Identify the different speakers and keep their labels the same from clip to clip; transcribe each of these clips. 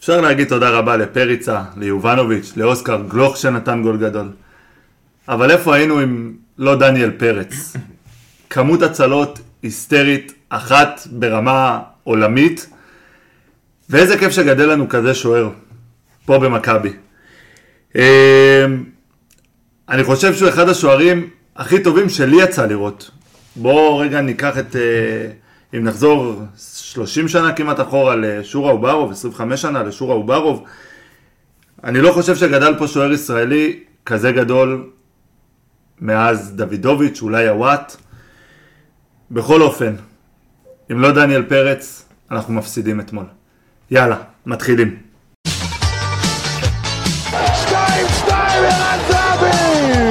Speaker 1: אפשר להגיד תודה רבה לפריצה, ליובנוביץ', לאוסקר גלוך שנתן גול גדול. אבל איפה היינו אם לא דניאל פרץ? כמות הצלות היסטרית, אחת ברמה עולמית, ואיזה כיף שגדל לנו כזה שוער, פה במכבי. אה, אני חושב שהוא אחד השוערים הכי טובים שלי יצא לראות. בואו רגע ניקח את... אה, אם נחזור 30 שנה כמעט אחורה לשורה אוברוב, 25 שנה לשורה אוברוב, אני לא חושב שגדל פה שוער ישראלי כזה גדול מאז דוידוביץ', אולי הוואט. בכל אופן, אם לא דניאל פרץ, אנחנו מפסידים אתמול. יאללה, מתחילים.
Speaker 2: שתיים, שתיים, ערן זהבי!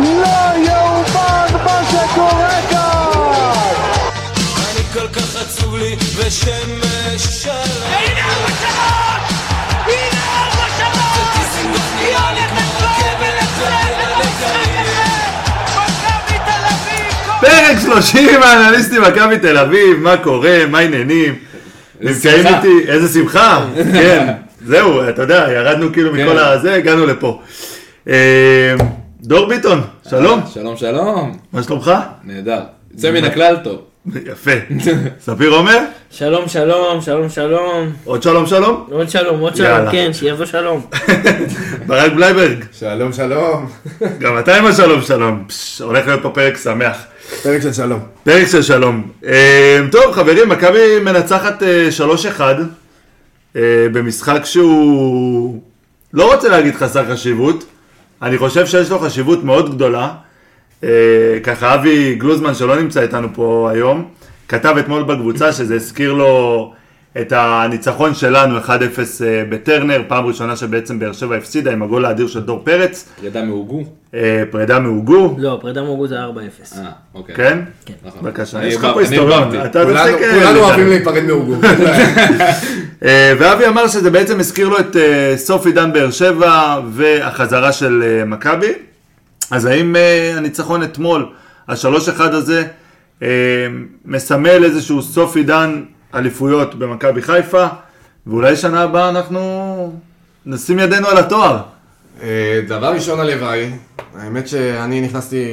Speaker 2: לא יאומן מה שקורה כאן!
Speaker 3: אני כל כך עצוב לי ושמש שלום.
Speaker 4: הנה ארבע שלוש! הנה ארבע שלוש! היא הולכת כואבת לצאת במשחק הזה! מכבי תל אביב!
Speaker 1: פרק 30, האנליסטים מכבי תל אביב, מה קורה, מה העניינים? נמצאים
Speaker 5: שמחה.
Speaker 1: איתי, איזה שמחה, כן, זהו, אתה יודע, ירדנו כאילו מכל הזה, הגענו לפה. אה, דור ביטון, שלום,
Speaker 5: שלום שלום,
Speaker 1: מה שלומך?
Speaker 5: נהדר. יוצא מן הכלל טוב.
Speaker 1: יפה. ספיר עומר,
Speaker 6: שלום, שלום, שלום, שלום,
Speaker 1: עוד שלום שלום,
Speaker 6: עוד שלום, עוד
Speaker 1: יאללה.
Speaker 6: שלום, כן, שיבוא שלום.
Speaker 1: ברק בלייברג,
Speaker 7: שלום שלום,
Speaker 1: גם אתה עם השלום שלום, פש, הולך להיות פה פרק שמח.
Speaker 7: פרק של שלום.
Speaker 1: פרק של שלום. אה, טוב, חברים, מכבי מנצחת אה, 3-1 אה, במשחק שהוא... לא רוצה להגיד חסר חשיבות, אני חושב שיש לו חשיבות מאוד גדולה. אה, ככה אבי גלוזמן, שלא נמצא איתנו פה היום, כתב אתמול בקבוצה שזה הזכיר לו את הניצחון שלנו 1-0 אה, בטרנר, פעם ראשונה שבעצם באר שבע הפסידה עם הגול האדיר של דור פרץ,
Speaker 5: פרידה מהוגו?
Speaker 1: אה, פרידה מהוגו,
Speaker 6: לא, פרידה מוגו זה 4-0.
Speaker 5: אה, אוקיי.
Speaker 1: כן?
Speaker 5: נכון.
Speaker 1: בבקשה,
Speaker 5: אני
Speaker 1: יש לך
Speaker 5: ערבב-
Speaker 1: פה
Speaker 5: אני
Speaker 1: היסטוריון,
Speaker 5: ערבבתי.
Speaker 1: אתה
Speaker 7: כולנו-
Speaker 1: תפסיק, אה,
Speaker 7: כולנו
Speaker 1: לדבר.
Speaker 7: אוהבים להיפרד מאוגו.
Speaker 1: אה, ואבי אמר שזה בעצם הזכיר לו את אה, סוף עידן באר שבע והחזרה של אה, מכבי. אז האם אה, הניצחון אתמול, השלוש אחד הזה, אה, מסמל איזשהו סוף עידן אליפויות במכבי חיפה, ואולי שנה הבאה אנחנו נשים ידינו על התואר.
Speaker 7: אה, דבר ראשון הלוואי, האמת שאני נכנסתי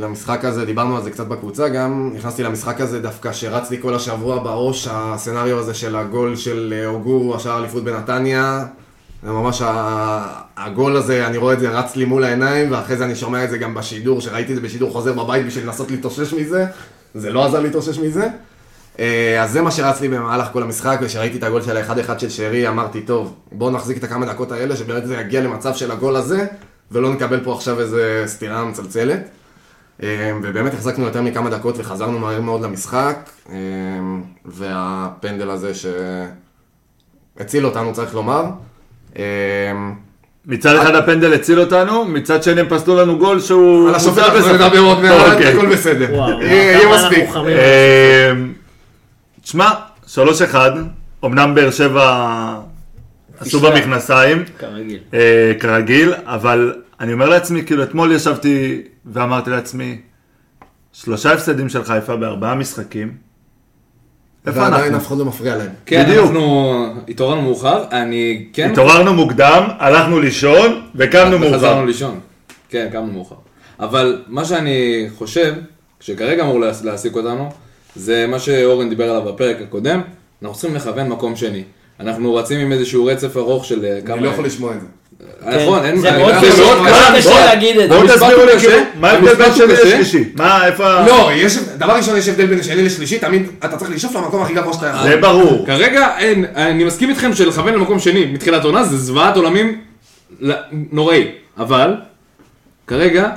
Speaker 7: למשחק הזה, דיברנו על זה קצת בקבוצה גם, נכנסתי למשחק הזה דווקא שרץ לי כל השבוע בראש הסצנריו הזה של הגול של אה, הוגו, השער האליפות בנתניה. זה ממש ה- הגול הזה, אני רואה את זה רץ לי מול העיניים, ואחרי זה אני שומע את זה גם בשידור, שראיתי את זה בשידור חוזר בבית בשביל לנסות להתאושש מזה, זה לא עזר להתאושש מזה. אה, אז זה מה שרץ לי במהלך כל המשחק, וכשראיתי את הגול של ה-1-1 של שרי, אמרתי, טוב, בואו נחזיק את הכמה דקות האלה, שבאמת זה יגיע למצב של הגול הזה, ולא נקבל פה עכשיו איזה סטירה מצלצלת. אה, ובאמת החזקנו יותר מכמה דקות וחזרנו מהר מאוד למשחק, אה, והפנדל הזה שהציל אותנו, צריך לומר. אה,
Speaker 1: מצד אחד הפנדל הציל אותנו, מצד שני הם פסלו לנו גול שהוא...
Speaker 7: על השופט
Speaker 1: הוא
Speaker 7: אנחנו
Speaker 1: בספק.
Speaker 7: נדבר עוד מעט,
Speaker 1: אוקיי.
Speaker 7: הכל בסדר.
Speaker 6: וואו,
Speaker 7: יהיה יהיה
Speaker 6: כמה אנחנו
Speaker 7: מספיק.
Speaker 6: חמים.
Speaker 1: אמ, תשמע, 3-1, אמנם באר שבע עשו
Speaker 6: תשלח.
Speaker 1: במכנסיים,
Speaker 6: כרגיל.
Speaker 1: אה, כרגיל, אבל אני אומר לעצמי, כאילו אתמול ישבתי ואמרתי לעצמי, שלושה הפסדים של חיפה בארבעה משחקים, איפה
Speaker 7: ועדיין
Speaker 1: אנחנו?
Speaker 7: אף אחד לא מפריע להם.
Speaker 5: כן,
Speaker 1: בדיוק.
Speaker 5: אנחנו התעוררנו מאוחר, אני כן...
Speaker 1: התעוררנו מוקדם, הלכנו לישון וקמנו מאוחר.
Speaker 5: וחזרנו לישון. כן, קמנו מאוחר. אבל מה שאני חושב, שכרגע אמור להס- להעסיק אותנו, זה מה שאורן דיבר עליו בפרק הקודם, אנחנו צריכים לכוון מקום שני. אנחנו רצים עם איזשהו רצף ארוך של אה, כמה...
Speaker 7: אני לא יכול לשמוע את זה.
Speaker 5: נכון, אין...
Speaker 6: כן. זה
Speaker 5: אני
Speaker 6: מאוד
Speaker 5: גם
Speaker 6: קשה,
Speaker 5: לא-
Speaker 6: מאוד
Speaker 5: מה?
Speaker 6: קשה
Speaker 5: בוא-
Speaker 6: להגיד את זה.
Speaker 1: בואו
Speaker 5: המשפט
Speaker 1: תסבירו
Speaker 5: הוא
Speaker 1: לי,
Speaker 5: קשה,
Speaker 1: כאילו, מה ההבדל
Speaker 5: המשפט
Speaker 1: בין
Speaker 5: הוא
Speaker 1: שני
Speaker 5: קשה.
Speaker 1: לשלישי? מה, איפה...
Speaker 7: לא, יש, דבר ראשון יש הבדל בין שני לשלישי, תמיד אתה צריך לשאוף למקום הכי גבוה שאתה יכול.
Speaker 1: זה ברור.
Speaker 5: כן. כרגע אין, אני מסכים איתכם שלכוון למקום שני מתחילת עונה זה זוועת עולמים ל- נוראי, אבל כרגע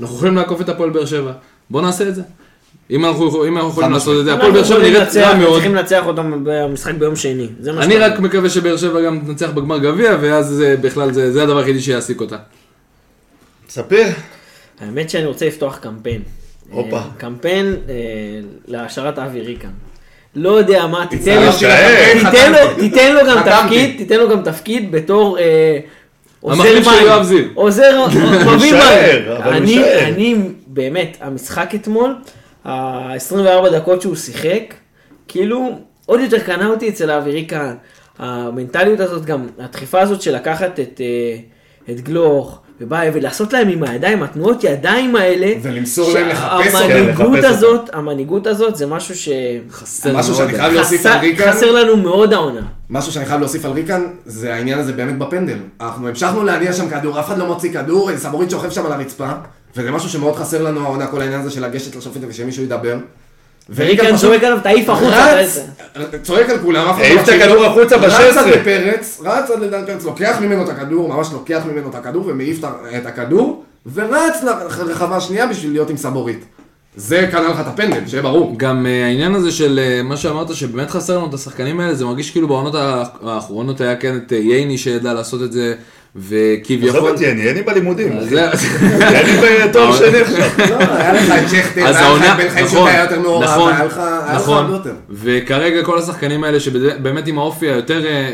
Speaker 5: אנחנו יכולים לעקוף את הפועל באר שבע, בואו נעשה את זה. אם אנחנו, יכול- אם אנחנו יכולים לעשות את זה, הפועל
Speaker 6: אנחנו
Speaker 5: באר שבע
Speaker 6: יכולים
Speaker 5: נראית
Speaker 6: לנצח,
Speaker 5: רע מאוד.
Speaker 6: צריכים לנצח אותם במשחק ביום שני. זה מה
Speaker 5: אני
Speaker 6: שאתה-
Speaker 5: רק מקווה שבאר שבע גם תנצח בגמר גביע, ואז זה בכלל, זה, זה הדבר היחידי שיעסיק אותה.
Speaker 1: ספיר.
Speaker 6: האמת שאני רוצה לפתוח קמפיין.
Speaker 1: הופה.
Speaker 6: אה, קמפיין אה, להשארת אבי ריקן. לא יודע מה, תיתן לו-
Speaker 1: הצטרפתי לקמפיין,
Speaker 6: תיתן לו- תיתן לו גם
Speaker 7: חתמתי.
Speaker 6: תפקיד, תיתן לו גם תפקיד בתור אה, עוזר
Speaker 5: המחליף של
Speaker 6: מים.
Speaker 5: יואב זיו.
Speaker 6: עוזר, מביא מים.
Speaker 1: יישאר, אבל הוא
Speaker 6: אני-
Speaker 1: יישאר.
Speaker 6: אני, באמת, המשחק אתמול, ה-24 דקות שהוא שיחק, כאילו, עוד יותר קנה אותי אצל אבי ריקן. המנטליות הזאת, גם הדחיפה הזאת של לקחת את, אה, את גלוך ובאי ולעשות להם עם הידיים, התנועות ידיים האלה.
Speaker 7: ולמסור להם, לחפש אותם.
Speaker 1: כן,
Speaker 6: המנהיגות
Speaker 1: לחפש
Speaker 6: הזאת, המנהיגות הזאת זה משהו ש...
Speaker 5: חסר
Speaker 7: משהו
Speaker 5: מאוד.
Speaker 7: שאני חייב להוסיף על
Speaker 6: חסר-
Speaker 7: ריקן,
Speaker 6: חסר לנו מאוד העונה.
Speaker 7: משהו שאני חייב להוסיף על ריקן, זה העניין הזה באמת בפנדל. אנחנו המשכנו להניע שם כדור, אף אחד לא מוציא כדור, איזה סבורית שוכב שם על הרצפה, וזה משהו שמאוד חסר לנו העונה, כל העניין הזה של לגשת לשופט ושמישהו ידבר.
Speaker 6: וריקן
Speaker 7: פשוט
Speaker 6: זורק עליו, תעיף החוצה. אתה
Speaker 7: רץ,
Speaker 6: יודע.
Speaker 7: צועק על כולם, אף אחד לא
Speaker 1: העיף את
Speaker 7: מקשיב
Speaker 1: הכדור
Speaker 7: לו.
Speaker 1: החוצה
Speaker 7: רץ
Speaker 1: ב-16.
Speaker 7: עד לפרץ, רץ עד לדן פרץ, לוקח ממנו את הכדור, ממש לוקח ממנו את הכדור ומעיף את ה- את הכדור, ורץ לרחבה השנייה בשביל להיות עם סבורית. זה קנה לך את הפנדל, שיהיה ברור.
Speaker 5: גם אה, העניין הזה של אה, מה שאמרת, שבאמת חסר לנו את השחקנים האלה, זה מרגיש כאילו בעונות האח- האחרונות היה כן את אה, ייני שידע לעשות את זה,
Speaker 1: עזוב
Speaker 5: וכביכול...
Speaker 1: אותי, אני אין לי בלימודים.
Speaker 5: אז זה-
Speaker 1: אין לי בתואר שני עכשיו.
Speaker 7: לא, היה לך את שכטר,
Speaker 5: אז
Speaker 7: היה לך
Speaker 5: העונה,
Speaker 7: את בן חיים
Speaker 5: נכון,
Speaker 7: שהיה יותר מעורב,
Speaker 5: נכון,
Speaker 7: היה לך היה לך הרבה
Speaker 5: נכון,
Speaker 7: יותר.
Speaker 5: וכרגע כל השחקנים האלה שבאמת עם האופי היותר, אה, אה,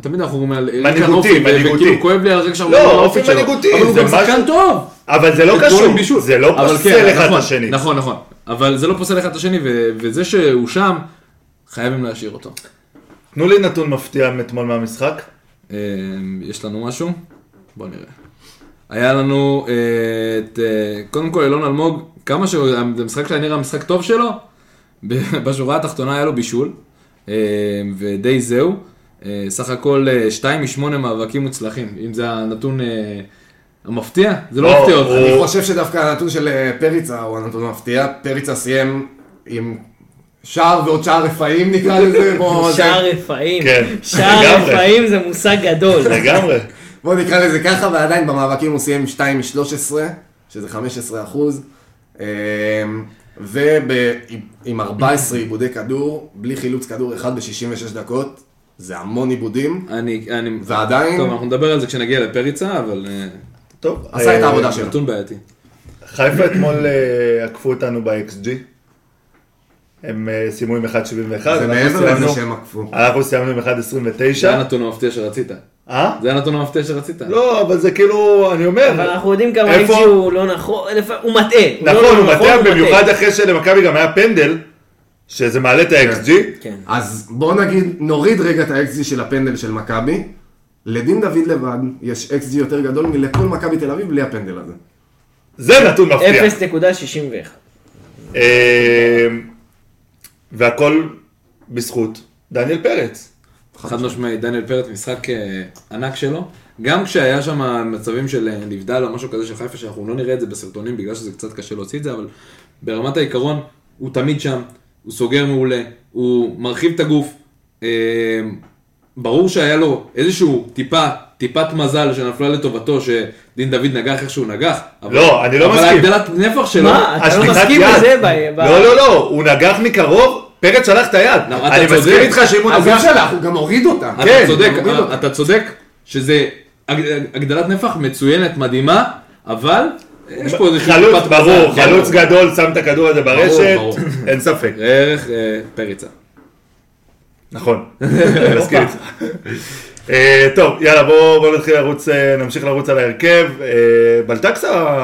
Speaker 5: תמיד אנחנו אומרים על ריקן
Speaker 1: מנהיגותי,
Speaker 5: אופי, ו-
Speaker 1: מנהיגותי.
Speaker 5: וכאילו כואב לי על רגע שאנחנו
Speaker 1: לא,
Speaker 5: מדברים על
Speaker 1: אופי
Speaker 5: האופי שלו,
Speaker 1: מנהיגותי,
Speaker 5: אבל הוא
Speaker 1: זה
Speaker 5: גם שחקן
Speaker 1: משהו-
Speaker 5: טוב,
Speaker 1: אבל זה לא
Speaker 5: זה גול
Speaker 1: קשור,
Speaker 5: עם בישול.
Speaker 1: זה לא
Speaker 5: אבל
Speaker 1: פוסל
Speaker 5: כן,
Speaker 1: אחד את
Speaker 5: נכון,
Speaker 1: השני.
Speaker 5: נכון, נכון, אבל זה לא פוסל אחד את השני, ו- וזה שהוא שם, חייבים להשאיר אותו.
Speaker 1: תנו לי נתון מפתיע מאתמול מהמשחק.
Speaker 5: אה, יש לנו משהו? בוא נראה. היה לנו אה, את, אה, קודם כל אלון אלמוג, כמה ש... זה משחק שהיה נראה משחק טוב שלו, ב- בשורה התחתונה היה לו בישול, אה, ודי זהו. אה, סך הכל 2 מ-8 מאבקים מוצלחים, אם זה הנתון אה, המפתיע, זה לא
Speaker 1: לא,
Speaker 5: מפתיע אותך.
Speaker 1: הוא-
Speaker 7: אני חושב שדווקא הנתון של אה, פריצה הוא הנתון המפתיע. פריצה סיים עם שער ועוד שער רפאים נקרא לזה, בוא זה-
Speaker 6: שער רפאים.
Speaker 1: כן,
Speaker 6: שער
Speaker 1: לגמרי.
Speaker 6: רפאים זה מושג גדול.
Speaker 1: לגמרי.
Speaker 7: בוא נקרא לזה ככה, ועדיין במאבקים הוא סיים 2 מ-13, שזה 15 אחוז, אמ, ועם 14 עיבודי כדור, בלי חילוץ כדור אחד ב-66 דקות, זה המון עיבודים,
Speaker 5: אני, אני...
Speaker 7: ועדיין
Speaker 5: טוב, אנחנו נדבר על זה כשנגיע לפריצה, אבל אה,
Speaker 1: טוב,
Speaker 7: עשה את
Speaker 1: אה,
Speaker 7: העבודה שלו.
Speaker 5: נתון בעייתי.
Speaker 1: חיפה אתמול אה, עקפו אותנו ב-XG. הם אה, סיימו עם 1.71.
Speaker 7: זה
Speaker 1: אנחנו
Speaker 7: מעבר לזה
Speaker 1: סיימנו-
Speaker 7: שהם עקפו.
Speaker 1: אנחנו סיימנו עם
Speaker 5: זה
Speaker 1: 1.29.
Speaker 5: הנתון המפתיע שרצית.
Speaker 1: אה?
Speaker 5: זה הנתון המפתיע שרצית.
Speaker 1: לא, אבל זה כאילו, אני
Speaker 6: אבל
Speaker 1: אומר,
Speaker 6: אנחנו יודעים כמה
Speaker 1: איפה?
Speaker 6: איפה הוא לא נכון, לפ- הוא מטעה. לא
Speaker 1: נכון, הוא מטעה
Speaker 6: הוא
Speaker 1: במיוחד אחרי שלמכבי גם היה פנדל, שזה מעלה את ה-XG.
Speaker 6: כן.
Speaker 7: אז בואו נגיד, נוריד רגע את האקסג'י של הפנדל של מכבי. לדין דוד לבד יש אקסג'י יותר גדול מלכל מכבי תל אביב בלי הפנדל הזה.
Speaker 1: זה נתון מפתיע.
Speaker 6: 0.61.
Speaker 1: אה, והכל בזכות דניאל פרץ.
Speaker 5: חד משמעית, דניאל פרץ, משחק אה, ענק שלו. גם כשהיה שם מצבים של אה, נבדל או משהו כזה של חיפה, שאנחנו לא נראה את זה בסרטונים בגלל שזה קצת קשה להוציא את זה, אבל ברמת העיקרון, הוא תמיד שם, הוא סוגר מעולה, הוא מרחיב את הגוף. אה, ברור שהיה לו איזשהו טיפה, טיפת מזל שנפלה לטובתו, שדין דוד נגח איך שהוא נגח. אבל-
Speaker 1: לא, אני לא מסכים.
Speaker 5: אבל הגדלת נפח שלו...
Speaker 6: מה? אתה לא
Speaker 1: השליטת
Speaker 6: מסכים
Speaker 1: יד.
Speaker 6: לזה? ב- ב-
Speaker 1: לא, לא, לא, הוא נגח מקרוב, פרץ שלח את היד.
Speaker 5: לא, אתה
Speaker 1: אני
Speaker 5: צודק.
Speaker 1: מסכים איתך שאם הוא
Speaker 5: אז
Speaker 1: נגח...
Speaker 5: אי אפשר
Speaker 7: שלח, הוא גם הוריד אותה.
Speaker 5: אתה
Speaker 1: כן,
Speaker 5: צודק, אה,
Speaker 7: מוריד אותה.
Speaker 5: אתה צודק שזה הג- הגדלת נפח מצוינת, מדהימה, אבל יש פה איזה
Speaker 1: חלוץ,
Speaker 5: חיפת
Speaker 1: ברור,
Speaker 5: מזל, כן,
Speaker 1: חלוץ גדול, שם את הכדור הזה ברשת,
Speaker 5: ברור.
Speaker 1: אין ספק.
Speaker 5: ראה ערך אה, פריצה.
Speaker 1: נכון, אני מסכים איתך. אה, טוב, יאללה, בואו בואו נתחיל לרוץ, אה, נמשיך לרוץ על ההרכב. אה, בלטקסה,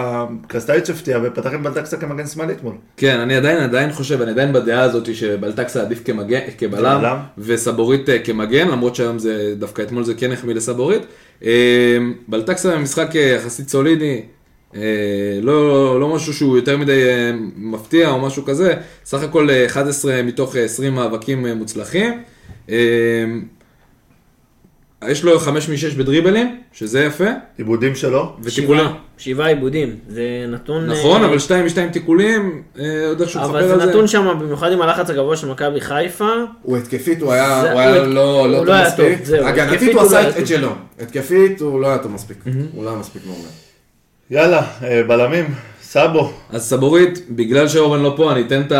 Speaker 1: קרסטייץ' הפתיע ופתח עם בלטקסה כמגן שמאלי אתמול.
Speaker 5: כן, אני עדיין עדיין חושב, אני עדיין בדעה הזאת שבלטקסה עדיף כמגן,
Speaker 1: כבלם.
Speaker 5: כבלם, וסבורית אה, כמגן, למרות שהיום זה, דווקא אתמול זה כן החמיא לסבורית. אה, בלטקסה במשחק אה, יחסית סולידי, אה, לא, לא משהו שהוא יותר מדי אה, מפתיע או משהו כזה, סך הכל אה, 11 מתוך אה, 20 מאבקים אה, מוצלחים. אה, יש לו 5 מ-6 בדריבלים, שזה יפה,
Speaker 1: עיבודים שלו.
Speaker 5: וטיפולים.
Speaker 6: שבעה- שבעה עיבודים. זה נתון...
Speaker 5: נכון,
Speaker 6: אה,
Speaker 5: אבל 2 מ-2 תיקולים, אה, עוד איכשהו תספר על
Speaker 6: אבל
Speaker 5: זה.
Speaker 6: זה נתון שם, במיוחד עם הלחץ הגבוה של מכבי חיפה.
Speaker 7: הוא התקפית, הוא
Speaker 5: אה,
Speaker 7: היה
Speaker 6: זה-
Speaker 7: הוא היה
Speaker 6: הוא-
Speaker 7: לא
Speaker 6: הוא
Speaker 7: לא
Speaker 6: לא
Speaker 7: טוב
Speaker 6: היה
Speaker 7: מספיק.
Speaker 6: טוב, זהו,
Speaker 7: הגנתית
Speaker 6: התקפית
Speaker 7: הוא
Speaker 6: הוא לא
Speaker 7: עשה
Speaker 6: היה
Speaker 7: את-
Speaker 6: טוב.
Speaker 7: את שלו. התקפית הוא לא היה טוב מספיק. הוא לא היה מספיק מעולה.
Speaker 1: יאללה, אה, בלמים, סאבו.
Speaker 5: אז סבורית, בגלל שאורן לא פה, אני אתן את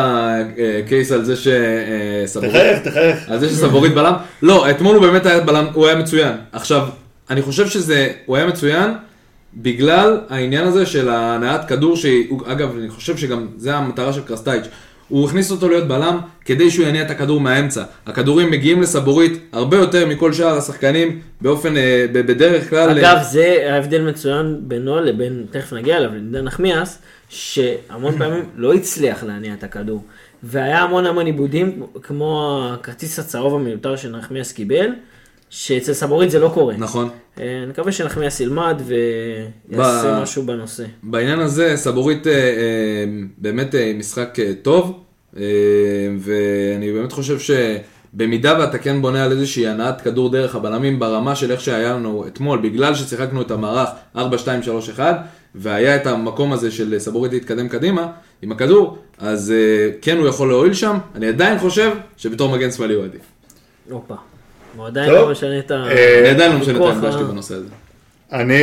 Speaker 5: הקייס על זה שסבורית...
Speaker 1: תחייך, תחייך.
Speaker 5: על זה שסבורית בלם. לא, אתמול הוא באמת היה בלם, הוא היה מצוין. עכשיו, אני חושב שזה, הוא היה מצוין בגלל העניין הזה של הנעת כדור, שהוא, אגב, אני חושב שגם זה המטרה של קרסטייץ'. הוא הכניס אותו להיות בלם כדי שהוא יניע את הכדור מהאמצע. הכדורים מגיעים לסבורית הרבה יותר מכל שאר השחקנים באופן, אה, ב- בדרך כלל... אה,
Speaker 6: אגב, זה ההבדל מצוין בינו לבין, תכף נגיע אליו, לדן נחמיאס, שהמון פעמים לא הצליח להניע את הכדור. והיה המון המון עיבודים, כמו הכרטיס הצהוב המיותר שנחמיאס קיבל. שאצל סבורית זה לא קורה.
Speaker 5: נכון.
Speaker 6: אה, נקווה שנחמיאס ילמד ויעשה
Speaker 5: ב-
Speaker 6: משהו בנושא.
Speaker 5: בעניין הזה סבורית אה, אה, באמת אה, משחק אה, טוב, אה, ואני באמת חושב שבמידה ואתה כן בונה על איזושהי הנעת כדור דרך הבלמים ברמה של איך שהיה לנו אתמול, בגלל ששיחקנו את המערך 4-2-3-1, והיה את המקום הזה של סבורית להתקדם קדימה עם הכדור, אז אה, כן הוא יכול להועיל שם, אני עדיין חושב שבתור מגן שמאלי הוא עדיף.
Speaker 6: הופה. הוא עדיין לא משנה את ה...
Speaker 1: אה,
Speaker 5: אני עדיין לא משנה את
Speaker 6: ויכוח,
Speaker 5: העמדה שלי
Speaker 6: אה.
Speaker 5: בנושא הזה.
Speaker 1: אני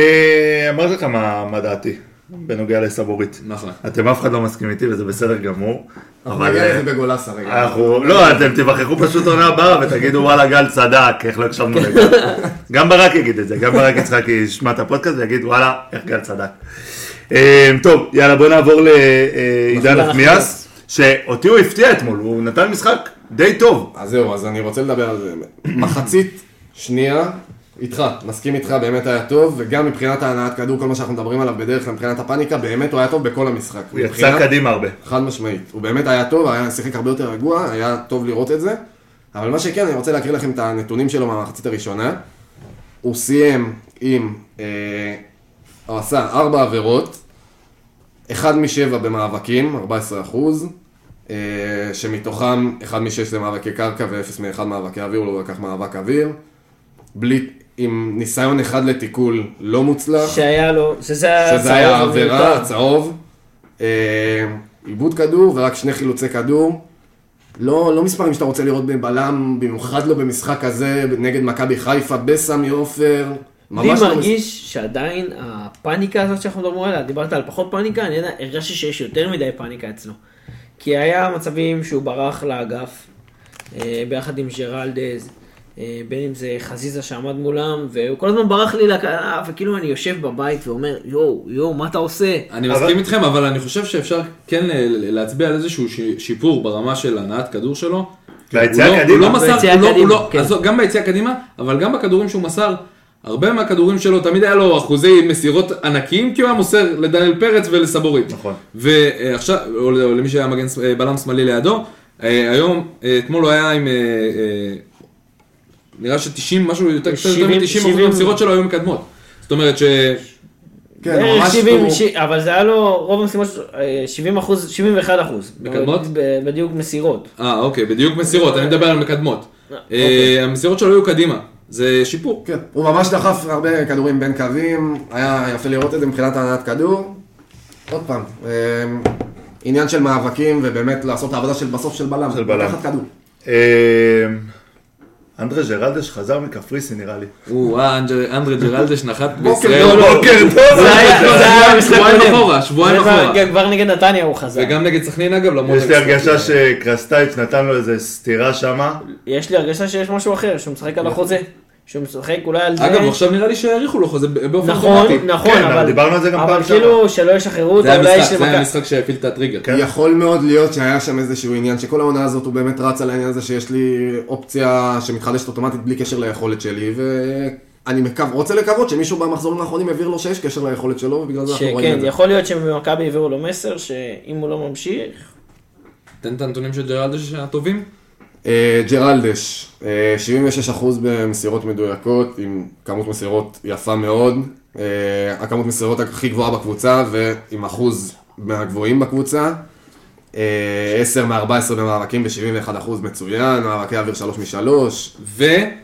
Speaker 1: אמרתי לך מה מה דעתי בנוגע לסבורית.
Speaker 5: נכון.
Speaker 1: אתם אף אחד לא מסכים איתי וזה בסדר גמור. אבל...
Speaker 7: נגיע
Speaker 1: אה,
Speaker 7: לזה בגולסה רגע.
Speaker 1: אנחנו, לא, אתם תיווכחו פשוט עונה הבאה ותגידו וואלה גל צדק, איך לא הקשבנו לגל. גם ברק יגיד את זה, גם ברק יצחקי ישמע את הפודקאסט ויגיד וואלה, איך גל צדק. אה, טוב, יאללה בוא נעבור לעידן נחמיאס, שאותי הוא הפתיע אתמול, הוא נתן משחק די טוב.
Speaker 7: אז זהו, אז אני רוצה לדבר על זה. מחצית שנייה, איתך, מסכים איתך, באמת היה טוב, וגם מבחינת ההנעת כדור, כל מה שאנחנו מדברים עליו בדרך כלל, מבחינת הפאניקה, באמת הוא היה טוב בכל המשחק.
Speaker 1: הוא יצא קדימה הרבה.
Speaker 7: חד משמעית. הוא באמת היה טוב, היה שיחק הרבה יותר רגוע, היה טוב לראות את זה. אבל מה שכן, אני רוצה להקריא לכם את הנתונים שלו מהמחצית הראשונה. הוא סיים עם, אה, הוא עשה ארבע עבירות, אחד משבע במאבקים, 14 אחוז, אה, שמתוכם אחד משש זה מאבקי קרקע ואפס מאחד מאבקי אוויר, הוא לא לקח מאבק אוויר. בלי, עם ניסיון אחד לתיקול לא מוצלח.
Speaker 6: שהיה לו, שזה היה...
Speaker 7: שזה היה
Speaker 6: הצהוב
Speaker 7: עבירה,
Speaker 6: המיותר.
Speaker 7: הצהוב. אה, עיבוד כדור ורק שני חילוצי כדור. לא, לא מספרים שאתה רוצה לראות בבלם, במיוחד לא במשחק הזה, נגד מכבי חיפה, בסמי עופר.
Speaker 6: לי
Speaker 7: ממש לא מס-
Speaker 6: מרגיש שעדיין הפאניקה הזאת שאנחנו מדברים עליה, דיברת על פחות פאניקה, אני יודע, הרגשתי שיש יותר מדי פאניקה אצלו. כי היה מצבים שהוא ברח לאגף, אה, ביחד עם ג'רלדז, אה, בין אם זה חזיזה שעמד מולם, והוא כל הזמן ברח לי לקהלה, וכאילו אני יושב בבית ואומר, יואו, יואו, מה אתה עושה?
Speaker 5: אני
Speaker 1: אבל-
Speaker 5: מסכים איתכם, אבל אני חושב שאפשר כן ל- ל- להצביע על איזשהו ש- שיפור ברמה של הנעת כדור שלו.
Speaker 1: והיציאה
Speaker 5: הוא לא-
Speaker 1: קדימה.
Speaker 5: הוא לא מסר,
Speaker 6: ביציאה
Speaker 5: הוא לא- הוא
Speaker 6: קדימה,
Speaker 5: לא,
Speaker 6: כן.
Speaker 5: עזוב, גם ביציאה קדימה, אבל גם בכדורים שהוא מסר, הרבה מהכדורים שלו, תמיד היה לו אחוזי מסירות ענקיים, כי הוא היה מוסר לדניאל פרץ ולסבורית.
Speaker 1: נכון.
Speaker 5: ועכשיו, או ל- או למי שהיה מגן, ש- אה, בלם שמאלי לידו, אה, היום, אה, אתמול הוא היה עם, אה, אה, נראה ש-90, משהו יותר קצת יותר
Speaker 6: 70,
Speaker 5: מ-90 אחוז
Speaker 6: 70.
Speaker 5: המסירות שלו היו מקדמות. זאת אומרת ש...
Speaker 7: כן,
Speaker 6: בערך
Speaker 7: ממש
Speaker 6: 70,
Speaker 7: הוא-
Speaker 6: ש- אה, אבל זה היה לו רוב המשימות, אה, 70 אחוז, 71 אחוז.
Speaker 5: מקדמות?
Speaker 6: ב- בדיוק מסירות.
Speaker 5: אה, אוקיי, בדיוק מסירות, אני מדבר על מקדמות.
Speaker 6: אוקיי.
Speaker 5: אה, המסירות שלו היו קדימה, זה שיפור.
Speaker 7: כן, הוא ממש דחף הרבה כדורים בין קווים, היה יפה לראות את זה מבחינת הנעת כדור. עוד פעם, אה, עניין של מאבקים ובאמת לעשות את העבודה של בסוף של בלם.
Speaker 1: של בלם.
Speaker 7: לקחת כדור.
Speaker 1: אה, אנדרה ג'רלדש חזר מקפריסין נראה לי.
Speaker 5: הוא, אה, אנג'ל- אנדרה ג'רלדש נחת
Speaker 7: טוב,
Speaker 5: בישראל.
Speaker 7: לא.
Speaker 1: בוקר טוב!
Speaker 6: זה היה- זה היה המשחק
Speaker 5: שבועיים
Speaker 6: הקודם.
Speaker 5: אחורה, שבועיים
Speaker 6: זה כבר-
Speaker 5: אחורה.
Speaker 6: גם כבר נגד נתניה הוא חזר.
Speaker 5: וגם נגד סכנין אגב, למרות...
Speaker 1: יש לי
Speaker 5: המשחק.
Speaker 1: הרגשה שקרסטייץ' נתן לו איזה סטירה שמה.
Speaker 6: יש לי הרגשה שיש משהו אחר, שהוא משחק על החוזה. שהוא משחק אולי על זה.
Speaker 5: אגב, עכשיו נראה לי שהאריכו לו חוזה באופן
Speaker 6: נכון,
Speaker 5: אוטומטי.
Speaker 6: נכון,
Speaker 1: כן, אבל
Speaker 6: אבל...
Speaker 1: דיברנו על זה גם פעם
Speaker 6: אבל
Speaker 1: שעברה.
Speaker 6: כאילו, שלא ישחררו אותו,
Speaker 5: זה
Speaker 6: אולי
Speaker 5: היה
Speaker 6: יש
Speaker 5: משחק, זה היה
Speaker 6: למכבי.
Speaker 5: המשחק שהפעיל את הטריגר.
Speaker 1: כן.
Speaker 7: יכול מאוד להיות שהיה שם איזשהו עניין, שכל העונה הזאת הוא באמת רץ על העניין הזה שיש לי אופציה שמתחדשת אוטומטית בלי קשר ליכולת שלי, ואני מקו... רוצה לקוות שמישהו במחזורים האחרונים יבהיר לו שיש קשר ליכולת שלו, ובגלל זה אנחנו רואים
Speaker 6: שכן,
Speaker 7: את זה.
Speaker 6: יכול להיות שמכבי העבירו לו מסר שאם הוא לא ממשיך...
Speaker 5: תן את הנתונים של ג'רלדש הטובים.
Speaker 7: אה, ג'רלדש, אה, 76% במסירות מדויקות, עם כמות מסירות יפה מאוד, אה, הכמות מסירות הכי גבוהה בקבוצה, ועם אחוז מהגבוהים בקבוצה. אה, 10 מ-14 במאבקים ב-71% מצוין, מאבקי אוויר 3 מ-3,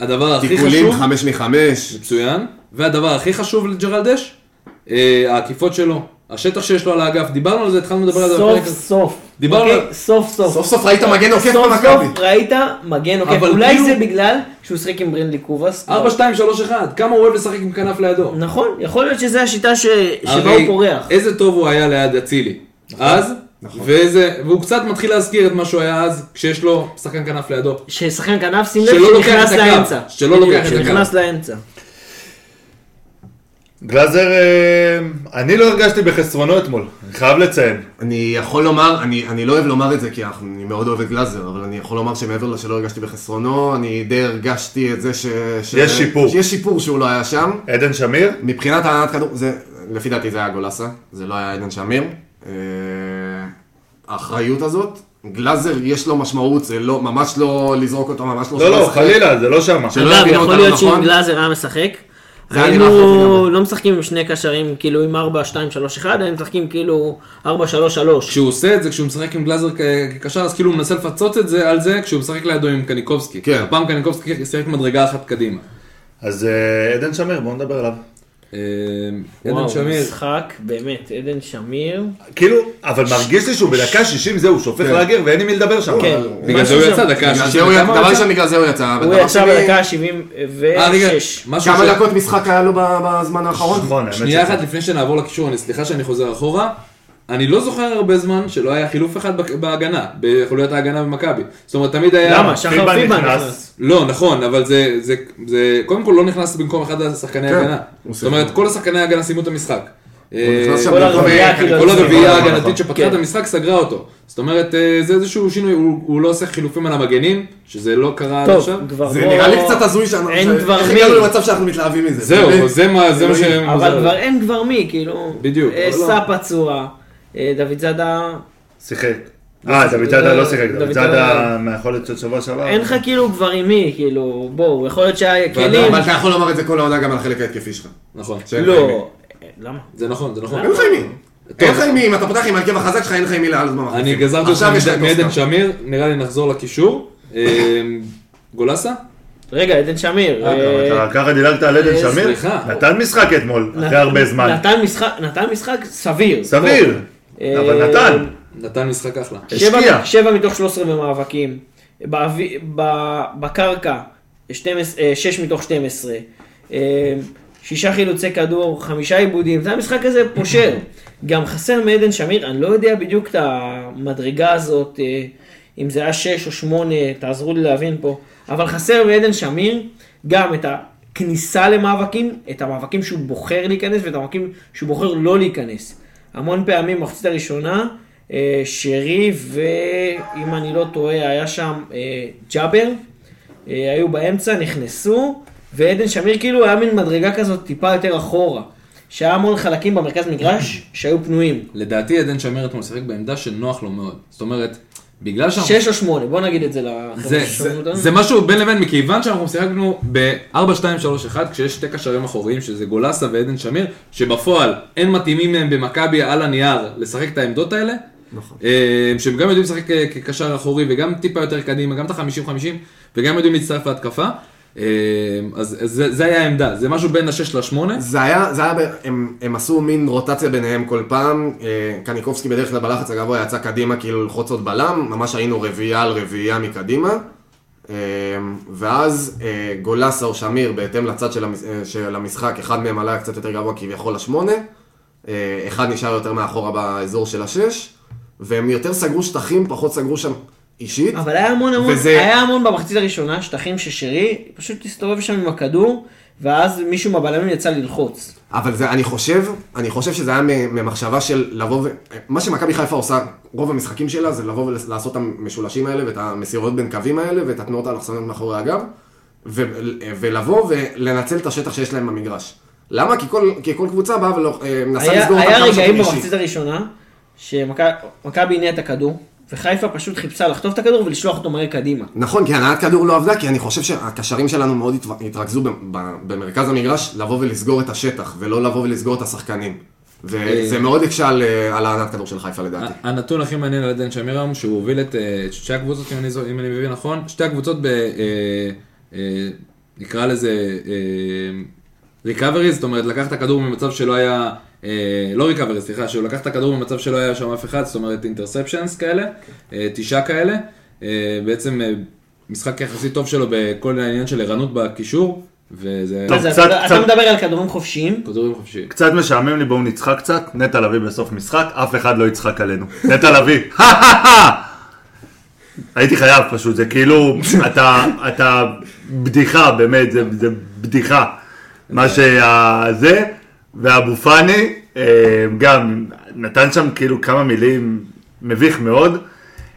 Speaker 5: והדבר הכי
Speaker 7: תיקולים
Speaker 5: חשוב...
Speaker 7: חמש מחמש.
Speaker 5: מצוין. והדבר הכי חשוב לג'רלדש, אה, העקיפות שלו. השטח שיש לו על האגף, דיברנו על זה, התחלנו לדבר על זה בפרק
Speaker 6: סוף
Speaker 5: הזה.
Speaker 6: סוף.
Speaker 5: דיברנו
Speaker 6: אוקיי?
Speaker 5: על-
Speaker 6: סוף סוף.
Speaker 7: סוף סוף ראית מגן עוקף
Speaker 6: סוף
Speaker 7: במכבי.
Speaker 6: סוף ראית מגן עוקף.
Speaker 5: אבל
Speaker 6: אולי
Speaker 5: כאילו-
Speaker 6: זה בגלל שהוא שחק עם ברינלי קובאס. לא.
Speaker 5: 4, 2, 3, 1, כמה הוא אוהב לשחק עם כנף לידו.
Speaker 6: נכון, יכול להיות שזו השיטה ש- שבה
Speaker 5: הרי
Speaker 6: הוא פורח.
Speaker 5: איזה טוב הוא היה ליד אצילי. אז, ואיזה, והוא קצת מתחיל להזכיר את מה שהוא היה אז, כשיש לו שחקן כנף לידו.
Speaker 6: ששחקן כנף, שים
Speaker 5: שלא
Speaker 6: לב,
Speaker 5: לוקח
Speaker 6: שנכנס
Speaker 5: את הקו,
Speaker 6: לאמצע.
Speaker 5: שלא לוקח
Speaker 6: בדיוק,
Speaker 5: את
Speaker 6: שנכנס לאמצע.
Speaker 1: גלאזר, אה, אני לא הרגשתי בחסרונו אתמול, אני חייב לציין.
Speaker 7: אני יכול לומר, אני, אני לא אוהב לומר את זה כי אנחנו- אני מאוד אוהב את גלאזר, אבל אני יכול לומר שמעבר לשלא הרגשתי בחסרונו, אני די הרגשתי את זה ש... ש
Speaker 1: יש שיפור.
Speaker 7: שיש שיפור שהוא לא היה שם.
Speaker 1: עדן שמיר?
Speaker 7: מבחינת הענת כדור, זה, לפי דעתי זה היה גולסה, זה לא היה עדן שמיר. אה, האחריות הזאת, גלאזר יש לו משמעות, זה לא, ממש לא לזרוק אותו, ממש לא...
Speaker 1: לא, לא,
Speaker 7: שלא-
Speaker 1: חלילה, זה לא שמה.
Speaker 7: שלא
Speaker 6: אגב,
Speaker 7: יבינו
Speaker 6: יכול
Speaker 7: אותנו,
Speaker 6: להיות שאם
Speaker 7: נכון?
Speaker 6: גלאזר היה משחק,
Speaker 7: זה היה נראה אחרת
Speaker 6: היינו
Speaker 7: לגמרי.
Speaker 6: לא משחקים עם שני קשרים, כאילו עם 4, 2, 3, 1, היינו משחקים כאילו 4, 3, 3.
Speaker 5: כשהוא עושה את זה, כשהוא משחק עם גלאזר כ- כקשר, אז כאילו הוא מנסה לפצות את זה על זה, כשהוא משחק לידו עם קניקובסקי.
Speaker 7: כן.
Speaker 5: הפעם קניקובסקי שיחק מדרגה אחת קדימה.
Speaker 1: אז אה, עדן שמיר, בואו נדבר עליו.
Speaker 5: אה, עדן
Speaker 6: וואו,
Speaker 5: שמיר.
Speaker 6: משחק, באמת, עדן שמיר.
Speaker 1: כאילו, אבל מרגיש לי שהוא בדקה 60 זהו, שופך לאגר ואין עם מי לדבר שם.
Speaker 6: כן.
Speaker 5: בגלל זה הוא
Speaker 6: משהו
Speaker 5: יצא
Speaker 6: שם.
Speaker 5: דקה
Speaker 7: בגלל זה
Speaker 5: השישים,
Speaker 7: הוא יצא-
Speaker 5: כמה
Speaker 7: דבר
Speaker 5: הוא יצא?
Speaker 7: ראשון בגלל זה הוא יצא,
Speaker 6: הוא
Speaker 7: ודבר
Speaker 6: יצא
Speaker 7: שני,
Speaker 6: בדקה
Speaker 5: לא אה, רגע,
Speaker 6: 76.
Speaker 5: משהו ש-
Speaker 7: כמה דקות משחק היה לו ב- בזמן האחרון?
Speaker 1: נכון, האמת
Speaker 5: שנייה
Speaker 1: שזה.
Speaker 5: אחת לפני שנעבור לקישור, אני סליחה שאני חוזר אחורה. אני לא זוכר הרבה זמן שלא היה חילוף אחד בק- בהגנה, בחוליית ההגנה במכבי. זאת אומרת, תמיד היה...
Speaker 6: למה? שחר
Speaker 1: פיבן
Speaker 6: פיבן
Speaker 1: נכנס.
Speaker 6: נכנס.
Speaker 5: לא, נכון, אבל זה, זה, זה, קודם כל לא נכנס במקום אחד השחקני
Speaker 7: כן,
Speaker 5: ההגנה.
Speaker 7: הוא
Speaker 5: זאת אומרת,
Speaker 7: שיחק.
Speaker 5: כל השחקני ההגנה סיימו את המשחק. אה,
Speaker 7: נכנס שם
Speaker 6: כל
Speaker 7: במקום-
Speaker 6: הרביעייה, כאילו,
Speaker 5: כל הרביעייה
Speaker 1: נכון,
Speaker 5: ההגנתית
Speaker 1: נכון.
Speaker 5: שפתחה את
Speaker 6: כן.
Speaker 5: המשחק סגרה אותו. זאת אומרת, אה, זה איזשהו שינוי, הוא הוא לא עושה חילופים על המגנים, שזה לא קרה עד
Speaker 6: טוב,
Speaker 5: עכשיו.
Speaker 6: כבר לא-
Speaker 7: זה
Speaker 6: בוא-
Speaker 7: נראה לי קצת הזוי שאנחנו...
Speaker 6: אין
Speaker 7: ש-
Speaker 6: דבר
Speaker 7: איך
Speaker 6: מי.
Speaker 7: הגענו למצב שאנחנו מתלהבים מזה?
Speaker 5: זהו,
Speaker 7: באמת?
Speaker 5: זה מה זה מה
Speaker 7: אלוהים.
Speaker 5: שמוזר.
Speaker 6: אבל כבר אין כבר מי, כאילו.
Speaker 5: בדיוק,
Speaker 6: אה,
Speaker 5: אבל לא.
Speaker 6: סע פצוע, אה, דוד זאדה,
Speaker 1: שיחק. אה, דוד זאדה לא שיחק, דוד
Speaker 6: דוד
Speaker 1: זאדה
Speaker 6: זאדה-
Speaker 1: מהיכולת של שבוע שעבר.
Speaker 6: אין לך כאילו כבר עם מי, כאילו, בואו, יכול להיות שהיה כלים.
Speaker 7: אבל אתה יכול לומר את זה כל העונה גם על החלק ההתקפי שלך.
Speaker 5: נכון,
Speaker 7: שאין לך עם מי.
Speaker 6: לא. אה, למה?
Speaker 5: זה נכון, זה נכון.
Speaker 7: אין לך עם מי.
Speaker 5: טוב.
Speaker 7: אין לך עם מי, אם אתה פותח עם ההרכב החזק שלך, אין לך עם מי לעלות במחלקה.
Speaker 5: אני גזרתי אותך
Speaker 7: עכשיו יש לך
Speaker 5: מעדן
Speaker 7: גוסקה.
Speaker 5: שמיר, נראה לי נחזור לקישור. אה, גולסה?
Speaker 6: רגע, עדן שמיר.
Speaker 7: לא,
Speaker 6: אה,
Speaker 1: אתה ככה דילגת על עדן
Speaker 5: אה,
Speaker 1: שמיר?
Speaker 5: סליחה.
Speaker 1: נתן משחק אתמול, אחרי
Speaker 6: נת-
Speaker 1: הרבה זמן.
Speaker 6: נתן משחק, נתן משחק סביר.
Speaker 1: סביר,
Speaker 6: אה,
Speaker 1: אבל נתן.
Speaker 5: נתן משחק אחלה.
Speaker 1: השקיע.
Speaker 6: שבע, שבע מתוך 13 במאבקים. באבי, ב, בקרקע, 12, 6 מתוך 12. אה, שישה חילוצי כדור, חמישה עיבודים. זה המשחק הזה פושר. גם חסר מעדן שמיר, אני לא יודע בדיוק את המדרגה הזאת, אה, אם זה היה 6 או 8, תעזרו לי להבין פה. אבל חסר מעדן שמיר גם את הכניסה למאבקים, את המאבקים שהוא בוחר להיכנס ואת המאבקים שהוא בוחר לא להיכנס. המון פעמים במחצית הראשונה, אה, שרי ואם אני לא טועה היה שם אה, ג'אבר, אה, היו באמצע, נכנסו, ועדן שמיר כאילו היה מין מדרגה כזאת טיפה יותר אחורה, שהיה המון חלקים במרכז מגרש שהיו פנויים.
Speaker 5: לדעתי עדן שמיר אתמול שיחק בעמדה שנוח לו מאוד. זאת אומרת, בגלל שאנחנו...
Speaker 6: שש או שמונה, בוא נגיד את זה
Speaker 5: זה,
Speaker 6: לחבר'ה ששומעים
Speaker 5: זה,
Speaker 6: אותנו.
Speaker 5: זה משהו בין לבין, מכיוון שאנחנו שיחקנו ב-4-2-3-1, כשיש שתי קשרים אחוריים, שזה גולסה ועדן שמיר, שבפועל אין מתאימים מהם במכבי על הנייר לשחק את העמדות האלה. נכון. שהם גם יודעים לשחק אה, כקשר אחורי וגם טיפה יותר קדימה, גם את ה-50-50, וגם יודעים להצטרף להתקפה. אה, אז אז זה, זה היה העמדה, זה משהו בין ה-6 ל-8.
Speaker 7: זה היה, זה היה, ב- הם, הם עשו מין רוטציה ביניהם כל פעם, אה, קניקובסקי בדרך כלל בלחץ הגבוה יצא קדימה כאילו ללחוץ עוד בלם, ממש היינו רביעייה על רביעייה מקדימה, אה, ואז אה, גולסה או שמיר בהתאם לצד של, המש, אה, של המשחק, אחד מהם עלה קצת יותר גבוה כביכול לשמונה, אה, אחד נשאר יותר מאחורה באזור של השש, והם יותר סגרו שטחים, פחות סגרו שם אישית.
Speaker 6: אבל היה המון המון,
Speaker 7: וזה-
Speaker 6: וזה... היה המון במחצית הראשונה, שטחים ששרי פשוט הסתובב שם עם הכדור, ואז מישהו מהבלמים יצא ללחוץ.
Speaker 7: אבל זה, אני חושב, אני חושב שזה היה מ- ממחשבה של לבוא ו... מה שמכבי חיפה עושה, רוב המשחקים שלה זה לבוא ולעשות את המשולשים האלה ואת המסירות בין קווים האלה ואת התנועות האלכסוניות מאחורי הגב, ו... ולבוא ולנצל את השטח שיש להם במגרש. למה? כי כל, כי כל קבוצה באה ומנסה
Speaker 6: היה,
Speaker 7: לסגור אותם
Speaker 6: היה
Speaker 7: כמה שיותר
Speaker 6: רגעים
Speaker 7: אישי.
Speaker 6: במחצית הראשונה, שמכבי הניעה את הכדור, וחיפה פשוט חיפשה לחטוף את הכדור ולשלוח אותו מהר קדימה.
Speaker 7: נכון, כי הנעת כדור לא עבדה, כי אני חושב שהקשרים שלנו מאוד התו- התרכזו ב- ב- במרכז המגרש, לבוא ולסגור את השטח, ולא לבוא ולסגור את השחקנים.
Speaker 6: אה.
Speaker 7: וזה מאוד הקשה על, אה, על ההנעת כדור של חיפה לדעתי.
Speaker 5: הנתון הכי מעניין על עדן שמיר היום, שהוא הוביל את אה, את שתי הקבוצות, אם אני, זו- אם אני מבין נכון, שתי הקבוצות ב... אה, אה, נקרא לזה ריקאברי, זאת אומרת, לקח את הכדור ממצב שלא היה... אה, לא ריקאברי, סליחה, שהוא לקח את הכדור ממצב שלא היה שם אף אחד, זאת אומרת אינטרספשנס כאלה, אה, תשעה כאלה. אה, בעצם אה, משחק יחסית טוב שלו בכל העניין של ערנות בקישור, וזה...
Speaker 1: טוב,
Speaker 6: אז
Speaker 1: קצת-
Speaker 6: אתה,
Speaker 1: קצת-
Speaker 6: אתה מדבר על כדורים חופשיים,
Speaker 5: כדורים חופשיים.
Speaker 1: קצת משעמם לי, בואו נצחק קצת. נטע לביא בסוף משחק, אף אחד לא יצחק עלינו. נטע לביא, הייתי חייב פשוט, זה כאילו, אתה, אתה בדיחה, באמת, זה, זה בדיחה. מה שזה, ואבו פאני, אה, גם נתן שם כאילו כמה מילים מביך מאוד.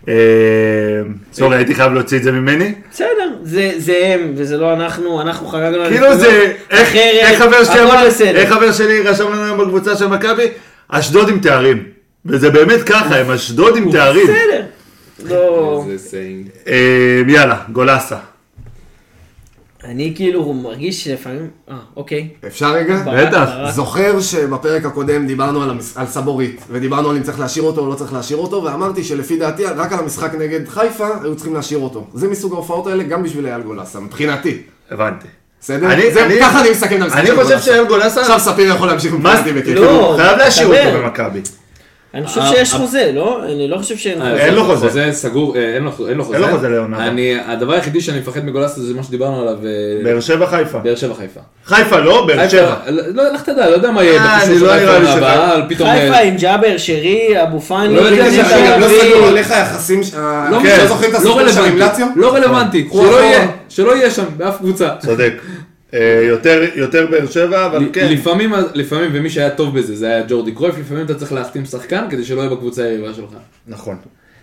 Speaker 1: אה, סורי, הייתי חייב להוציא את זה ממני.
Speaker 6: בסדר, זה, זה הם, וזה לא אנחנו, אנחנו חגגנו על
Speaker 1: כאילו זה, איך
Speaker 6: אחרת,
Speaker 1: איך חבר שלי
Speaker 6: הכל
Speaker 1: אמר,
Speaker 6: בסדר.
Speaker 1: איך חבר שלי רשם לנו היום בקבוצה של מכבי, אשדוד עם תארים. וזה באמת ככה, הם אשדוד עם תארים.
Speaker 6: בסדר. לא...
Speaker 5: זה סיינג.
Speaker 1: אה, יאללה, גולסה.
Speaker 6: אני כאילו מרגיש שלפעמים... אה, אוקיי.
Speaker 7: אפשר רגע?
Speaker 6: ברק,
Speaker 1: בטח,
Speaker 6: ברק.
Speaker 7: זוכר שבפרק הקודם דיברנו על, המש... על סבורית, ודיברנו על אם צריך להשאיר אותו או לא צריך להשאיר אותו, ואמרתי שלפי דעתי רק על המשחק נגד חיפה היו צריכים להשאיר אותו. זה מסוג ההופעות האלה גם בשביל אייל גולסה, מבחינתי.
Speaker 1: הבנתי.
Speaker 7: בסדר?
Speaker 1: אני-
Speaker 7: זה,
Speaker 1: אני-
Speaker 7: ככה אני מסכם את המשחק
Speaker 1: אני
Speaker 7: של
Speaker 1: חושב
Speaker 7: גולסה.
Speaker 1: שאייל גולסה...
Speaker 7: עכשיו ספיר יכול להמשיך
Speaker 1: מה
Speaker 7: מבחינתי
Speaker 1: זה?
Speaker 7: בכיף.
Speaker 6: לא.
Speaker 1: הוא חייב להשאיר אותו
Speaker 6: דבר.
Speaker 1: במכבי.
Speaker 6: אני חושב שיש חוזה, לא? אני לא חושב
Speaker 5: אה,
Speaker 6: שאין חוזה.
Speaker 1: אין לו חוזה.
Speaker 5: חוזה סגור, אה, אין לו חוזה.
Speaker 1: אין לו חוזה לעונה.
Speaker 5: אני, הדבר היחידי שאני מפחד מגולסה זה מה שדיברנו עליו, אה,
Speaker 1: באר שבע חיפה.
Speaker 5: באר שבע חיפה.
Speaker 1: חיפה לא, באר שבע.
Speaker 5: חיפה, לא, לך תדע, לא יודע מה יהיה
Speaker 1: אה,
Speaker 5: בחישוב
Speaker 1: אני
Speaker 5: של
Speaker 1: לא
Speaker 5: חיפה
Speaker 1: נראה לי
Speaker 5: העונה
Speaker 1: שחיפה-
Speaker 5: הבאה, על פתאום...
Speaker 6: חיפה
Speaker 5: אה,
Speaker 6: עם ג'אבר, שרי, אבו פאני,
Speaker 5: לא יודע,
Speaker 6: בנימין
Speaker 5: זה
Speaker 7: אגב, לא
Speaker 6: אביב.
Speaker 7: סגרו עליך היחסים ש...
Speaker 5: לא
Speaker 7: כן.
Speaker 5: משנה,
Speaker 7: לא זוכרים את
Speaker 5: לא
Speaker 7: הסיפור של
Speaker 5: רלוונטי,
Speaker 7: המלציו?
Speaker 5: לא רלוונטי,
Speaker 7: הוא
Speaker 5: שלא
Speaker 7: אחורה.
Speaker 5: יהיה, שלא יהיה שם באף קבוצה.
Speaker 1: צודק. אה, יותר- יותר באר שבע, אבל כן.
Speaker 5: לפעמים, לפעמים, ומי שהיה טוב בזה, זה היה ג'ורדי קרויף, לפעמים אתה צריך להחתים שחקן כדי שלא יהיה בקבוצה היריבה שלך.
Speaker 1: נכון.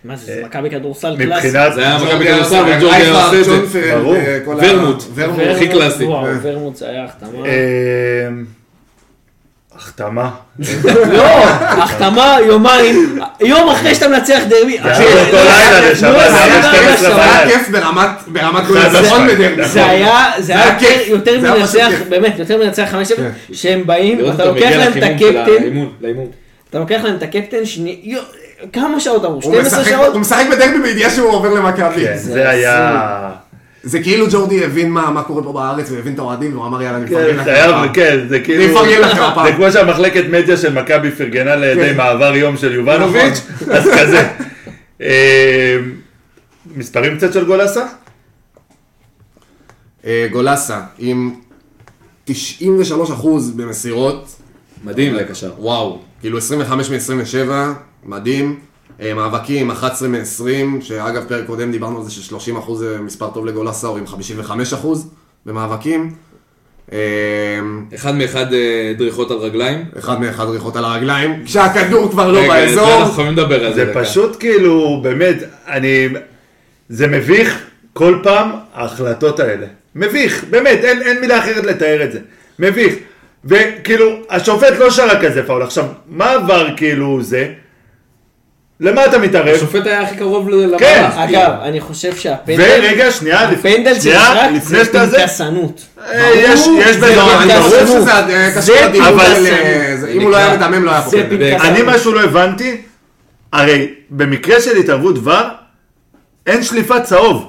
Speaker 6: מה זה, זה מכבי כדורסל קלאסי.
Speaker 1: מבחינת...
Speaker 5: זה היה מכבי
Speaker 7: ג'ורדי
Speaker 5: כדורסל
Speaker 7: ארסנל,
Speaker 5: וג'ורדי
Speaker 7: אייכלר,
Speaker 5: היה עושה את
Speaker 7: ג'ון
Speaker 5: זה.
Speaker 7: פרל,
Speaker 1: ברור.
Speaker 7: אה, כל ה-
Speaker 5: ורמוט.
Speaker 7: ורמוט.
Speaker 5: ורמוט. הכי קלאסי.
Speaker 6: וואו,
Speaker 5: כן.
Speaker 6: ורמוט זה היה החתמה.
Speaker 1: אה, החתמה.
Speaker 6: לא, החתמה יומיים, יום אחרי שאתה מנצח דרבי.
Speaker 1: היה
Speaker 6: אחי,
Speaker 1: באותו
Speaker 6: לא,
Speaker 1: לילה,
Speaker 6: לא,
Speaker 1: לשבת,
Speaker 6: לא,
Speaker 1: זה היה
Speaker 6: זה
Speaker 1: ב- 12
Speaker 7: זה היה
Speaker 1: בלילה.
Speaker 7: כיף ברמת- ברמת נכון, גול
Speaker 1: זה
Speaker 7: ניצחון
Speaker 1: היה-
Speaker 7: בדרבי.
Speaker 6: זה היה, זה היה
Speaker 7: כיף.
Speaker 6: יותר- יותר
Speaker 7: זה היה פשוט
Speaker 6: מנצח,
Speaker 7: כיף.
Speaker 6: באמת, יותר מנצח 5-0,
Speaker 1: כן.
Speaker 6: שהם באים,
Speaker 5: לראות
Speaker 6: אתה
Speaker 5: אותו
Speaker 6: לוקח
Speaker 5: מגיע
Speaker 6: להם את
Speaker 5: לחימום של
Speaker 6: הקפטן,
Speaker 5: האימון, לאימון.
Speaker 6: אתה לוקח להם את הקפטן, שני- יו, כמה שעות אמרו?
Speaker 7: הוא
Speaker 6: 12
Speaker 7: משחק- הוא
Speaker 6: שעות?
Speaker 7: משחק בדרבי בידיעה שהוא עובר למכבי.
Speaker 1: כן, זה היה...
Speaker 7: זה כאילו ג'ורדי הבין מה מה קורה פה בארץ והבין את האוהדים והוא אמר יאללה אני מפרגן
Speaker 1: כן,
Speaker 7: לכם.
Speaker 1: חייב,
Speaker 7: הפעם."
Speaker 1: כן, זה
Speaker 7: אני
Speaker 1: כאילו...
Speaker 7: מפרגן לכם
Speaker 1: זה
Speaker 7: הפעם. כן.
Speaker 1: כמו שהמחלקת מדיה של מכבי פרגנה לידי מעבר יום של יובנוביץ', אז כזה. אה, מספרים קצת של גולסה?
Speaker 7: אה, גולסה עם 93% במסירות,
Speaker 5: מדהים לקשר.
Speaker 7: וואו, כאילו 25 מ-27, מדהים. אה, מאבקים 11 מ-20, שאגב פרק קודם דיברנו על זה ש-30% זה מספר טוב לגולסה או עם 55% במאבקים. אה,
Speaker 5: אחד מאחד אה, דריכות על רגליים.
Speaker 7: אחד מאחד ריחות על הרגליים, כשהכדור כבר לא
Speaker 5: רגע, זה אנחנו
Speaker 1: נכון.
Speaker 7: באזור.
Speaker 5: יכולים לדבר על זה.
Speaker 1: זה
Speaker 5: דקה.
Speaker 1: פשוט כאילו, באמת, אני... זה מביך כל פעם, ההחלטות האלה. מביך, באמת, אין, אין מילה אחרת לתאר את זה. מביך. וכאילו, השופט לא שרק כזה פאול. עכשיו, מה עבר כאילו זה? למה אתה מתערב?
Speaker 5: השופט היה הכי קרוב ל- למהלך.
Speaker 1: כן.
Speaker 6: אגב, אני חושב שהפנדל,
Speaker 1: ורגע, שנייה, לפ-
Speaker 6: הפנדל
Speaker 1: שנייה,
Speaker 6: שנזרק
Speaker 1: לפני
Speaker 6: זה
Speaker 1: שאתה זה,
Speaker 6: פנקסנות.
Speaker 1: אה, יש, יש בזה,
Speaker 7: לא, אני
Speaker 1: אבל-
Speaker 7: חושב שזה אה, קשור
Speaker 6: זה
Speaker 7: לדיון
Speaker 1: אבל
Speaker 7: על...
Speaker 1: זה-
Speaker 7: אה, זה-
Speaker 5: זה
Speaker 7: אם הוא לא היה
Speaker 5: נקרא-
Speaker 7: מדמם לא היה פה
Speaker 6: זה
Speaker 7: פנדל.
Speaker 5: בדיוק.
Speaker 6: פנקסנות.
Speaker 1: אני משהו לא הבנתי, הרי במקרה של התערבות ור, אין שליפת צהוב.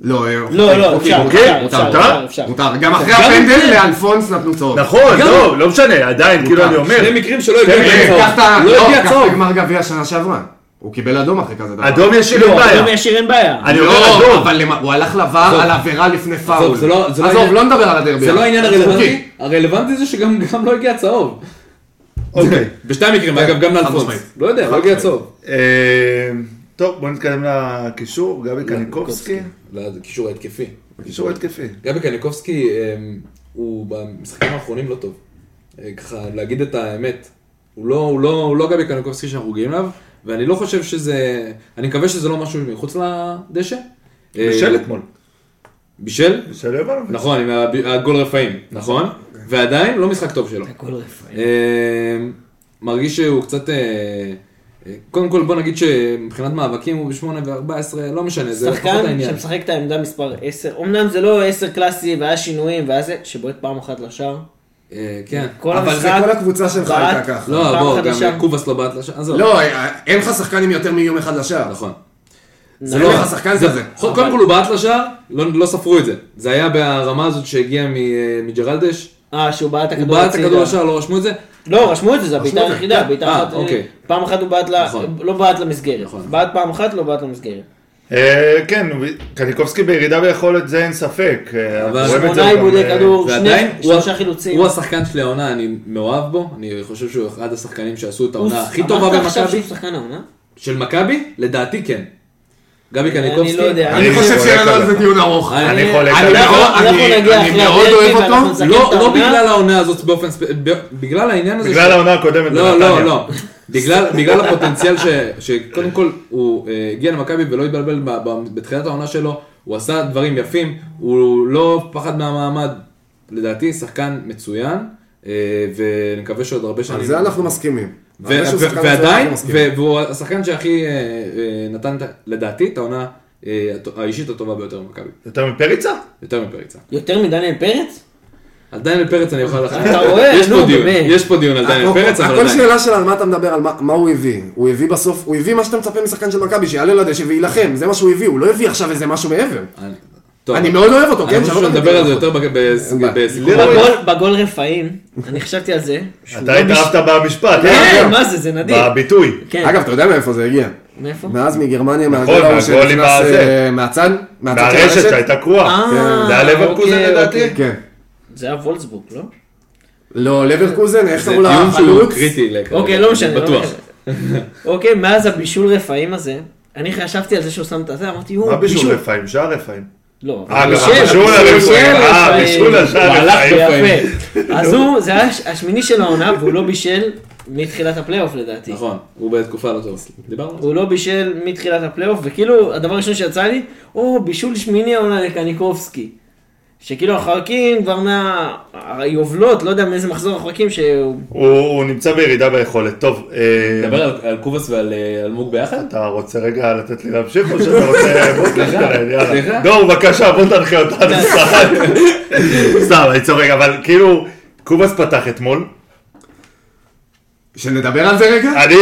Speaker 7: לא, אה,
Speaker 6: לא, לא,
Speaker 7: אוקיי,
Speaker 6: אפשר,
Speaker 7: אוקיי,
Speaker 6: אפשר,
Speaker 1: מותר,
Speaker 6: אפשר,
Speaker 1: מותר?
Speaker 6: אפשר, אפשר.
Speaker 7: מותר. גם אחרי
Speaker 6: גם
Speaker 7: הפנדל
Speaker 6: זה.
Speaker 7: לאלפונס נתנו צהוב. אה,
Speaker 1: נכון, לא, לא משנה, עדיין, כאילו
Speaker 7: מותר.
Speaker 1: אני אומר,
Speaker 5: שני מקרים שלא
Speaker 1: שני מקרים.
Speaker 5: הגיעו
Speaker 7: קח את ה...
Speaker 5: לצהוב. לא
Speaker 7: לא,
Speaker 5: הגיע
Speaker 7: קח את
Speaker 5: צהוב.
Speaker 7: הגמר גביע שנה שעברה. הוא קיבל אדום אחרי כזה דבר.
Speaker 1: אדום ישיר אין
Speaker 6: לא,
Speaker 1: בעיה.
Speaker 6: אדום ישיר אין בעיה.
Speaker 1: אני אומר
Speaker 7: לא,
Speaker 1: אדום.
Speaker 7: אבל למה- הוא הלך לבר על עבירה לפני פאול.
Speaker 5: זה לא- זה לא
Speaker 7: עזוב,
Speaker 5: העניין-
Speaker 7: לא נדבר על הדרבי.
Speaker 5: זה לא העניין
Speaker 7: חוקי.
Speaker 5: הרלוונטי, הרלוונטי זה שגם גם לא הגיע צהוב.
Speaker 1: אוקיי.
Speaker 5: בשתי המקרים, אגב, גם לאלפונס.
Speaker 7: משמעית.
Speaker 5: לא יודע, לא הגיע צהוב.
Speaker 1: אה, טוב, בוא נתקדם לקישור, גבי קניקובסקי.
Speaker 5: לא, זה קישור ההתקפי.
Speaker 1: קישור התקפי.
Speaker 5: גבי קניקובסקי אמ, הוא במשחקים האחרונים לא טוב. אה, ככה, להגיד את האמת. הוא לא, הוא לא, הוא לא גבי קניקובסקי שאנחנו גאים אליו, ואני לא חושב שזה... אני מקווה שזה לא משהו מחוץ לדשא. אה,
Speaker 1: בשל אתמול.
Speaker 5: בישל?
Speaker 1: בשל לא יובנוביץ'.
Speaker 5: נכון, עם הב- הגול רפאים, נכון? ועדיין לא משחק טוב שלו.
Speaker 6: הכל רפאל.
Speaker 5: אה, מרגיש שהוא קצת... אה, אה, קודם כל בוא נגיד שמבחינת מאבקים הוא ב-8 ו-14, לא משנה, זה פחות
Speaker 6: שחקן
Speaker 5: העניין.
Speaker 6: שמשחק את העמדה מספר 10, אמנם זה לא 10 קלאסי והיה שינויים והיה זה, שבועט פעם אחת לשער.
Speaker 5: אה, כן.
Speaker 6: כל
Speaker 7: אבל זה
Speaker 6: המשחק
Speaker 7: כל הקבוצה שלך
Speaker 6: בעט.
Speaker 7: הייתה ככה.
Speaker 5: לא,
Speaker 6: פעם
Speaker 5: בוא,
Speaker 6: אחת לשם.
Speaker 5: גם קובאס לא בעט לשם, עזוב.
Speaker 7: לא, אה, אין לך שחקן עם יותר מאיום אחד לשער.
Speaker 5: נכון.
Speaker 7: זה לא לך שחקן כזה.
Speaker 5: קודם כל הוא בעט לשער, לא לא ספרו את זה. זה היה ברמה הזאת שהגיעה מ- מג'רלדש.
Speaker 6: אה, שהוא בעט את
Speaker 5: הוא
Speaker 6: הכדור
Speaker 5: בעט את הכדור
Speaker 6: הצידה.
Speaker 5: לשער, לא רשמו את זה.
Speaker 6: לא, רשמו את זה, זה הבעיטה
Speaker 5: את זה.
Speaker 6: היחידה, בעיטה
Speaker 5: אה,
Speaker 6: אחת.
Speaker 5: אוקיי.
Speaker 6: פעם אחת הוא בעט, ל-
Speaker 5: נכון.
Speaker 6: לא בעט למסגרת.
Speaker 5: נכון.
Speaker 6: בעט פעם אחת, לא בעט למסגרת.
Speaker 1: אה, כן, ו- קניקובסקי בירידה ביכולת זה אין ספק. אה, אנחנו
Speaker 5: אבל
Speaker 1: רואים את זה
Speaker 6: שמונה
Speaker 1: גם,
Speaker 6: עיבודי
Speaker 1: אה,
Speaker 6: כדור,
Speaker 5: ועדיין,
Speaker 6: שני-
Speaker 5: הוא-
Speaker 6: שלושה חילוצים.
Speaker 5: הוא השחקן שלי העונה, אני מאוהב בו. אני חושב שהוא אחד השחקנים שעשו את העונה הכי טובה
Speaker 6: אמרת עכשיו
Speaker 5: במכבי.
Speaker 6: שהוא שחקן העונה?
Speaker 7: לא,
Speaker 5: של מכבי? לדעתי כן. גבי קניקובסקי?
Speaker 6: אני לא יודע.
Speaker 1: אני
Speaker 7: אני חושב
Speaker 1: חולק
Speaker 7: שיהיה לנו על
Speaker 1: עליך.
Speaker 7: זה דיון ארוך.
Speaker 1: אני
Speaker 5: אני-
Speaker 1: חולק
Speaker 7: אני
Speaker 1: עליך.
Speaker 7: מאוד-
Speaker 6: אנחנו
Speaker 7: אני-
Speaker 6: נגיע
Speaker 7: אני
Speaker 6: אחרי
Speaker 7: מאוד
Speaker 6: הדרבי
Speaker 7: אוהב
Speaker 6: ואנחנו
Speaker 7: אותו.
Speaker 6: נסכם
Speaker 5: לא,
Speaker 6: את
Speaker 5: לא
Speaker 6: העונה.
Speaker 5: בגלל העונה הזאת באופן ספ... ב- בגלל העניין הזה...
Speaker 1: בגלל
Speaker 5: ש-
Speaker 1: העונה הקודמת
Speaker 5: לא,
Speaker 1: בנתניה.
Speaker 5: לא, לא. בגלל, בגלל הפוטנציאל ש, שקודם כל הוא אה, הגיע למכבי ולא התבלבל ב- ב- בתחילת העונה שלו, הוא עשה דברים יפים, הוא לא פחד מהמעמד. לדעתי שחקן מצוין, אה, ואני מקווה שעוד הרבה שנים...
Speaker 7: על זה אנחנו מסכימים.
Speaker 5: ו-
Speaker 7: האמת שהוא
Speaker 5: ו-
Speaker 7: שחקן
Speaker 5: ועדיין,
Speaker 7: מצוין, אני
Speaker 5: ו-
Speaker 7: מסכים.
Speaker 5: והוא השחקן שהכי אה, אה, נתן, את- לדעתי, את העונה אה, הט- האישית הטובה ביותר במכבי.
Speaker 1: יותר מפריצה?
Speaker 5: יותר מפריצה.
Speaker 6: יותר מדניאל פרץ?
Speaker 5: על דניאל פרץ אני יכול לחשוב.
Speaker 6: אתה רואה,
Speaker 5: יש
Speaker 6: נו,
Speaker 5: פה דיון,
Speaker 6: באמת.
Speaker 5: יש פה דיון על דניאל פרץ, אבל
Speaker 7: הכל
Speaker 5: עדיין.
Speaker 7: שאלה של על מה אתה מדבר, על מה- מה הוא הביא. הוא הביא בסוף, הוא הביא מה שאתה מצפה משחקן של מכבי, שיעלה לדשא ויילחם, זה מה שהוא הביא, הוא לא הביא עכשיו איזה משהו מעבר.
Speaker 5: אני- טוב,
Speaker 7: אני מאוד אוהב אותו, כן?
Speaker 5: אני חושב
Speaker 7: שלא
Speaker 5: שנדבר על זה
Speaker 7: תגיד.
Speaker 5: יותר בג- בס-
Speaker 7: אין בעיה.
Speaker 5: בסיכום.
Speaker 6: בגול- בגול רפאים, אני חשבתי על זה.
Speaker 7: כן.
Speaker 6: שהוא
Speaker 1: אתה
Speaker 6: לא בש-
Speaker 1: התאהבת במשפט,
Speaker 6: כן,
Speaker 1: אה?
Speaker 6: מה זה, זה נדיר.
Speaker 1: בביטוי.
Speaker 6: כן.
Speaker 7: אגב, אתה יודע מאיפה זה הגיע?
Speaker 6: מאיפה?
Speaker 7: מאז מגרמניה, מהגול
Speaker 1: נכון,
Speaker 7: ההוא
Speaker 1: מהגול עם
Speaker 7: שנכנס,
Speaker 1: הזה.
Speaker 7: אה, מהצד, מהצד של
Speaker 1: מהרשת
Speaker 7: הרשת.
Speaker 1: שהייתה קרועה.
Speaker 6: אה,
Speaker 1: זה היה לברקוזן
Speaker 6: אוקיי,
Speaker 1: לדעתי?
Speaker 6: אוקיי.
Speaker 7: כן.
Speaker 6: זה היה וולסבורג, לא?
Speaker 7: לא, לברקוזן, איך
Speaker 5: זה
Speaker 7: קראו לה?
Speaker 5: דיון שהוא
Speaker 7: חלוץ?
Speaker 5: קריטי. לכרגע,
Speaker 6: אוקיי, לא משנה. לא
Speaker 5: בטוח.
Speaker 6: משנה. אוקיי, מאז הבישול רפאים הזה, אני חשבתי על זה שהוא שם את הזה, אמרתי, הוא
Speaker 1: מה בישול רפאים? שער רפאים.
Speaker 6: לא,
Speaker 1: אה, גם
Speaker 6: בישל,
Speaker 1: הבישול
Speaker 6: בישל
Speaker 1: הרפאים. אה,
Speaker 6: רפאים.
Speaker 1: בישול השער
Speaker 5: הוא הלך
Speaker 1: רפאים.
Speaker 5: רפאים.
Speaker 6: יפה. אז הוא, זה היה הש- השמיני של העונה, והוא לא בישל מתחילת הפלייאוף לדעתי.
Speaker 5: נכון, הוא בתקופה לא טובה. דיברנו על זה.
Speaker 6: הוא לא בישל מתחילת הפלייאוף, וכאילו, הדבר הראשון שיצא לי, או, בישול שמיני העונה לקניקובסקי. שכאילו החרקים כבר מה... היובלות, לא יודע מאיזה מחזור החרקים, שהוא...
Speaker 1: הוא הוא נמצא בירידה ביכולת. טוב, אה,
Speaker 5: נדבר על- על קובס ועל אה, אלמוג ביחד?
Speaker 1: אתה רוצה רגע לתת לי להמשיך או שאתה רוצה... אה, בוא תלך
Speaker 5: סליחה,
Speaker 1: אליי, יאללה.
Speaker 5: סליחה.
Speaker 1: דור, בבקשה, בוא תנחה אותנו. סתם, אני צוחק, אבל כאילו, קובאס פתח אתמול.
Speaker 7: שנדבר על זה
Speaker 5: אה,
Speaker 7: רגע?
Speaker 1: אני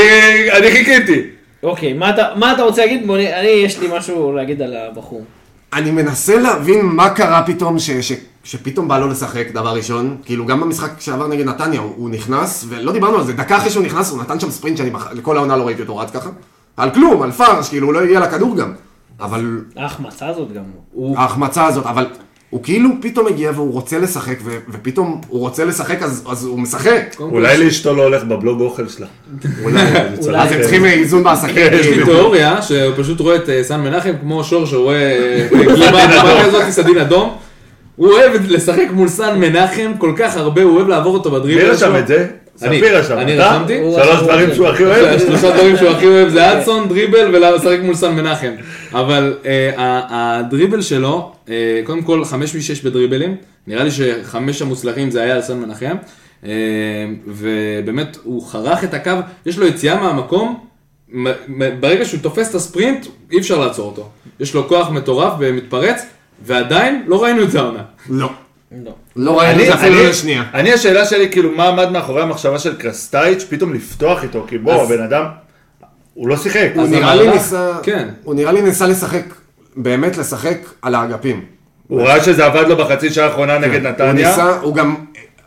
Speaker 1: אני חיכיתי.
Speaker 6: אוקיי, מה אתה, מה אתה רוצה להגיד? בוא, נ- אני, יש לי משהו להגיד על הבחור.
Speaker 7: אני מנסה להבין מה קרה פתאום, ש, ש, שפתאום בא לו לשחק, דבר ראשון. כאילו, גם במשחק שעבר נגד נתניה, הוא, הוא נכנס, ולא דיברנו על זה, דקה אחרי שהוא נכנס, הוא נתן שם ספרינט שאני בח... לכל העונה לא ראיתי אותו רץ ככה. על כלום, על פרש, כאילו, הוא לא הגיע לכדור גם. אבל
Speaker 6: ההחמצה הזאת גם לא.
Speaker 7: ההחמצה הזאת, אבל הוא כאילו פתאום הגיע והוא רוצה לשחק, ו, ופתאום הוא רוצה לשחק, אז, אז הוא משחק.
Speaker 1: אולי לאשתו לא הולך בבלוג אוכל שלה.
Speaker 7: אז הם צריכים איזון בעסקים.
Speaker 5: יש לי
Speaker 1: כן,
Speaker 7: כאילו.
Speaker 5: תיאוריה שהוא פשוט רואה את אה, סן מנחם כמו שור שרואה אה, גלימה גלימה כזאת סדין אדום. הוא אוהב לשחק מול סן מנחם כל כך הרבה, הוא אוהב לעבור אותו בדריבל.
Speaker 1: מי
Speaker 5: שלו.
Speaker 1: רשם את זה?
Speaker 5: אני.
Speaker 1: ספיר רשם.
Speaker 5: אני
Speaker 1: אתה?
Speaker 5: רשמתי.
Speaker 1: שלוש
Speaker 6: הוא
Speaker 1: דברים
Speaker 6: רשם.
Speaker 1: שהוא הכי אוהב.
Speaker 5: שלושה דברים שהוא הכי אוהב זה אדסון, דריבל ולשחק מול סן מנחם. אבל אה, ה- הדריבל שלו, אה, קודם כל חמש משש בדריבלים, נראה לי שחמש המוצלחים זה היה על סן מנחם, אה, ובאמת הוא חרך את הקו, יש לו יציאה מהמקום, מ- מ- ברגע שהוא תופס את הספרינט אי אפשר לעצור אותו. יש לו כוח מטורף ומתפרץ, ועדיין לא ראינו את זה העונה.
Speaker 7: לא.
Speaker 6: לא.
Speaker 7: לא ראינו את
Speaker 1: אני-
Speaker 7: זה אפילו
Speaker 1: אני-
Speaker 7: לשנייה.
Speaker 1: אני השאלה שלי כאילו מה עמד מאחורי המחשבה של קרסטייץ' פתאום לפתוח איתו כי בוא
Speaker 5: אז-
Speaker 1: הבן אדם הוא לא שיחק.
Speaker 7: הוא
Speaker 5: אז
Speaker 7: נראה
Speaker 5: המהלך-
Speaker 7: לי ניסה,
Speaker 5: כן.
Speaker 7: הוא נראה לי ניסה לשחק, באמת לשחק על האגפים.
Speaker 1: הוא ראה שזה עבד לו בחצי שעה האחרונה נגד
Speaker 7: הוא
Speaker 1: כן, נתניה.
Speaker 7: ניסה, הוא גם,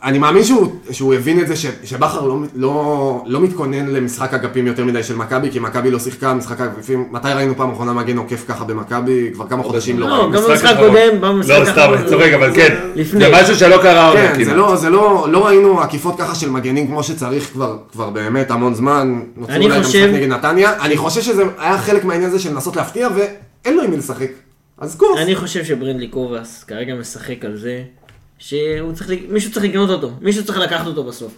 Speaker 7: אני מאמין שהוא, שהוא הבין את זה ש, שבכר לא, לא, לא מתכונן למשחק אגפים יותר מדי של מכבי, כי מכבי לא שיחקה משחק אגפים, מתי ראינו פעם אחרונה מגן עוקף ככה במכבי? כבר כמה חודשים לא
Speaker 6: לא,
Speaker 7: ראינו.
Speaker 6: גם
Speaker 1: משחק
Speaker 6: במשחק
Speaker 1: אחרון.
Speaker 6: הקודם, במשחק
Speaker 1: לא סתם,
Speaker 6: האחרון,
Speaker 1: אני צוחק אבל כן.
Speaker 6: לפני.
Speaker 1: זה משהו שלא קרה כאילו. עונה.
Speaker 7: כן, זה
Speaker 1: כמעט.
Speaker 7: לא, זה לא, לא ראינו עקיפות ככה של מגנים כמו שצריך כבר, כבר באמת המון זמן. נוצרו
Speaker 6: אני
Speaker 7: אולי את
Speaker 6: חושב-
Speaker 7: המשחק נגד נתניה. אני חושב שזה היה חלק מהעניין הזה של לנסות להפתיע, ואין לו עם מי לשחק. אז קורס.
Speaker 6: אני חושב שברנדלי קובאס כרגע משחק על זה, שהוא צריך, ל- מישהו צריך לקנות אותו, מישהו צריך לקחת אותו בסוף.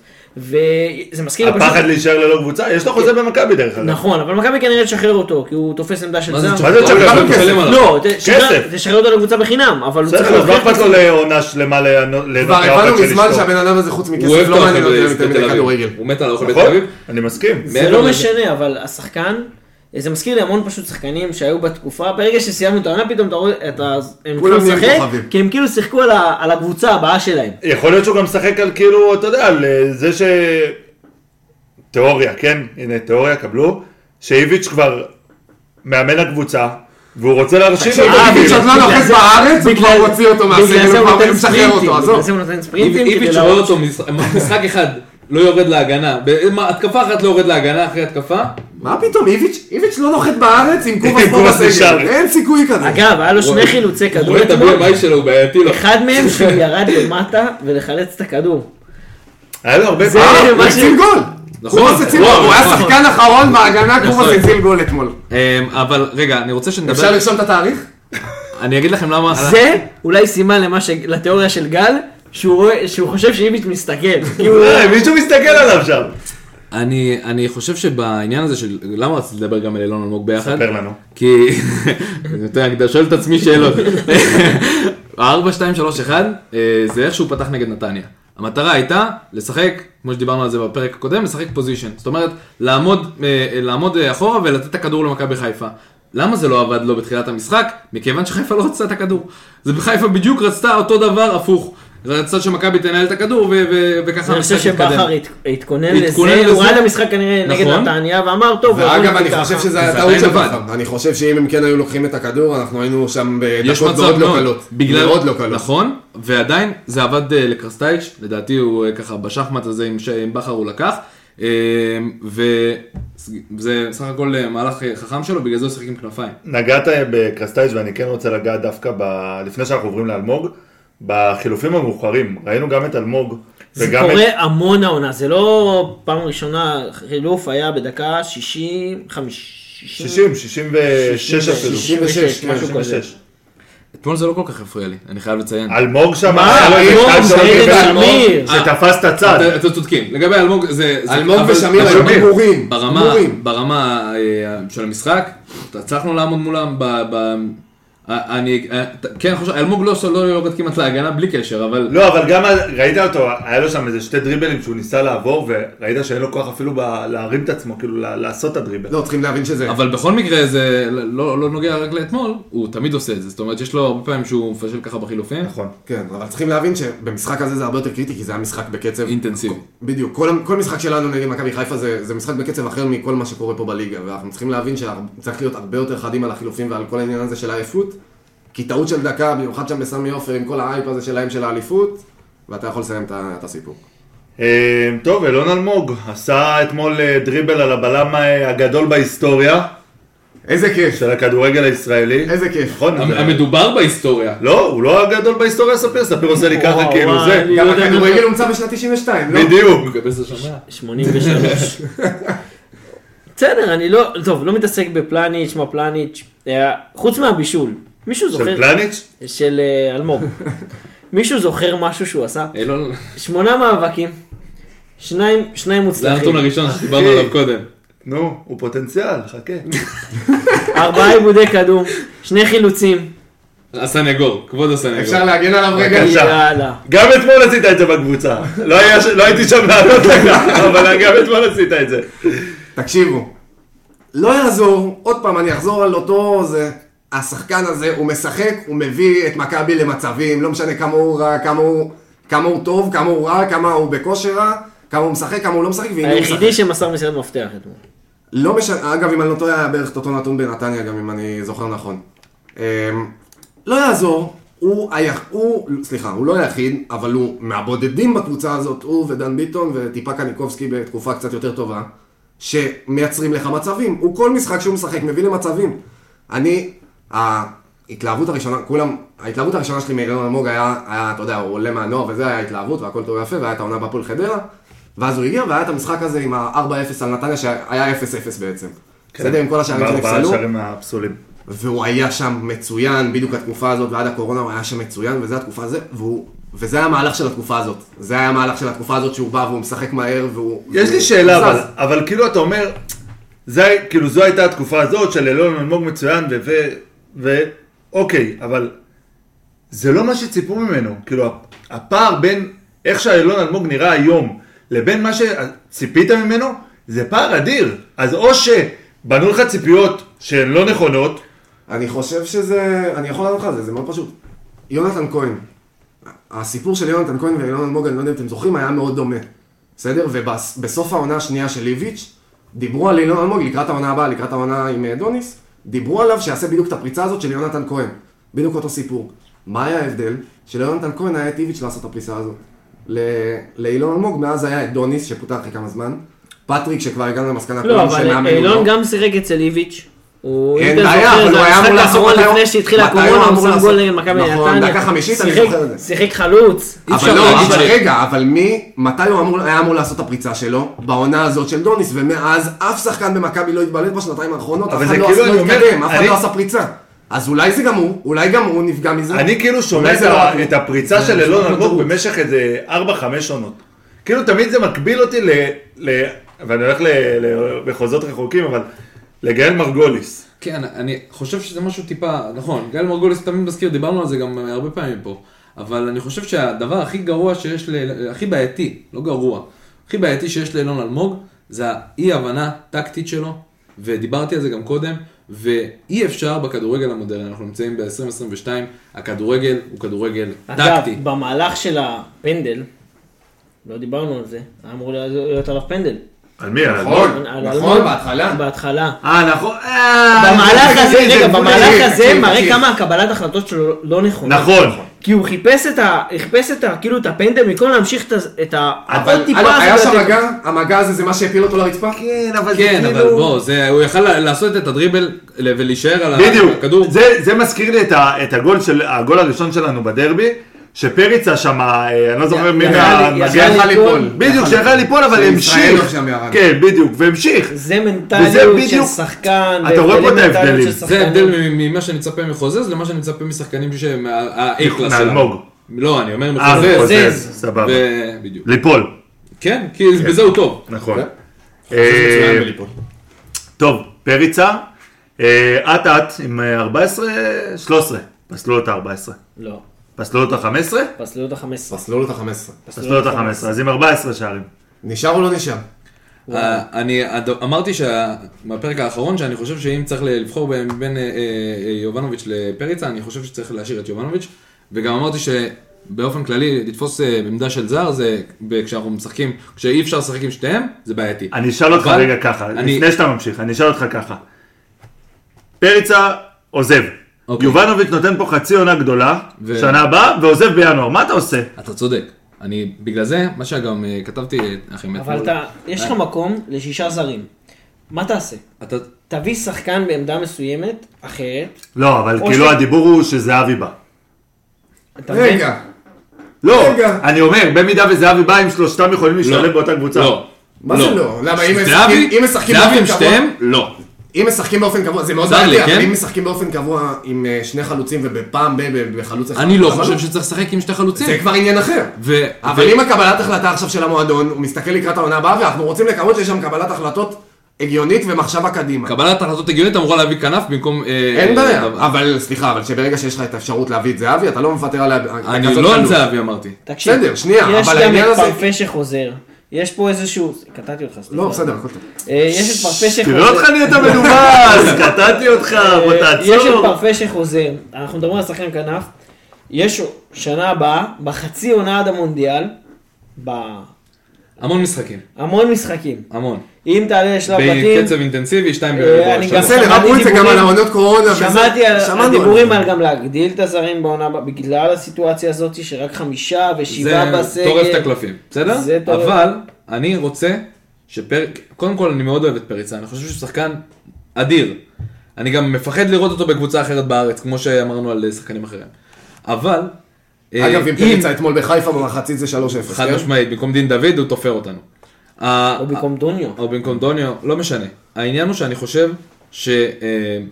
Speaker 6: וזה מזכיר לי
Speaker 1: הפחד להישאר ללא קבוצה יש לו חוזה במכבי דרך אגב.
Speaker 6: כאילו, כן. נכון, אבל מכבי כנראה תשחרר אותו, כי הוא תופס עמדה של
Speaker 5: מה זה
Speaker 6: זר.
Speaker 1: מה זה
Speaker 5: הוא
Speaker 1: צ'קלקה?
Speaker 5: משלם עליו.
Speaker 6: לא,
Speaker 1: כסף.
Speaker 6: תשחרר- תשחרר אותו לקבוצה בחינם, אבל הוא
Speaker 1: בסדר,
Speaker 6: צריך
Speaker 1: אז מה
Speaker 6: להוכיח
Speaker 1: אכפת
Speaker 6: את
Speaker 1: לו
Speaker 6: זה.
Speaker 1: לעונה שלמה
Speaker 7: כבר הבנו
Speaker 1: לנקראות של
Speaker 7: מזמן
Speaker 1: אשתו.
Speaker 7: שהבן אדם הזה חוץ
Speaker 5: הוא
Speaker 7: מכסף
Speaker 5: אוהב את
Speaker 7: לא מעניין
Speaker 5: האוכל
Speaker 7: אותו יותר
Speaker 5: בתל
Speaker 7: מדי
Speaker 5: אביב.
Speaker 7: כדורגל.
Speaker 5: הוא מת על האוכל בתל
Speaker 1: נכון?
Speaker 5: אביב.
Speaker 1: אני מסכים.
Speaker 6: זה
Speaker 5: מעבר
Speaker 6: לא
Speaker 5: לזה-
Speaker 6: משנה, אבל השחקן, זה מזכיר לי המון פשוט שחקנים שהיו בתקופה, ברגע שסיימנו את העונה, פתאום אתה רואה, אתה- הם
Speaker 7: כולם
Speaker 6: התחילו
Speaker 7: נהיים
Speaker 6: לשחק,
Speaker 7: כוכבים.
Speaker 6: כי הם כאילו שיחקו על ה- על הקבוצה הבאה שלהם.
Speaker 1: יכול להיות שהוא גם משחק על כאילו, אתה יודע, על אה, זה ש... תיאוריה, כן? הנה, תיאוריה, קבלו. שאיביץ' כבר מאמן הקבוצה, והוא רוצה להרשים
Speaker 7: תקשיב, אה,
Speaker 1: כאילו.
Speaker 7: איביץ' עוד לא נוחת בארץ, הוא כבר מוציא אותו
Speaker 6: בגלל
Speaker 7: מהסגל,
Speaker 6: זה
Speaker 7: הוא
Speaker 6: הוא
Speaker 7: כבר
Speaker 6: נותן
Speaker 7: משחרר
Speaker 6: ספרינטים,
Speaker 7: אותו,
Speaker 6: בגלל זה
Speaker 7: עזוב.
Speaker 6: הוא נותן ספרינטים כדי
Speaker 5: איביץ' רואה
Speaker 6: להראות.
Speaker 5: אותו מש- משחק אחד, לא יורד להגנה. ב- מה, התקפה אחת לא יורד להגנה אחרי התקפה.
Speaker 7: מה פתאום, איביץ' איביץ' לא נוחת בארץ עם קובס
Speaker 1: עם
Speaker 7: פה
Speaker 1: קובס
Speaker 7: בסגל,
Speaker 1: נשאר.
Speaker 7: אין סיכוי כזה.
Speaker 6: אגב, היה לו שני חילוצי
Speaker 5: הוא
Speaker 6: כדור
Speaker 5: רואה את ה-BMI
Speaker 6: אתמול,
Speaker 5: שלו, הוא בעייתי לו.
Speaker 6: אחד מהם שהוא ירד למטה ולחלץ את הכדור.
Speaker 1: היה לו הרבה
Speaker 6: זה-
Speaker 1: פעמים.
Speaker 7: אה, הוא
Speaker 6: מה ש-
Speaker 7: הציל גול.
Speaker 5: נכון,
Speaker 7: קובס הציל גול,
Speaker 5: נכון,
Speaker 7: הוא היה
Speaker 5: נכון.
Speaker 7: שחקן אחרון בהגנה, קובס
Speaker 5: נכון.
Speaker 7: הציל גול אתמול.
Speaker 5: אמ, אבל רגע, אני רוצה
Speaker 7: אפשר
Speaker 5: שנדבר,
Speaker 7: לרשום את התאריך?
Speaker 5: אני אגיד לכם למה...
Speaker 6: זה אולי סימן למה ש- לתיאוריה של גל, שהוא רואה- שהוא חושב שאיביץ' מסתכל. כאילו, כי הוא-
Speaker 1: אה, מישהו מסתכל עליו שם.
Speaker 5: אני אני חושב שבעניין הזה של... למה רציתי לדבר גם על אילון אלמוג ביחד?
Speaker 1: ספר לנו.
Speaker 5: כי... אתה יודע, אני שואל את אה, עצמי שאלות. ה-4, 2, 3, 1 זה איך שהוא פתח נגד נתניה. המטרה הייתה לשחק, כמו שדיברנו על זה בפרק הקודם, לשחק פוזיישן. זאת אומרת, לעמוד, אה, לעמוד אה, אחורה ולתת את הכדור למכבי חיפה. למה זה לא עבד לו בתחילת המשחק? מכיוון שחיפה לא רצתה את הכדור. זה בחיפה בדיוק רצתה אותו דבר הפוך. רצתה שמכבי תנהל את הכדור ו- ו- וככה
Speaker 6: אני חושב
Speaker 5: המשחק יתקדם.
Speaker 6: שבכר הת- התכונן
Speaker 5: התכונן
Speaker 6: לזה, הוא
Speaker 5: לזה.
Speaker 6: ראה את המשחק כנראה נגד
Speaker 5: נכון.
Speaker 6: נתניה, ואמר טוב,
Speaker 7: ואגב,
Speaker 6: הורידו
Speaker 7: אני
Speaker 6: ככה."
Speaker 7: חושב שזה
Speaker 5: זה
Speaker 7: היה טעות
Speaker 5: עדיין
Speaker 7: של
Speaker 5: עבד.
Speaker 7: בכר. אני חושב שאם הם כן היו לוקחים את הכדור, אנחנו היינו שם
Speaker 5: יש
Speaker 7: בדקות
Speaker 5: מצב
Speaker 7: מאוד לא
Speaker 5: מאוד,
Speaker 7: קלות.
Speaker 5: בגלל,
Speaker 7: מאוד לא קלות.
Speaker 5: נכון, ועדיין זה עבד אה, לקרסטייץ', לדעתי הוא אה, ככה בשחמט הזה עם, ש... עם בכר הוא לקח, אה, וזה סך הכל אה, מהלך אה, חכם שלו, בגלל זה הוא שיחק עם כנפיים.
Speaker 1: נגעת אה, בקרסטייג' ואני כן רוצה לגעת דווקא ב... לפני שאנחנו עוברים לאלמוג, בחילופים המאוחרים. ראינו גם את אלמוג
Speaker 6: זה
Speaker 1: וגם את...
Speaker 6: קורה המון העונה, זה לא פעם ראשונה, חילוף היה בדקה 60, 50,
Speaker 1: 60, 66 אפילו.
Speaker 6: 66, משהו כזה.
Speaker 1: 66.
Speaker 5: אתמול זה לא כל כך הפריע לי, אני חייב לציין.
Speaker 1: אלמוג שם,
Speaker 6: מה,
Speaker 1: היה לו
Speaker 6: אלמוג,
Speaker 1: אחד שלו
Speaker 6: נגד
Speaker 1: קיבל
Speaker 6: שמיר.
Speaker 1: שתפס את
Speaker 5: אתם
Speaker 1: הצד.
Speaker 5: אתם צודקים, לגבי אלמוג זה... זה-
Speaker 7: אלמוג
Speaker 5: אבל-
Speaker 7: ושמיר
Speaker 5: אבל
Speaker 7: היו
Speaker 1: שמיר,
Speaker 7: גמורים.
Speaker 5: ברמה,
Speaker 7: גמורים.
Speaker 5: ברמה אה, של המשחק, הצלחנו לעמוד מולם ב... ב... אה, אני, אה, ת- כן, אני חושב, אלמוג לא לא יורד כמעט להגנה בלי קשר, אבל...
Speaker 1: לא, אבל גם אז- ראית אותו, היה לו שם איזה שתי דריבלים שהוא ניסה לעבור, וראית שאין לו כוח אפילו ב- להרים את עצמו, כאילו ל- לעשות את הדריבל.
Speaker 7: לא, צריכים להבין שזה...
Speaker 5: אבל בכל מקרה זה לא, לא נוגע רק לאתמול, הוא תמיד עושה את זה, זאת אומרת שיש לו הרבה פעמים שהוא מפשל ככה בחילופים.
Speaker 1: נכון.
Speaker 7: כן, אבל צריכים להבין שבמשחק הזה זה הרבה יותר קריטי, כי זה היה משחק בקצב...
Speaker 5: אינטנסיבי.
Speaker 7: בדיוק. כל, כל משחק שלנו נגד מכבי חיפה זה, זה משחק בקצב אחר מכל מה שקורה פה בליגה, ואנחנו צריכים להבין שצריך להיות הרבה יותר חדים על החילופים ועל כל העניין הזה של העייפות, כי טעות של דקה, במיוחד שם בסמי עופר עם כל האייפ הזה שלהם של האליפות, ואתה יכול לסיים את, ה- את הסיפור.
Speaker 1: אה, טוב, אלון אלמוג עשה אתמול אה, דריבל על הבלם אה, הגדול בהיסטוריה
Speaker 7: איזה כיף,
Speaker 1: של הכדורגל הישראלי.
Speaker 7: איזה כיף.
Speaker 1: נכון?
Speaker 5: המ-
Speaker 1: זה-
Speaker 5: המדובר בהיסטוריה.
Speaker 1: לא, הוא לא הגדול בהיסטוריה, ספיר, ספיר עושה לי ככה
Speaker 6: וואו,
Speaker 1: כאילו
Speaker 6: וואי,
Speaker 1: זה.
Speaker 6: אני
Speaker 7: גם
Speaker 6: לא יודע אם
Speaker 7: הכדורגל הומצא בשנת 92, לא?
Speaker 1: בדיוק.
Speaker 5: מקבל זה שומע.
Speaker 6: 83. בסדר, אני לא, טוב, לא מתעסק בפלניץ', מה פלניץ', היה- חוץ מהבישול, מישהו
Speaker 1: של
Speaker 6: זוכר,
Speaker 1: פלניץ'?
Speaker 6: של אה, אלמוג, מישהו זוכר משהו שהוא עשה?
Speaker 5: אה, לא, לא,
Speaker 6: שמונה מאבקים, שניים, שניים
Speaker 5: זה הנתון
Speaker 6: מוצלחים,
Speaker 5: הראשון שדיברנו עליו קודם.
Speaker 1: נו, הוא פוטנציאל, חכה.
Speaker 6: ארבעה עיבודי כדור, שני חילוצים,
Speaker 5: הסנגור, כבוד הסנגור.
Speaker 7: אפשר להגן עליו רגע?
Speaker 1: בבקשה.
Speaker 6: יאללה.
Speaker 1: גם אתמול עשית את זה בקבוצה. לא היה ש- לא הייתי שם לענות לך, אבל גם אתמול עשית את זה.
Speaker 7: תקשיבו, לא יעזור, עוד פעם אני אחזור על אותו זה. השחקן הזה, הוא משחק, הוא מביא את מכבי למצבים, לא משנה כמה הוא רע, כמה הוא, כמה הוא טוב, כמה הוא רע, כמה הוא בכושר רע, כמה הוא משחק, כמה הוא לא משחק, והנה הוא משחק.
Speaker 6: היחידי שמסר מסירת מפתח אתמול.
Speaker 7: לא משנה, אגב, אם אני לא טועה, היה בערך את אותו נתון בנתניה, גם אם אני זוכר נכון. אמ, לא יעזור, הוא, היח... הוא, סליחה, הוא לא היחיד, אבל הוא מהבודדים בקבוצה הזאת, הוא ודן ביטון וטיפה קניקובסקי בתקופה קצת יותר טובה, שמייצרים לך מצבים. הוא כל משחק שהוא משחק מביא למצבים. אני, ההתלהבות הראשונה, כולם, ההתלהבות הראשונה שלי מאילון אלמוג היה, היה, אתה יודע, הוא עולה מהנוער וזה, היה התלהבות והכל טוב ויפה, והיה את העונה בפועל חדרה, ואז הוא הגיע והיה את המשחק הזה עם ה-4-0 על נתניה, שהיה 0-0 בעצם. בסדר, עם כל השערים
Speaker 1: כן. ארבעה
Speaker 7: שנפסלו.
Speaker 1: שערים הפסולים.
Speaker 7: והוא היה שם מצוין, בדיוק התקופה הזאת, ועד הקורונה הוא היה שם מצוין, וזה התקופה הזאת, והוא... וזה היה המהלך של התקופה הזאת. זה היה המהלך של התקופה הזאת שהוא בא והוא משחק מהר והוא...
Speaker 1: יש לי
Speaker 7: והוא
Speaker 1: שאלה,
Speaker 7: זז.
Speaker 1: אבל, אבל כאילו אתה אומר, זה, כאילו זו הייתה התקופה הזאת של אלון אלמוג מצוין, ו, ו, ו... אוקיי, אבל זה לא מה שציפו ממנו. כאילו, הפער בין איך שאלון אלמוג נראה היום, לבין מה שציפית ממנו, זה פער אדיר. אז או שבנו לך ציפיות שהן לא נכונות,
Speaker 7: אני חושב שזה... אני יכול לענות לך על זה, זה מאוד פשוט. יונתן כהן. הסיפור של יונתן כהן ואילון אלמוג, אני לא יודע אם אתם זוכרים, היה מאוד דומה. בסדר? ובסוף העונה השנייה של איביץ', דיברו על אילון אלמוג לקראת העונה הבאה, לקראת העונה עם אה, דוניס, דיברו עליו שיעשה בדיוק את הפריצה הזאת של יונתן כהן. בדיוק אותו סיפור. מה היה ההבדל? שליונתן כהן היה את איביץ' לעשות את הפריצה הזאת. ל- לאילון אלמוג מאז היה את דוניס, שפוטר אחרי כמה זמן. פטריק, שכבר הגענו למסקנה
Speaker 6: לא,
Speaker 7: כולנו
Speaker 6: אבל
Speaker 7: שמאמן
Speaker 6: אילון
Speaker 7: הוא לא.
Speaker 6: גם שיחק אצל איביץ'. הוא, אם
Speaker 7: אין
Speaker 6: אתה
Speaker 7: בעיה,
Speaker 6: זוכר,
Speaker 7: אבל
Speaker 6: זה
Speaker 7: הוא היה
Speaker 6: המשחק
Speaker 7: אמור לעשות
Speaker 6: האחרון
Speaker 7: היום-
Speaker 6: לפני שהתחילה
Speaker 7: מתי הוא
Speaker 6: הקורונה, הוא
Speaker 7: אמור
Speaker 6: אמור
Speaker 7: לעשות?
Speaker 6: לגול נגד מכבי נתניה.
Speaker 7: נכון, דקה חמישית, אני
Speaker 6: שיחק-
Speaker 7: זוכר את זה.
Speaker 6: שיחק חלוץ. אי
Speaker 7: אבל
Speaker 6: אפשר
Speaker 7: לא,
Speaker 6: להגיד
Speaker 7: אבל
Speaker 6: ש-
Speaker 7: רגע, אבל מי, מתי הוא אמור, היה אמור לעשות את הפריצה שלו? בעונה הזאת של דוניס, ומאז אף שחקן במכבי לא התבלט בשנתיים האחרונות, אף
Speaker 1: אבל
Speaker 7: אחד
Speaker 1: זה
Speaker 7: לא
Speaker 1: כאילו,
Speaker 7: עשה-
Speaker 1: אני
Speaker 7: לא
Speaker 1: אומר,
Speaker 7: התקדם, אף אחד
Speaker 1: אני-
Speaker 7: לא עשה פריצה. אז אולי זה גם הוא, אולי גם הוא נפגע מזה.
Speaker 1: אני כאילו שומע
Speaker 7: אולי
Speaker 1: את,
Speaker 7: זה לא
Speaker 1: ה-
Speaker 7: רק הוא.
Speaker 1: את הפריצה של
Speaker 7: זה
Speaker 1: אלון
Speaker 7: פשוט לא
Speaker 1: אלמוג
Speaker 7: טעות.
Speaker 1: במשך איזה 4-5 עונות. כאילו תמיד זה מקביל אותי ל... ל ואני הולך ל- למחוזות רחוקים, אבל לגאל מרגוליס.
Speaker 5: כן, אני חושב שזה משהו טיפה, נכון, גל מרגוליס תמיד מזכיר, דיברנו על זה גם הרבה פעמים פה, אבל אני חושב שהדבר הכי גרוע שיש, ל... הכי בעייתי, לא גרוע, הכי בעייתי שיש לאילון אלמוג, זה האי-הבנה טקטית שלו, ודיברתי על זה גם קודם, ואי אפשר בכדורגל המודרני, אנחנו נמצאים ב-2022, הכדורגל הוא כדורגל
Speaker 7: לא,
Speaker 6: אגב,
Speaker 5: טקטי.
Speaker 6: במהלך של הפנדל, לא דיברנו על זה, היה אמור להיות עליו פנדל.
Speaker 1: על מי? על
Speaker 7: נכון,
Speaker 1: אלמוג?
Speaker 6: על
Speaker 7: נכון,
Speaker 6: אלמוג.
Speaker 7: בהתחלה.
Speaker 6: בהתחלה.
Speaker 1: אה, נכון. אה,
Speaker 6: במהלך הזה,
Speaker 1: זה
Speaker 6: רגע,
Speaker 1: גבולי.
Speaker 6: במהלך הזה
Speaker 7: תקשיב,
Speaker 6: מראה
Speaker 7: תקשיב.
Speaker 6: כמה הקבלת החלטות שלו לא נכונה.
Speaker 1: נכון.
Speaker 6: כי הוא חיפש את ה... חיפש את ה... כאילו את הפנדל במקום להמשיך את ה... את ה...
Speaker 7: אבל
Speaker 6: עוד טיפה
Speaker 7: הלו,
Speaker 6: הזאת
Speaker 7: היה שם
Speaker 6: לתת-
Speaker 7: מגע, המגע הזה זה מה שהפיל אותו לרצפה?
Speaker 1: כן, אבל זה
Speaker 5: כן, אבל
Speaker 1: כאילו...
Speaker 5: בוא, זה, הוא יכל לעשות את הדריבל ולהישאר על
Speaker 1: בדיוק.
Speaker 5: הכדור.
Speaker 1: זה- זה מזכיר לי את ה- את הגול של- הגול הראשון שלנו בדרבי, שפריצה שם, אה, אני לא זוכר מי
Speaker 6: יכל-
Speaker 1: מהנגן.
Speaker 6: יכל-
Speaker 7: שיכל ליפול.
Speaker 1: בדיוק,
Speaker 7: נכון.
Speaker 1: שיכל ליפול, אבל
Speaker 7: שישראלוב
Speaker 1: המשיך.
Speaker 7: לא שם ירד.
Speaker 1: כן, בדיוק, והמשיך.
Speaker 6: זה
Speaker 1: וזה
Speaker 6: מנטליות של
Speaker 1: בדיוק-
Speaker 6: שחקן.
Speaker 1: אתה רואה פה את
Speaker 6: והבדלים מנטליות
Speaker 1: ההבדלים.
Speaker 6: של
Speaker 1: זה
Speaker 5: זה
Speaker 6: שחקנים.
Speaker 5: ההבדל מ- ממה שנצפה מחוזז למה שאני מצפה משחקנים שהם ה-A קלאס
Speaker 1: מאלמוג.
Speaker 5: לא, אני אומר
Speaker 1: אה,
Speaker 5: מחוזז.
Speaker 1: חוזז, סבבה.
Speaker 5: ו- בדיוק.
Speaker 1: ליפול.
Speaker 5: כן, כי בזה הוא טוב.
Speaker 1: נכון.
Speaker 7: כן.
Speaker 1: אה,
Speaker 7: מצוין בליפול.
Speaker 1: טוב, פריצה, אה, אט אט עם אה, 14, 13, פסלו אותה 14,
Speaker 6: לא,
Speaker 1: פסלו אותה 15,
Speaker 6: פסלו את ה-15.
Speaker 7: פסלו לו את ה-15.
Speaker 1: פסלו אותה 15, אז עם 14 שערים.
Speaker 7: נשאר או לא נשאר?
Speaker 5: אה, אני הד- אמרתי שה- בפרק האחרון שאני חושב שאם צריך לבחור בין בין, אה, אה, יובנוביץ' לפריצה, אני חושב שצריך להשאיר את יובנוביץ', וגם אמרתי שבאופן כללי לתפוס אה, עמדה של זר זה ב- כשאנחנו משחקים, כשאי אפשר לשחק עם שתיהם, זה בעייתי.
Speaker 1: אני אשאל אותך
Speaker 5: אבל
Speaker 1: רגע ככה,
Speaker 5: אני-
Speaker 1: לפני שאתה ממשיך, אני אשאל אותך ככה. פריצה עוזב.
Speaker 5: אוקיי.
Speaker 1: יובנוביץ' נותן פה חצי עונה גדולה,
Speaker 5: ו-
Speaker 1: שנה הבאה, ועוזב בינואר, מה אתה עושה?
Speaker 5: אתה צודק. אני, בגלל זה, מה שגם אה, כתבתי, אה, אחי,
Speaker 6: אבל אתה, יש לך מקום לשישה זרים. מה תעשה?
Speaker 5: אתה...
Speaker 6: תביא שחקן בעמדה מסוימת, אחרת.
Speaker 1: לא, אבל
Speaker 6: או
Speaker 1: כאילו
Speaker 6: ש-
Speaker 1: הדיבור הוא שזהבי בא.
Speaker 6: אתה מבין?
Speaker 7: רגע,
Speaker 1: לא,
Speaker 7: רגע.
Speaker 1: אני אומר, במידה וזהבי בא, אם שלושתם יכולים להשתלב באותה קבוצה.
Speaker 5: לא.
Speaker 7: מה זה לא? למה אם
Speaker 5: זהבי,
Speaker 7: משחקים- אם משחקים
Speaker 5: זהבי עם
Speaker 7: באופן קבוע-
Speaker 5: שתיהם? לא.
Speaker 7: אם משחקים באופן קבוע, זה מאוד
Speaker 5: צר לי,
Speaker 7: בעייתי,
Speaker 5: כן?
Speaker 7: אבל אם משחקים באופן קבוע עם אה, שני חלוצים ובפעם ב... ב- בחלוץ אחד...
Speaker 5: אני לא
Speaker 7: למה
Speaker 5: חושב שצריך לשחק עם שתי חלוצים.
Speaker 7: זה כבר עניין אחר.
Speaker 5: ו-
Speaker 7: אבל
Speaker 5: ו-
Speaker 7: אם הקבלת החלטה עכשיו של המועדון, הוא מסתכל לקראת העונה הבאה, ואנחנו רוצים לקוות שיש שם קבלת החלטות הגיונית ומחשבה קדימה.
Speaker 5: קבלת החלטות הגיונית אמורה להביא כנף במקום... אה,
Speaker 7: אין בעיה,
Speaker 5: דבר.
Speaker 7: אבל סליחה, אבל שברגע שיש לך את האפשרות להביא את זהבי, אתה לא מוותר על ה...
Speaker 5: אני
Speaker 7: לקחת
Speaker 5: לא על
Speaker 7: חלוץ.
Speaker 5: זהבי אמרתי.
Speaker 6: תקשיב,
Speaker 7: בסדר, שנייה,
Speaker 6: יש
Speaker 7: אבל
Speaker 6: גם
Speaker 7: העניין
Speaker 6: את
Speaker 7: הזה-
Speaker 6: פרפה שחוזר. יש פה איזשהו... קטעתי אותך, סליחה.
Speaker 7: לא, בסדר, הכל טוב.
Speaker 6: אה, יש את פרפה שחוזר.
Speaker 1: תראה אותך נהיית מנומס, קטעתי אותך, לא בוא
Speaker 6: אה, יש את
Speaker 1: תעצור.
Speaker 6: פרפה שחוזר. אנחנו מדברים על שחקן כנף. יש שנה הבאה, בחצי עונה עד המונדיאל, בהמון
Speaker 5: המון משחקים,
Speaker 6: משחקים.
Speaker 5: המון.
Speaker 6: אם תעלה לשלב בתים...
Speaker 5: בקצב אינטנסיבי, שתיים
Speaker 6: אה,
Speaker 5: ברבע.
Speaker 6: אני
Speaker 5: שלוש.
Speaker 6: גם-
Speaker 7: בסדר, אמרו את זה גם
Speaker 6: דיבורים-
Speaker 7: על העונות קורונה. וזה-
Speaker 6: שמעתי על
Speaker 7: שמענו
Speaker 6: הדיבורים
Speaker 7: זה.
Speaker 6: על גם להגדיל את הזרים בעונה, הבאה, בגלל הסיטואציה הזאת שרק חמישה ושבעה
Speaker 5: זה
Speaker 6: בסגל.
Speaker 5: טורף את הקלפים, בסדר?
Speaker 6: זה טורף.
Speaker 5: אבל אני רוצה שפר... קודם כל אני מאוד אוהב את פריצה, אני חושב שהוא שחקן אדיר. אני גם מפחד לראות אותו בקבוצה אחרת בארץ, כמו שאמרנו על אה, שחקנים אחרים. אבל... אה,
Speaker 7: אגב, אם פריצה אתמול בחיפה במחצית זה 3-0.
Speaker 5: חד
Speaker 7: כן?
Speaker 5: משמעית, במקום דין דוד הוא תופר אותנו. אה,
Speaker 6: או במקום לא דוניו.
Speaker 5: או במקום דוניו, לא משנה. העניין הוא שאני חושב שאם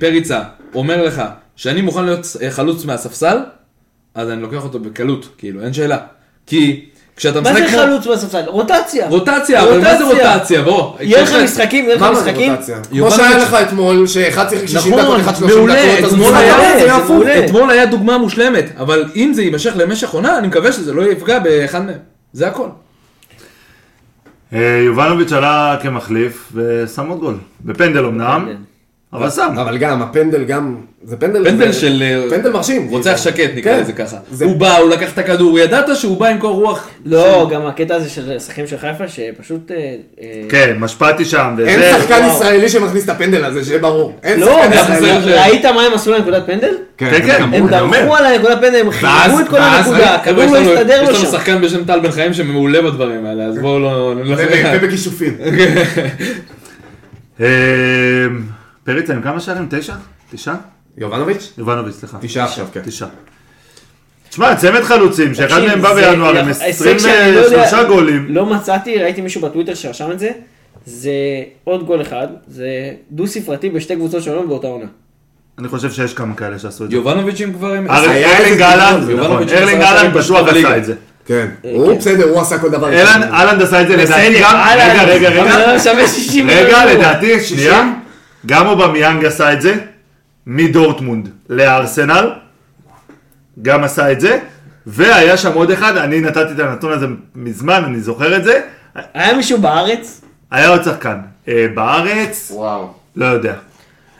Speaker 5: פריצה אומר לך שאני מוכן להיות אה, חלוץ מהספסל, אז אני לוקח אותו בקלות, כאילו, אין שאלה. כי כשאתה
Speaker 6: מה
Speaker 5: משחק...
Speaker 6: זה
Speaker 5: כמו-
Speaker 6: חלוץ בספסל? רוטציה.
Speaker 5: רוטציה, אבל מה זה
Speaker 6: רוטציה.
Speaker 5: רוטציה? בוא.
Speaker 6: יהיה לך
Speaker 5: צריך-
Speaker 6: משחקים, יהיה לך
Speaker 7: מה מה זה
Speaker 6: משחקים.
Speaker 7: רוטציה? כמו
Speaker 5: יובנוביץ'-
Speaker 7: שהיה לך אתמול, שאחד שיחק 60
Speaker 5: נכון,
Speaker 7: דקות, אחד 30 דקות,
Speaker 5: מעולה,
Speaker 7: אז
Speaker 5: אתמול
Speaker 7: משחק
Speaker 5: היה-
Speaker 7: אחר, זה
Speaker 6: זה
Speaker 7: הפוך.
Speaker 6: מעולה.
Speaker 5: אתמול היה דוגמה מושלמת, אבל אם זה יימשך למשך עונה, אני מקווה שזה לא יפגע באחד מהם. זה הכל.
Speaker 1: אה, יובנוביץ' עלה כמחליף ושם עוד גול. בפנדל אמנם, אבל שם.
Speaker 7: אבל גם, הפנדל גם, זה פנדל...
Speaker 5: לא, פנדל
Speaker 7: זה-
Speaker 5: של... אה,
Speaker 7: פנדל מרשים.
Speaker 5: רוצח שקט נקרא
Speaker 7: כן.
Speaker 5: לזה ככה.
Speaker 7: זה-
Speaker 5: הוא בא, הוא לקח את הכדור, ידעת שהוא בא עם קור רוח.
Speaker 6: לא, גם הקטע הזה של השחקנים של חיפה, שפשוט... אה, אה,
Speaker 1: כן, משפטי שם, וזה...
Speaker 7: אין שחקן
Speaker 6: וואו.
Speaker 7: ישראלי שמכניס את הפנדל הזה, שיהיה ברור. אין
Speaker 6: לא,
Speaker 7: שחקן
Speaker 6: גם-
Speaker 7: ישראלי.
Speaker 5: ישראל-
Speaker 6: ראית מה הם עשו לנקודת פנדל?
Speaker 1: כן, כן,
Speaker 6: הם
Speaker 1: אני אומר.
Speaker 6: דרכו על הנקודת פנדל, הם חיברו את כל הנקודה,
Speaker 5: חבר'ה,
Speaker 6: הכדור
Speaker 5: יש
Speaker 6: לא
Speaker 5: לנו-
Speaker 6: הסתדר לו
Speaker 5: יש לנו
Speaker 6: שם.
Speaker 5: שחקן בשם טל בן חיים שמעולה בדברים האלה, אז בואו לא... לא-
Speaker 7: ו- ובכישופים.
Speaker 1: אה, פריצה עם כמה שערים? תשע? תשעה?
Speaker 7: יובנוביץ'?
Speaker 1: יובנוביץ', סליחה.
Speaker 7: תשעה עכשיו, כן.
Speaker 1: תשעה. תשמע, צמד חלוצים, שאחד
Speaker 6: תקשיב,
Speaker 1: מהם בא
Speaker 6: זה-
Speaker 1: בינואר עם
Speaker 6: הישג שאני לא
Speaker 1: 23
Speaker 6: יודע-
Speaker 1: גולים.
Speaker 6: לא מצאתי, ראיתי מישהו בטוויטר שרשם את זה. זה עוד גול אחד, זה דו ספרתי בשתי קבוצות שונות באותה עונה.
Speaker 1: אני חושב שיש כמה כאלה שעשו את זה.
Speaker 5: יובנוביצ'ים כבר הם...
Speaker 1: אר-
Speaker 7: היה
Speaker 1: ארלינג
Speaker 7: איזה
Speaker 1: אהלן,
Speaker 7: סיפור,
Speaker 1: נכון,
Speaker 5: יובנוביץ'
Speaker 1: ארלינג
Speaker 5: עשה
Speaker 1: אהלן
Speaker 5: שערים
Speaker 1: בטוח
Speaker 5: בליגה.
Speaker 1: עשה את זה.
Speaker 7: כן.
Speaker 5: אה,
Speaker 7: הוא בסדר, הוא עשה כל דבר.
Speaker 1: אהלן אהלן עשה את זה לדעתי
Speaker 6: בסדר,
Speaker 1: גם... רגע,
Speaker 6: אהלן. אה,
Speaker 1: רגע, רגע.
Speaker 6: אבל לא שווה 60
Speaker 1: רגע,
Speaker 6: מיליון יורו.
Speaker 1: לדעתי, שנייה, גם אובמיאנג עשה את זה, מדורטמונד לארסנל, גם עשה את זה, והיה שם עוד אחד, אני נתתי את הנתון הזה מזמן, אני זוכר את זה,
Speaker 6: היה מישהו בארץ?
Speaker 1: היה עוד שחקן. אה, בארץ,
Speaker 7: וואו.
Speaker 1: לא יודע.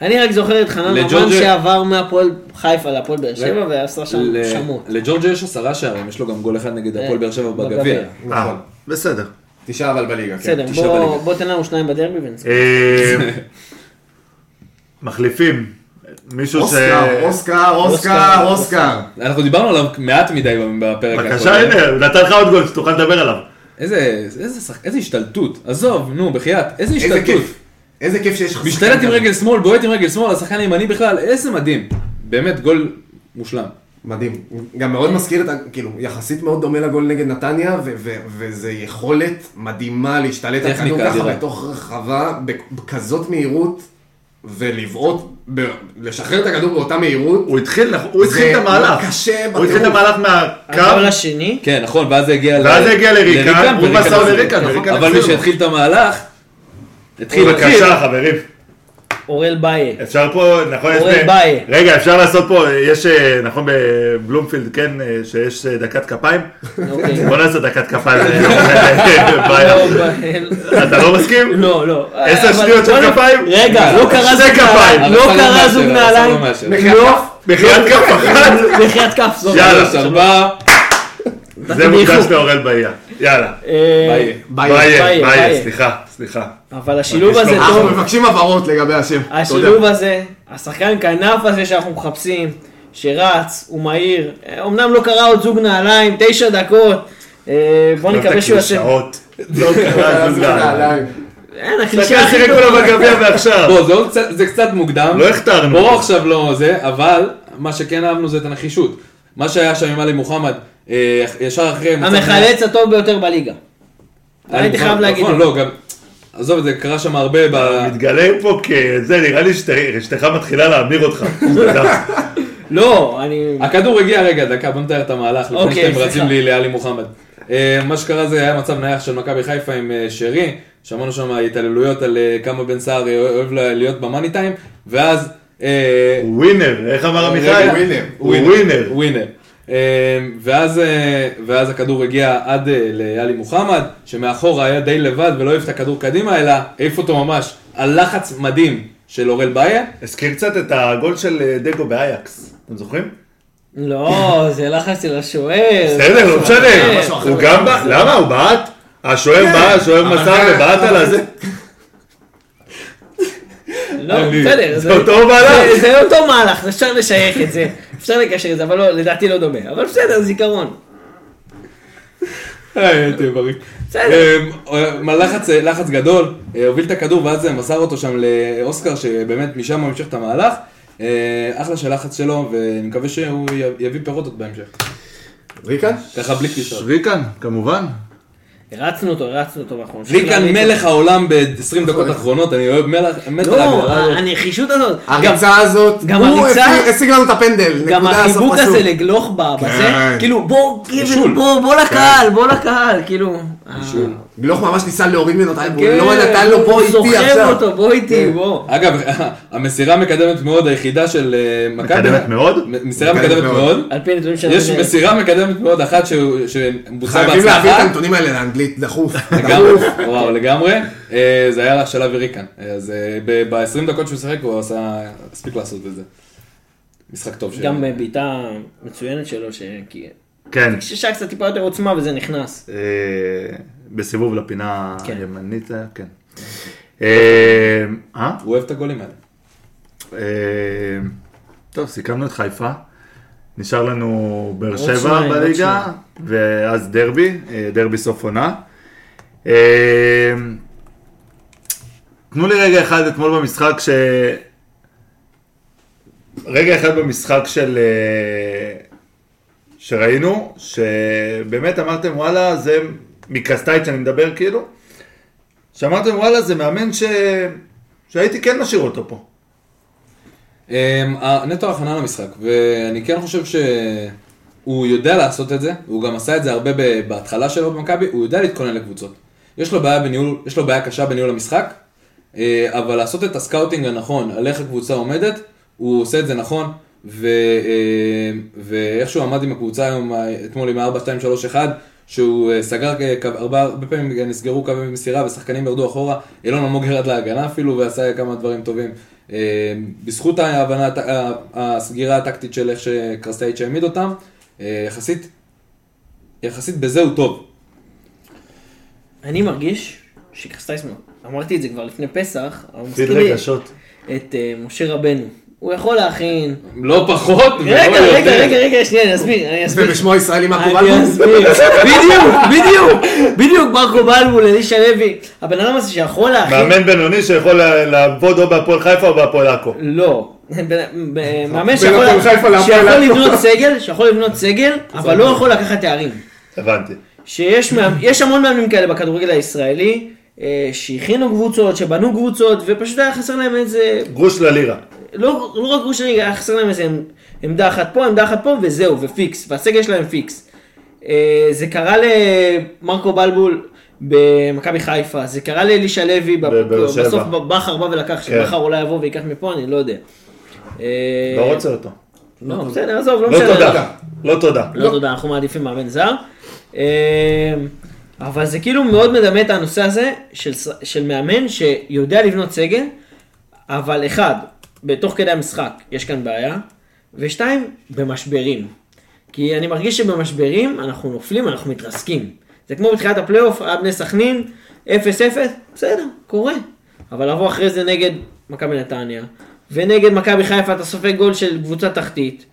Speaker 6: אני רק זוכר את חנן ממן
Speaker 5: לג'ורג'ה-
Speaker 6: שעבר מהפועל חיפה להפועל באר שבע
Speaker 5: ל-
Speaker 6: ועשה שם
Speaker 5: ל- כן,
Speaker 6: שמות. אה,
Speaker 5: לג'ורג'ה אה, יש עשרה שערים, יש לו גם גול אחד נגד הפועל באר שבע בגביע.
Speaker 6: בגביע.
Speaker 1: אה,
Speaker 7: נכון.
Speaker 1: בסדר.
Speaker 7: תשעה אבל בליגה, כן.
Speaker 6: בסדר,
Speaker 5: תשעה
Speaker 6: בוא-
Speaker 5: בליגה.
Speaker 6: בוא תן לנו שניים בדרבי ונזכיר.
Speaker 1: אה, מחליפים. מישהו ש...
Speaker 7: אוסקר, אוסקר, אוסקר, אוסקר.
Speaker 5: אנחנו דיברנו עליו מעט מדי בפרק הקודם.
Speaker 1: בבקשה, הנה, הוא נתן לך עוד גול שתוכל לדבר עליו.
Speaker 5: איזה, איזה, שחק... איזה השתלטות, עזוב, נו, בחייאת, איזה
Speaker 7: איזה
Speaker 5: השתלטות.
Speaker 7: כיף. איזה כיף שיש לך שחקן
Speaker 5: משתלט עם
Speaker 7: כזה.
Speaker 5: רגל שמאל, בועט עם רגל שמאל, השחקן הימני בכלל, איזה מדהים. באמת, גול מושלם.
Speaker 7: מדהים. גם מאוד
Speaker 1: כן.
Speaker 7: מזכיר את, ה- כאילו, יחסית מאוד דומה לגול נגד נתניה, ו- ו- וזה יכולת מדהימה להשתלט על כדור
Speaker 5: טכניקה
Speaker 7: ככה
Speaker 5: אדירה.
Speaker 7: בתוך רחבה, בכ- בכזאת מהירות, ולבעוט, ב- לשחרר את הכדור באותה מהירות.
Speaker 1: הוא התחיל, נכון, הוא
Speaker 7: זה
Speaker 1: התחיל את המהלך.
Speaker 7: קשה
Speaker 1: הוא התחיל את
Speaker 7: בטירוף.
Speaker 1: המהלך מהקו,
Speaker 6: הגול השני,
Speaker 5: כן, נכון, ואז זה הגיע
Speaker 1: ואז זה הגיע לריקן, הוא
Speaker 5: וריקן
Speaker 1: מסר
Speaker 5: החזיר.
Speaker 1: לריקן, כן,
Speaker 5: נכון.
Speaker 1: וריקן
Speaker 5: אבל
Speaker 1: החזיר
Speaker 5: מי
Speaker 1: לו.
Speaker 5: שהתחיל את המהלך, התחיל, התחיל.
Speaker 1: בבקשה חברים,
Speaker 6: אורל באיה.
Speaker 1: אפשר פה, נכון, יש...
Speaker 6: אורן
Speaker 1: ב-
Speaker 6: ביי.
Speaker 1: רגע, אפשר לעשות פה, יש, אה, נכון, בבלומפילד, כן, אה, שיש אה, דקת כפיים?
Speaker 6: אוקיי.
Speaker 1: בוא נעשה דקת כפיים. אה, ביי.
Speaker 6: לא, ב-
Speaker 1: אתה לא מסכים?
Speaker 6: לא, לא.
Speaker 1: עשר
Speaker 6: אבל-
Speaker 1: שניות
Speaker 6: בוא
Speaker 1: של
Speaker 6: נ-
Speaker 1: כפיים?
Speaker 6: רגע, לא קרה
Speaker 1: זה
Speaker 6: זוג
Speaker 1: כפיים.
Speaker 6: נעליים. לא
Speaker 5: הרס"ר
Speaker 6: קרה
Speaker 5: מאשר,
Speaker 6: זוג
Speaker 5: הרס"ר
Speaker 6: נעליים.
Speaker 5: לא מאשר.
Speaker 6: לא.
Speaker 1: בחייאת כף אחת?
Speaker 6: בחייאת כף. זו-
Speaker 1: יאללה,
Speaker 5: שלוש, ארבע,
Speaker 1: זה מוקדש לאורל באיה. יאללה.
Speaker 6: אה,
Speaker 5: ביי.
Speaker 1: באיה,
Speaker 6: ביי,
Speaker 1: באיה,
Speaker 6: ביי.
Speaker 1: סליחה, סליחה.
Speaker 6: אבל השילוב הזה
Speaker 1: אנחנו
Speaker 6: טוב.
Speaker 7: אנחנו מבקשים הבהרות לגבי
Speaker 6: אה,
Speaker 7: השם.
Speaker 6: השילוב הזה, השחקן כנף הזה שאנחנו מחפשים, שרץ, הוא מהיר, אה, אמנם לא קרה עוד זוג נעליים, תשע דקות, אה, בוא נקווה שהוא יעשה...
Speaker 1: לא שעות. לא
Speaker 7: אה,
Speaker 1: קרה זוג
Speaker 6: לא,
Speaker 1: נעליים.
Speaker 6: אין,
Speaker 1: דקה
Speaker 6: הקלישה הכי
Speaker 1: שיחק
Speaker 6: טובה.
Speaker 1: לו בגביע ועכשיו.
Speaker 5: בוא, זה עוד קצת- זה קצת מוקדם.
Speaker 1: לא הכתרנו.
Speaker 5: פה עכשיו לא זה, אבל מה שכן אהבנו זה את הנחישות. מה שהיה שם עם עלי מוחמד, אה, ישר אחרי... מצב-
Speaker 6: המחלץ הטוב ביותר בליגה. הייתי חייב להגיד.
Speaker 5: נכון, לא, גם... עזוב את זה, קרה שם הרבה ב...
Speaker 1: מתגלה פה כזה, נראה לי שת- אשתך מתחילה להמיר אותך.
Speaker 6: לא, אני...
Speaker 5: הכדור הגיע, רגע, דקה, בוא נתאר את המהלך, לפני
Speaker 6: אוקיי,
Speaker 5: שאתם
Speaker 6: סליחה.
Speaker 5: רצים לי לאלי מוחמד. אה, מה שקרה זה היה מצב נייח של מכבי חיפה עם אה, שרי, שמענו שם התעללויות על אה, כמה בן סער אה, אוהב לה- להיות במאני טיים, ואז... אה,
Speaker 1: הוא ווינר, איך אמר
Speaker 7: רגע,
Speaker 1: עמיחי?
Speaker 7: ווינר.
Speaker 1: הוא ווינר.
Speaker 5: ווינר. אה, ואז, אה, ואז הכדור הגיע עד אה, לאלי מוחמד, שמאחורה היה די לבד ולא העיף את הכדור קדימה, אלא העיף אותו ממש על לחץ מדהים של אורל באיה.
Speaker 1: הזכיר קצת את הגול של אה, דגו באייקס. אתם זוכרים?
Speaker 6: לא, זה לחץ של השוער.
Speaker 1: בסדר, לא
Speaker 6: אה,
Speaker 1: משנה.
Speaker 7: משהו אחר.
Speaker 1: הוא גם בא, למה? הוא בעט? השוער בא, השוער מסר
Speaker 7: אבל-
Speaker 1: ובעט על הזה.
Speaker 6: לא, בסדר.
Speaker 1: זה אותו
Speaker 7: לא,
Speaker 1: מהלך.
Speaker 6: זה- זה אותו מהלך, אז אפשר לשייך את זה. אפשר לקשר את זה, אבל לא, לדעתי לא דומה. אבל בסדר, זיכרון.
Speaker 5: היי, תהיה בריא.
Speaker 6: בסדר.
Speaker 5: אה, מה, לחץ, אה, לחץ גדול, אה, הוביל את הכדור ואז אה, מסר אותו שם לאוסקר, שבאמת משם הוא המשיך את המהלך. אה, אחלה של לחץ שלו, ואני מקווה שהוא י- יביא פירות עוד בהמשך.
Speaker 7: ריקן?
Speaker 5: ככה בלי קישור.
Speaker 1: ריקן, כמובן.
Speaker 6: הרצנו אותו, הרצנו אותו, ואנחנו נמשיך
Speaker 5: ריקן
Speaker 6: להריץ אותו.
Speaker 5: מלך העולם ב-20 דקות האחרונות, אני אוהב מלך, מת על
Speaker 6: נכון. לא,
Speaker 5: ההגדרה הזאת.
Speaker 6: הנחישות הזאת. גם-
Speaker 7: הריצה הזאת,
Speaker 6: גם
Speaker 7: הוא
Speaker 6: הריצה-
Speaker 7: השיג- השיג לנו את הפנדל.
Speaker 6: גם
Speaker 7: נקודה, סוף
Speaker 6: החיבוק הזה
Speaker 7: פסוק.
Speaker 6: לגלוך ב- בזה,
Speaker 7: כן.
Speaker 6: כאילו בוא, כאילו
Speaker 5: בישול.
Speaker 6: בוא, בוא לקהל, בוא לקהל, כאילו. אה,
Speaker 7: גלוך ממש ניסה להוריד ממנו את האלבום,
Speaker 6: כן,
Speaker 7: לא נתן לו פה
Speaker 6: הוא
Speaker 7: איתי
Speaker 6: סוחב
Speaker 7: עכשיו. כן.
Speaker 6: אותו, בוא איתי, בוא.
Speaker 5: אגב, המסירה מקדמת מאוד היחידה של אה, מכבי.
Speaker 1: מקדמת מאוד?
Speaker 5: מ- מסירה
Speaker 7: מקדמת
Speaker 5: מקדמת
Speaker 7: מאוד.
Speaker 5: מאוד.
Speaker 6: על פי נתונים של...
Speaker 5: יש מסירה מקדמת מאוד אחת שהוא- שבוצעה
Speaker 7: חייבים להביא את
Speaker 5: בהצלחה.
Speaker 7: הנתונים האלה לאנגלית, דחוף.
Speaker 5: לגמרי, וואו, לגמרי. אה, זה היה של אבי ריקן. אה, אז ב-20 דקות שהוא שיחק הוא עשה, הספיק לעשות את זה. משחק טוב שלו.
Speaker 6: גם אה, בעיטה מצוינת שלו, ש- כי-
Speaker 1: כן.
Speaker 6: ששעה קצת טיפה יותר עוצמה וזה נכנס.
Speaker 1: אה, בסיבוב לפינה
Speaker 6: כן.
Speaker 1: הימנית, זה היה, כן. אה, אה?
Speaker 5: הוא אוהב את הגולים האלה.
Speaker 1: אה, טוב, סיכמנו את חיפה. נשאר לנו באר שבע
Speaker 6: שניים, עוד
Speaker 1: בליגה,
Speaker 6: שניים.
Speaker 1: ואז דרבי, אה, דרבי סוף עונה. אה, תנו לי רגע אחד אתמול במשחק ש... רגע אחד במשחק של... אה, שראינו, שבאמת אמרתם וואלה, זה מקסטייץ' אני מדבר כאילו, שאמרתם וואלה, זה מאמן ש... שהייתי כן משאיר אותו פה.
Speaker 5: אמ, ה- נטו הכנה למשחק, ואני כן חושב שהוא יודע לעשות את זה, הוא גם עשה את זה הרבה ב- בהתחלה שלו במכבי, הוא יודע להתכונן לקבוצות. יש לו בעיה בניהול, יש לו בעיה קשה בניהול המשחק, אה, אבל לעשות את הסקאוטינג הנכון על איך הקבוצה עומדת, הוא עושה את זה נכון, ו, אה, ואיכשהו עמד עם הקבוצה היום, אה, אתמול עם ה-4-2-3-1, שהוא אה, סגר, אה, קו- הרבה, הרבה פעמים נסגרו קווי מסירה ושחקנים ירדו אחורה, אילון אלמוג ירד להגנה אפילו ועשה כמה דברים טובים. אה, בזכות ההבנה, הט- ה- הסגירה הטקטית של איך שקרסטייץ' העמיד אותם, אה, יחסית, יחסית בזה הוא טוב.
Speaker 6: אני מרגיש שקרסטייס, אמרתי את זה כבר לפני פסח, אבל הוא
Speaker 1: פיד
Speaker 6: מזכיר לי
Speaker 1: רגשות.
Speaker 6: את אה, משה רבנו. הוא יכול להכין...
Speaker 5: לא פחות ולא
Speaker 6: רגע,
Speaker 5: יותר.
Speaker 6: רגע, רגע, רגע, שנייה, אני אסביר, אני אסביר.
Speaker 7: ובשמו הישראלי מה קורה?
Speaker 6: אני אסביר. בדיוק, בדיוק, בדיוק, ברקו בלבול, אלישע לוי. הבן אדם הזה שיכול להכין...
Speaker 1: מאמן בינוני שיכול ל- לעבוד או בהפועל חיפה או בהפועל עכו.
Speaker 6: לא. בן- ב- מאמן
Speaker 7: הפועל חיפה
Speaker 6: שיכול
Speaker 7: להפועל
Speaker 6: שיכול
Speaker 7: עכו.
Speaker 6: לבנות סגל, שיכול לבנות סגל, אבל לא יכול לקחת תארים.
Speaker 1: הבנתי.
Speaker 6: שיש מאמ- יש המון מאמנים כאלה בכדורגל הישראלי, אה, שהכינו קבוצות, שבנו קבוצות, ופשוט היה חסר להם איזה...
Speaker 1: גרוש ללירה.
Speaker 6: לא לא רק גרוש ליגה, היה חסר להם איזה עמדה אחת פה, עמדה אחת פה, וזהו, ופיקס, והסגל שלהם פיקס. אה, זה קרה למרקו בלבול במכבי חיפה, זה קרה לאלישע לוי, ב-
Speaker 1: בבאר שבע. כן.
Speaker 6: בסוף בכר בא ולקח, שבכר אולי יבוא ויקח מפה, אני לא יודע. אה,
Speaker 1: לא רוצה אותו.
Speaker 6: לא, בסדר, עזוב, לא
Speaker 1: לא
Speaker 6: משנה.
Speaker 1: תודה. לא תודה.
Speaker 6: לא תודה, אנחנו מעדיפים מאמן זר. אה, אבל זה כאילו מאוד מדמה את הנושא הזה של, ס- של מאמן שיודע לבנות סגל, אבל אחד, בתוך כדי המשחק יש כאן בעיה, ושתיים, במשברים. כי אני מרגיש שבמשברים אנחנו נופלים, אנחנו מתרסקים. זה כמו בתחילת הפלייאוף, היה בני סכנין, 0-0, בסדר, קורה. אבל לבוא אחרי זה נגד מכבי נתניה, ונגד מכבי חיפה אתה סופג גול של קבוצה תחתית,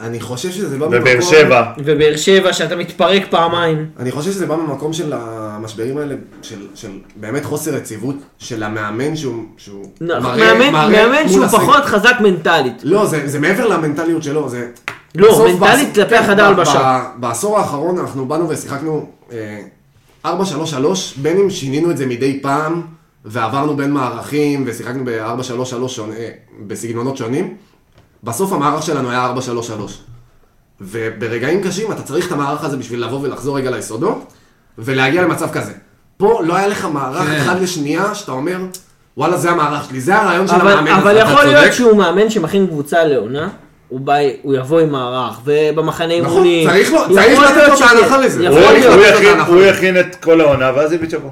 Speaker 7: אני חושב שזה בא
Speaker 1: ובאר
Speaker 7: ממקום-
Speaker 1: שבע.
Speaker 6: ובאר שבע שאתה מתפרק פעמיים.
Speaker 7: אני חושב שזה בא ממקום של המשברים האלה, של, של באמת חוסר יציבות, של המאמן שהוא, שהוא
Speaker 6: נכון. מאמן, מאמן
Speaker 7: נכון. מול
Speaker 6: שהוא
Speaker 7: הסגל.
Speaker 6: פחות חזק מנטלית.
Speaker 7: לא, זה, זה מעבר למנטליות שלו, זה...
Speaker 6: לא,
Speaker 7: בסוף
Speaker 6: מנטלית
Speaker 7: בעש-
Speaker 6: כלפי החדר
Speaker 7: ב-
Speaker 6: הלבשה.
Speaker 7: ב- בעשור האחרון אנחנו באנו ושיחקנו אה, 4-3-3, בין אם שינינו את זה מדי פעם, ועברנו בין מערכים, ושיחקנו ב-4-3-3 שונה, אה, בסגנונות שונים, בסוף המערך שלנו היה 4-3-3. וברגעים קשים אתה צריך את המערך הזה בשביל לבוא ולחזור רגע ליסודות, ולהגיע למצב כזה. פה לא היה לך מערך
Speaker 6: כן.
Speaker 7: אחד לשנייה שאתה אומר, וואלה זה המערך שלי, זה הרעיון של
Speaker 6: אבל,
Speaker 7: המאמן הזה.
Speaker 6: אבל
Speaker 7: אתה
Speaker 6: יכול
Speaker 7: צודק.
Speaker 6: להיות שהוא מאמן שמכין קבוצה לעונה, הוא, בא, הוא יבוא עם מערך, ובמחנה
Speaker 7: נכון,
Speaker 6: אימונים.
Speaker 7: צריך לו-
Speaker 6: יכול
Speaker 7: צריך לתת
Speaker 6: להיות
Speaker 7: לו את
Speaker 6: שכן.
Speaker 7: ההנחה לזה.
Speaker 1: הוא
Speaker 6: יכול
Speaker 7: יכול
Speaker 6: להיות. נכון.
Speaker 1: הוא
Speaker 7: להיות.
Speaker 1: יכין- הוא יכין את כל העונה ואז הביא צ'קו.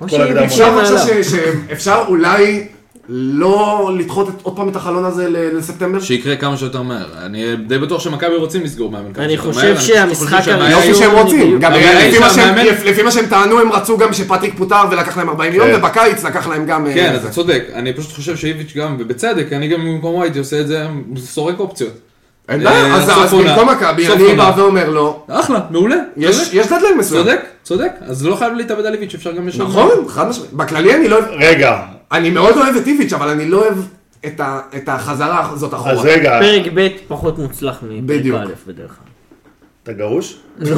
Speaker 6: או
Speaker 1: כל ההגדרה.
Speaker 6: שיהיה
Speaker 7: אפשר
Speaker 6: מעליו.
Speaker 7: עכשיו ש- שאפשר אולי לא לדחות את- עוד פעם את החלון הזה ל- לספטמבר?
Speaker 5: שיקרה כמה שיותר מהר. אני די בטוח שמכבי רוצים לסגור מאמן כמה
Speaker 6: אני
Speaker 5: שיותר
Speaker 6: חושב
Speaker 5: מהר. אני פשוט
Speaker 6: שהמשחק
Speaker 5: חושב שהבעיה
Speaker 6: הראשון-
Speaker 7: יופי לא שהם
Speaker 6: היום
Speaker 7: רוצים,
Speaker 6: בדיוק.
Speaker 7: גם
Speaker 5: הבעיה היא
Speaker 7: לפי מה שהם-
Speaker 5: שהמאמן-
Speaker 7: לפי מה שהם טענו הם רצו גם שפטריק פוטר ולקח להם 40 יום
Speaker 1: כן.
Speaker 7: ובקיץ לקח להם גם... אה,
Speaker 5: כן,
Speaker 7: זה.
Speaker 5: אתה צודק. אני פשוט חושב שאיביץ' גם, ובצדק, אני גם במקומו הייתי עושה את זה, סורק אופציות.
Speaker 7: אין
Speaker 5: אה,
Speaker 7: בעיה, אז-
Speaker 5: סוף
Speaker 7: אז
Speaker 5: עונה.
Speaker 7: במקום מכבי
Speaker 5: סוף
Speaker 7: אני
Speaker 5: עונה.
Speaker 7: בא ואומר לו,
Speaker 5: אחלה, מעולה.
Speaker 7: יש
Speaker 5: צודק,
Speaker 7: יש דדליין מסוים.
Speaker 5: צודק, צודק. אז לא חייב להתאבד על איביץ', אפשר גם לשנות.
Speaker 7: נכון, חד משמעית. בכללי אני לא אוהב,
Speaker 1: רגע,
Speaker 7: אני מאוד אוהב את איביץ', אבל אני לא אוהב את ה- את החזרה הזאת
Speaker 1: אז
Speaker 7: אחורה.
Speaker 6: נכון.
Speaker 1: רגע,
Speaker 6: פרק ב' פחות מוצלח מפרק
Speaker 7: בדיוק.
Speaker 6: א' בדרך כלל.
Speaker 1: אתה גרוש?
Speaker 6: לא.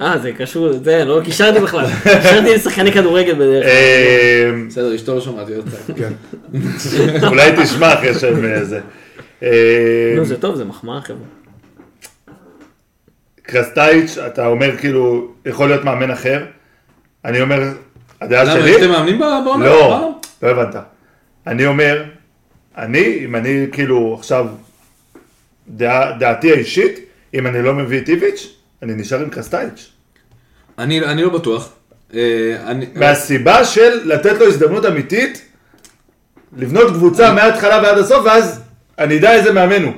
Speaker 6: אה, זה קשור, זה, לא קישרתי בכלל. קישרתי לשחקני כדורגל בדרך כלל.
Speaker 1: אה,
Speaker 5: בסדר, אשתו לא שמעתי אותה.
Speaker 1: אולי תשמע אחרי שהם אה, זה. אה,
Speaker 6: נו, לא זה טוב, זה מחמאה, חבר'ה.
Speaker 1: קרסטייץ', אתה אומר כאילו, יכול להיות מאמן אחר. אני אומר, הדעה
Speaker 5: למה,
Speaker 1: שלי...
Speaker 5: יש אתם מאמנים ב- בעונה?
Speaker 1: לא, לא הבנת. אני אומר, אני, אם אני כאילו עכשיו, דעה- דעתי האישית, אם אני לא מביא את איביץ', אני נשאר עם קרסטייץ'.
Speaker 5: אני אני לא בטוח. אה, אני-
Speaker 1: מהסיבה של לתת לו הזדמנות אמיתית, לבנות קבוצה מההתחלה ועד הסוף, ואז אני אדע איזה מאמן הוא.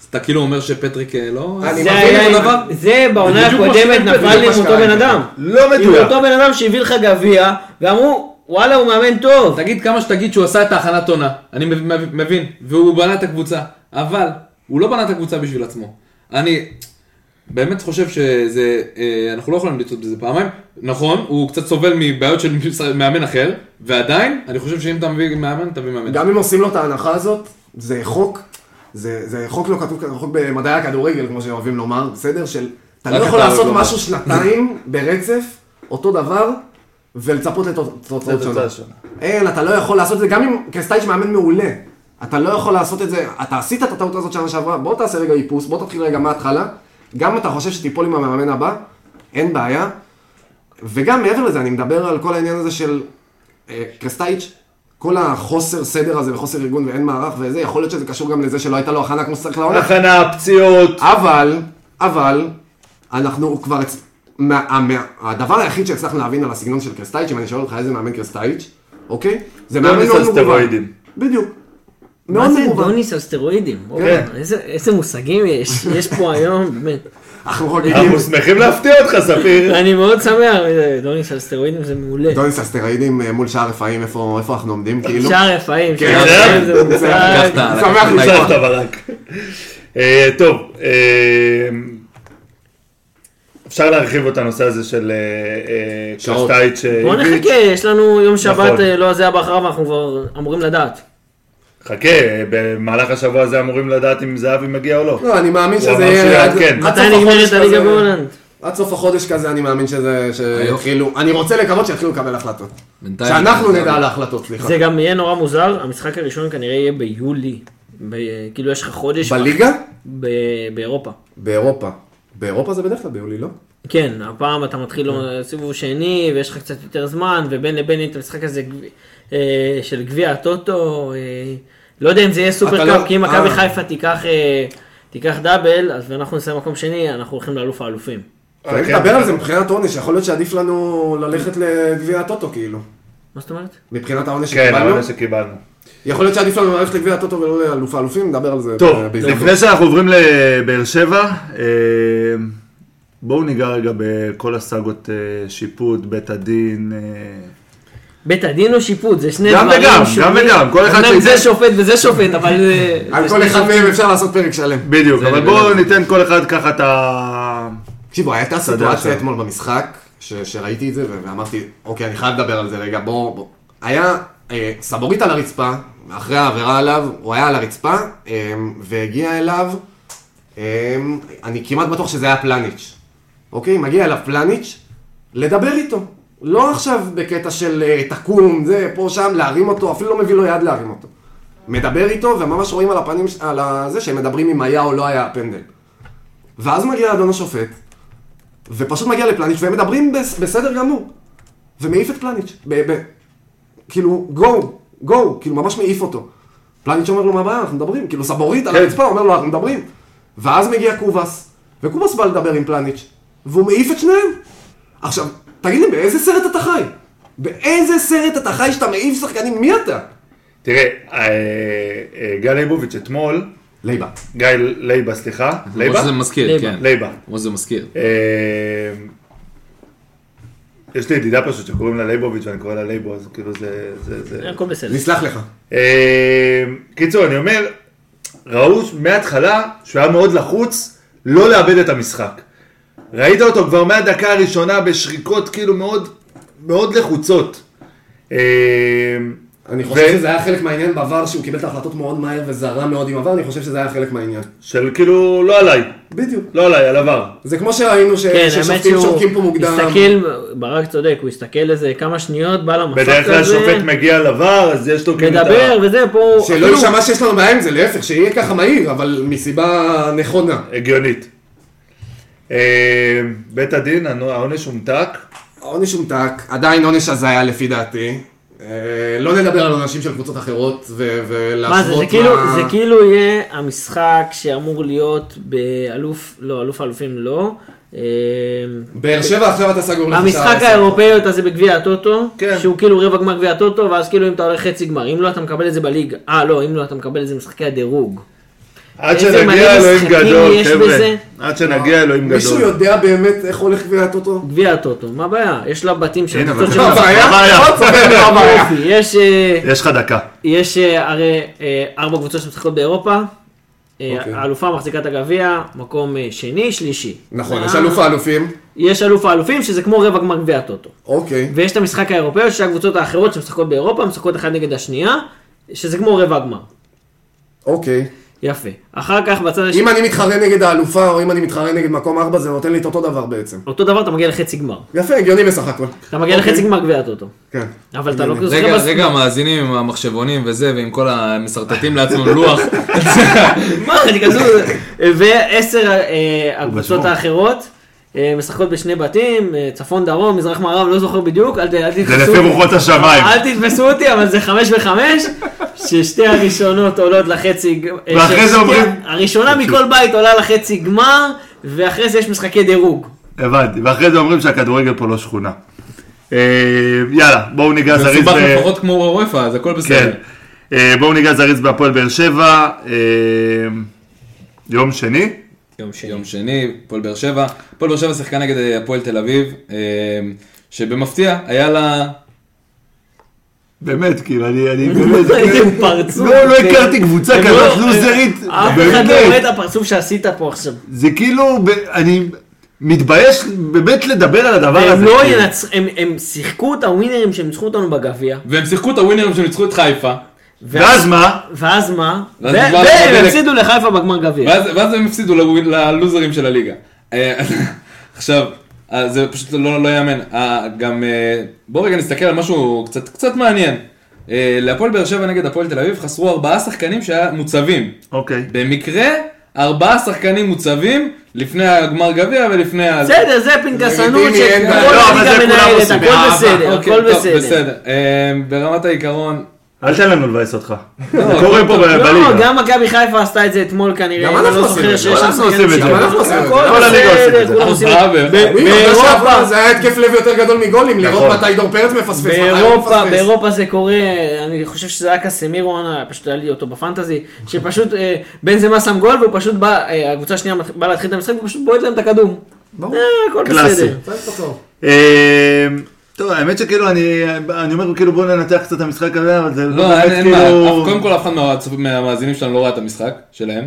Speaker 5: אז אתה כאילו אומר שפטריק אה, לא...
Speaker 7: אני
Speaker 5: אז-
Speaker 6: זה
Speaker 7: מבין
Speaker 6: היה-
Speaker 5: אותו דבר.
Speaker 6: זה בעונה
Speaker 5: בדיוק כמו
Speaker 6: הקודמת
Speaker 5: שקרה
Speaker 6: נפל לי עם
Speaker 7: בדיוק מה
Speaker 6: אותו בן
Speaker 7: שקרה.
Speaker 6: אדם.
Speaker 1: לא
Speaker 6: עם
Speaker 1: מדויק.
Speaker 6: אותו בן אדם שהביא לך גביע, ואמרו, וואלה, הוא מאמן טוב.
Speaker 5: תגיד כמה שתגיד שהוא עשה את ההכנת עונה, אני מב- מב- מבין, והוא בנה את הקבוצה, אבל הוא לא בנה את הקבוצה בשביל עצמו. אני באמת חושב שזה, אה, אנחנו לא יכולים לצעוד בזה פעמיים, נכון, הוא קצת סובל מבעיות של מאמן אחר, ועדיין, אני חושב שאם אתה מביא מאמן, תביא מאמן.
Speaker 7: גם אם עושים לו את ההנחה הזאת, זה חוק, זה, זה חוק לא כתוב, כ- חוק במדעי הכדורגל, כמו שאוהבים לומר, בסדר? של אתה לא
Speaker 5: רק
Speaker 7: יכול
Speaker 5: אתה
Speaker 7: לעשות
Speaker 5: לא
Speaker 7: משהו שנתיים ברצף, אותו דבר, ולצפות לתוצאות
Speaker 1: לתוצאה
Speaker 7: שונות.
Speaker 1: שונה.
Speaker 7: אין, אתה לא יכול לעשות את זה, גם אם קסטייץ' מאמן מעולה. אתה לא יכול לעשות את זה, אתה עשית את הטעות הזאת שנה שעברה, בוא תעשה רגע איפוס, בוא תתחיל רגע מההתחלה. גם אם אתה חושב שתיפול עם המאמן הבא, אין בעיה. וגם מעבר לזה, אני מדבר על כל העניין הזה של אה, קרסטייץ', כל החוסר סדר הזה וחוסר ארגון ואין מערך וזה, יכול להיות שזה קשור גם לזה שלא הייתה לו הכנה כמו שצריך לעונה.
Speaker 1: הכנה, פציעות.
Speaker 7: אבל, אבל, אנחנו כבר... הצ- מה, המה, הדבר היחיד שהצלחנו להבין על הסגנון של קרסטייץ', אם אני שואל אותך איזה מאמן קרסטייץ', אוקיי? זה מאמן
Speaker 1: דוניס על
Speaker 7: מאוד מגוון.
Speaker 1: סטרואידים.
Speaker 7: בדיוק.
Speaker 6: מה
Speaker 7: מאוד
Speaker 6: זה
Speaker 7: מגוון.
Speaker 6: דוניס על סטרואידים?
Speaker 7: כן.
Speaker 6: אוקיי, איזה- איזה מושגים יש, יש פה היום, באמת.
Speaker 7: אנחנו חוגגים.
Speaker 1: אנחנו שמחים להפתיע אותך, ספיר.
Speaker 6: אני מאוד שמח, אה, דוניס על סטרואידים זה מעולה.
Speaker 7: דוניס הסטרואידים אה, מול שער רפאים, איפה איפה אנחנו עומדים? כאילו,
Speaker 6: אה, שער רפאים, שער
Speaker 7: כן,
Speaker 6: רפאים זה
Speaker 7: זה-
Speaker 6: מושג.
Speaker 5: לקחת, לקחת
Speaker 7: שמח
Speaker 5: את
Speaker 7: לשמוע.
Speaker 1: ניצחת ברק. אה, טוב, אה, אפשר להרחיב את הנושא הזה של אה, אה,
Speaker 5: שעות.
Speaker 1: קרסטייץ'
Speaker 6: בוא
Speaker 1: שהביא.
Speaker 6: נחכה, יש לנו יום שבת,
Speaker 1: נכון.
Speaker 6: אה, לא זה הבא אחריו, אנחנו כבר אמורים לדעת.
Speaker 1: חכה, במהלך השבוע הזה אמורים לדעת אם זהבי מגיע או לא.
Speaker 7: לא, אני מאמין
Speaker 1: הוא
Speaker 7: שזה
Speaker 1: אמר
Speaker 7: יהיה...
Speaker 1: שיעדכן.
Speaker 7: עד- עד
Speaker 6: מתי
Speaker 7: סוף
Speaker 6: נגמרת
Speaker 7: החודש
Speaker 6: הליגה
Speaker 7: כזה-
Speaker 6: בהולנד?
Speaker 7: עד סוף החודש כזה אני מאמין שזה... שיתחילו... אני רוצה לקוות שיתחילו לקבל החלטות.
Speaker 5: בינתיים...
Speaker 7: שאנחנו נדע על ההחלטות, סליחה.
Speaker 6: זה גם יהיה נורא מוזר, המשחק הראשון כנראה יהיה ביולי. ב- כאילו יש לך חודש
Speaker 7: בליגה?
Speaker 6: ב- אה, באירופה.
Speaker 7: באירופה. באירופה זה בדרך כלל ביולי, לא?
Speaker 6: כן, הפעם אתה מתחיל
Speaker 7: כן.
Speaker 6: לו סיבוב שני, ויש לך קצת יותר זמן, ובין לבין את המשחק הזה גב- אה, של גביע הטוטו, אה, לא יודע אם זה יהיה סופר
Speaker 7: אתה
Speaker 6: קאפ,
Speaker 7: לא-
Speaker 6: כי אם מכבי
Speaker 7: אה.
Speaker 6: חיפה תיקח, אה, תיקח דאבל, אז ואנחנו נסיים מקום שני, אנחנו הולכים לאלוף האלופים.
Speaker 7: צריך
Speaker 1: כן.
Speaker 7: לדבר על זה מבחינת עונש, יכול להיות שעדיף לנו ללכת לגביע הטוטו כאילו.
Speaker 6: מה זאת אומרת?
Speaker 7: מבחינת העונש
Speaker 1: כן,
Speaker 7: שקיבלנו.
Speaker 1: העונש שקיבלנו.
Speaker 7: יכול להיות שעדיף לנו ללכת לגביע הטוטו ולא לאלוף האלופים, נדבר על זה.
Speaker 1: טוב,
Speaker 7: ב- בהזדמנות.
Speaker 1: לפני שאנחנו עוברים לבאר שבע, אה, בואו ניגע רגע בכל הסאגות אה, שיפוט, בית הדין. אה,
Speaker 6: בית הדין או שיפוט, זה שני
Speaker 1: גם
Speaker 6: דברים
Speaker 1: וגם, גם
Speaker 6: שונים.
Speaker 1: וגם, כל אחד
Speaker 6: אמנם
Speaker 1: שיצא-
Speaker 6: זה שופט וזה שופט, אבל... אה,
Speaker 7: על
Speaker 6: זה
Speaker 7: כל
Speaker 6: שני
Speaker 7: אחד
Speaker 6: שופטים.
Speaker 7: מהם אפשר לעשות פרק שלם.
Speaker 1: בדיוק,
Speaker 5: זה
Speaker 1: אבל
Speaker 5: באמת
Speaker 1: בואו
Speaker 5: זה.
Speaker 1: ניתן כל אחד ככה את ה...
Speaker 7: תקשיבו, הייתה
Speaker 1: עכשיו.
Speaker 7: סיטואציה אתמול במשחק, ש- שראיתי את זה, ו- ואמרתי, אוקיי, אני חייב לדבר על זה רגע, בוא, בוא. היה אה, סבורית על הרצפה, אחרי העבירה עליו, הוא היה על הרצפה, אה, והגיע אליו, אה, אני כמעט בטוח שזה היה פלניץ'. אוקיי? מגיע אליו פלניץ', לדבר איתו. לא עכשיו בקטע של אה, תקום, זה, פה, שם, להרים אותו, אפילו לא מביא לו יד להרים אותו. מדבר איתו, וממש רואים על הפנים, ש- על ה- זה שהם מדברים אם היה או לא היה הפנדל. ואז מגיע אדון השופט, ופשוט מגיע לפלניץ', והם מדברים בס- בסדר גמור. ומעיף את פלניץ', ב- ב- כאילו, גו, גו, כאילו ממש מעיף אותו. פלניץ' אומר לו, מה הבעיה, אנחנו מדברים, כאילו סבורית על
Speaker 1: כן.
Speaker 7: הרצפה, אומר לו, אנחנו מדברים. ואז מגיע קובס, וקובס בא לדבר עם פלניץ', והוא מעיף את שניהם. עכשיו, תגיד לי, באיזה סרט אתה חי? באיזה סרט אתה חי שאתה מעיף שחקנים? מי אתה?
Speaker 1: תראה, אה, אה, גל ליבוביץ' אתמול,
Speaker 7: ליבה.
Speaker 1: גיא לייבה, סליחה,
Speaker 5: לייבה?
Speaker 1: לייבה?
Speaker 5: זה מזכיר,
Speaker 6: לייבה.
Speaker 5: כן.
Speaker 1: לייבה.
Speaker 5: כמו שזה מזכיר.
Speaker 1: אה, יש לי ידידה פשוט שקוראים לה לייבוביץ' ואני קורא לה לייבו, אז כאילו זה... זה- זה-
Speaker 6: הכל בסדר.
Speaker 7: נסלח לך.
Speaker 1: אה, קיצור, אני אומר, ראו מההתחלה שהוא היה מאוד לחוץ לא לאבד את המשחק. ראית אותו כבר מהדקה הראשונה בשריקות כאילו מאוד, מאוד לחוצות. אה,
Speaker 7: אני
Speaker 1: ו-
Speaker 7: חושב שזה היה חלק מהעניין בעבר, שהוא קיבל את ההחלטות מאוד מהר וזרם מאוד עם עבר, אני חושב שזה היה חלק מהעניין.
Speaker 1: של כאילו, לא עליי,
Speaker 7: בדיוק.
Speaker 1: לא עליי, על עבר.
Speaker 7: זה כמו שראינו ש-
Speaker 6: כן, האמת
Speaker 7: ששופטים
Speaker 6: שהוא
Speaker 7: שורקים פה מוקדם.
Speaker 6: הסתכל, ברק צודק, הוא הסתכל איזה כמה שניות, בא למסך כזה.
Speaker 1: בדרך כלל שופט מגיע לבר, אז יש לו כאילו את ה-
Speaker 6: מדבר וזה, פה הוא...
Speaker 7: שלא
Speaker 6: אפילו-
Speaker 7: יישמע שיש לנו בעיה עם זה, להפך, שיהיה ככה מהיר, אבל מסיבה נכונה.
Speaker 1: הגיונית. אה, בית הדין, הנו- העונש הומתק.
Speaker 7: העונש הומתק, עדיין עונש הזיה לפי דעתי. אה, לא נדבר על עונשים של קבוצות אחרות ו-
Speaker 6: מה זה,
Speaker 7: ולהשוות
Speaker 6: זה כאילו, זה כאילו יהיה המשחק שאמור להיות באלוף, לא, אלוף האלופים לא. אה,
Speaker 7: באר שבע עכשיו אתה סגור לך
Speaker 6: המשחק
Speaker 7: שער.
Speaker 6: האירופאי הזה בגביע הטוטו,
Speaker 1: כן.
Speaker 6: שהוא כאילו רבע גמר גביע הטוטו, ואז כאילו אם אתה הולך חצי גמר, אם לא אתה מקבל את זה בליגה, אה לא, אם לא אתה מקבל את זה משחקי הדירוג.
Speaker 1: עד
Speaker 6: איזה מלא
Speaker 1: שנגיע אלוהים
Speaker 6: משחקים
Speaker 1: גדול,
Speaker 6: יש
Speaker 1: חבר'ה.
Speaker 6: בזה?
Speaker 1: עד
Speaker 5: לא.
Speaker 1: שנגיע אלוהים גדול.
Speaker 7: מישהו יודע באמת איך הולך גביע הטוטו?
Speaker 6: גביע הטוטו, מה הבעיה? יש לה בתים של
Speaker 1: הנה,
Speaker 6: קבוצות
Speaker 1: אבל-
Speaker 6: של-
Speaker 1: מה הבעיה?
Speaker 7: עוד פעם, מה הבעיה?
Speaker 6: יופי, יש, אה,
Speaker 1: יש לך דקה.
Speaker 6: יש אה, הרי אה, ארבע קבוצות שמשחקות באירופה, אה,
Speaker 7: אוקיי.
Speaker 6: האלופה מחזיקה את הגביע, מקום אה, שני, שלישי.
Speaker 7: נכון,
Speaker 6: אה,
Speaker 7: יש אלוף האלופים.
Speaker 6: יש אלוף האלופים שזה כמו רבע גמר גביע הטוטו.
Speaker 7: אוקיי.
Speaker 6: ויש את המשחק האירופאי, שתי הקבוצות האחרות שמשחקות באירופה, משחקות אחת נגד השנייה, שזה כמו רבע גמר.
Speaker 7: אוקיי.
Speaker 6: יפה. אחר כך בצד השני,
Speaker 7: אם אני מתחרה נגד האלופה, או אם אני מתחרה נגד מקום ארבע, זה נותן לי את אותו דבר בעצם.
Speaker 6: אותו דבר אתה מגיע לחצי גמר.
Speaker 7: יפה, הגיוני בסך הכל.
Speaker 6: אתה מגיע
Speaker 1: אוקיי.
Speaker 6: לחצי גמר גביע הטוטו.
Speaker 7: כן.
Speaker 6: אבל אתה לא זוכר...
Speaker 5: רגע,
Speaker 6: בס-
Speaker 5: רגע, המאזינים עם המחשבונים וזה, ועם כל המסרטטים לעצמם לוח.
Speaker 6: מה, אני כזו... ועשר אה, הקבוצות
Speaker 1: בשמות.
Speaker 6: האחרות, אה, משחקות בשני בתים, אה, צפון דרום, מזרח מערב, לא זוכר בדיוק, אל ת- אל תתפסו
Speaker 1: זה
Speaker 6: אותי.
Speaker 1: לפי רוחות השמיים.
Speaker 6: אל תתפסו אותי, אבל זה חמש וחמש, ששתי הראשונות עולות לחצי... ג- אה,
Speaker 1: ואחרי זה
Speaker 6: ששתי-
Speaker 1: אומרים-
Speaker 6: הראשונה מכל בית עולה לחצי גמר, ואחרי זה יש משחקי דירוג.
Speaker 1: הבנתי, ואחרי זה אומרים שהכדורגל פה לא שכונה. אה, יאללה, בואו ניגע
Speaker 5: זה
Speaker 1: זריז.
Speaker 5: מסובך
Speaker 1: ב-
Speaker 5: לפחות כמו וופא, אז הכל
Speaker 1: כן.
Speaker 5: בסדר.
Speaker 1: אה, בואו ניגע זריז בהפועל באר שבע. אה, יום שני.
Speaker 6: יום שני.
Speaker 5: יום שני, הפועל באר שבע. הפועל באר שבע שיחקה נגד אה, הפועל תל אביב, אה, שבמפתיע היה לה...
Speaker 1: באמת, כאילו, אני, אני באמת,
Speaker 6: איזה פרצוף.
Speaker 1: לא, לא הכרתי קבוצה
Speaker 6: הם
Speaker 1: כזאת
Speaker 6: לא-
Speaker 1: לוזרית,
Speaker 6: אף אחד לא רואה את
Speaker 1: באמת,
Speaker 6: הפרצוף שעשית פה עכשיו.
Speaker 1: זה כאילו, ב- אני מתבייש באמת לדבר על הדבר הזה,
Speaker 6: והם לא
Speaker 1: כאילו.
Speaker 6: ינצחו, הם שיחקו את הווינרים שהם ניצחו אותנו בגביע.
Speaker 5: והם שיחקו את הווינרים שהם ניצחו את חיפה,
Speaker 1: ואז מה?
Speaker 6: ואז מה? ו-
Speaker 5: ואז נגמר הדלק.
Speaker 6: והם הפסידו לחיפה בגמר גביע.
Speaker 5: ואז ואז הם הפסידו לווין- ללוזרים של הליגה. אה, עכשיו, אה, זה פשוט לא לא יאמן. אה, גם, אה, בואו רגע נסתכל על משהו קצת- קצת מעניין. אה, להפועל באר שבע נגד הפועל תל אביב חסרו ארבעה שחקנים שהיה מוצבים.
Speaker 1: אוקיי,
Speaker 5: במקרה, ארבעה שחקנים מוצבים לפני הגמר גביע ולפני ה...
Speaker 6: בסדר, זה פנקסנות
Speaker 7: לגיטימי, אין בעיה.
Speaker 6: שכל
Speaker 1: לא, אבל זה
Speaker 6: הליגה
Speaker 1: כולם
Speaker 6: מנהלת,
Speaker 1: עושים
Speaker 6: הכל
Speaker 1: באהבה.
Speaker 6: בסדר,
Speaker 5: אוקיי,
Speaker 6: הכל
Speaker 5: טוב,
Speaker 6: בסדר.
Speaker 5: בסדר. אה, ברמת העיקרון...
Speaker 1: אל תן לנו לבאס אותך, זה
Speaker 5: לא,
Speaker 1: קורה פה ב-
Speaker 6: לא,
Speaker 1: בליגה,
Speaker 6: גם מכבי חיפה עשתה את זה אתמול כנראה,
Speaker 7: גם
Speaker 6: אני
Speaker 7: אנחנו
Speaker 6: לא
Speaker 7: עושים
Speaker 6: זוכר
Speaker 7: את זה,
Speaker 6: שיש
Speaker 1: גם
Speaker 6: שם
Speaker 1: אנחנו עושים את זה,
Speaker 7: גם אנחנו עושים את זה,
Speaker 1: כל הליגה עושים את זה.
Speaker 6: לא
Speaker 5: ארבעה ו-
Speaker 7: מי, אבל
Speaker 6: באירופה-
Speaker 7: שעברה אה, זה היה התקף לב יותר גדול מגולים, לראות
Speaker 1: נכון.
Speaker 7: מתי דור פרץ מפספס. מתי הוא
Speaker 6: באירופה,
Speaker 7: מפספס.
Speaker 6: באירופה זה קורה, אני חושב שזה היה קסמירו, עונה, פשוט היה לי אותו בפנטזי, שפשוט אה, בן זמה שם גול והוא פשוט בא, אה, הקבוצה השנייה מתח- באה להתחיל את המשחק והוא פשוט בועט להם את הכדור.
Speaker 7: ברור.
Speaker 6: אה, הכל
Speaker 1: קלאסי.
Speaker 6: בסדר.
Speaker 7: צריך תוצאות.
Speaker 1: אה, טוב, האמת שכאילו, אני אני אומר, כאילו, בואו ננתח קצת את המשחק הזה, אבל זה
Speaker 5: לא, אין
Speaker 1: באמת, כאילו-
Speaker 5: אין מה,
Speaker 7: כאילו-
Speaker 5: אף- קודם כל אף אחד מהצופ- מהמאזינים שלנו לא ראה את המשחק שלהם.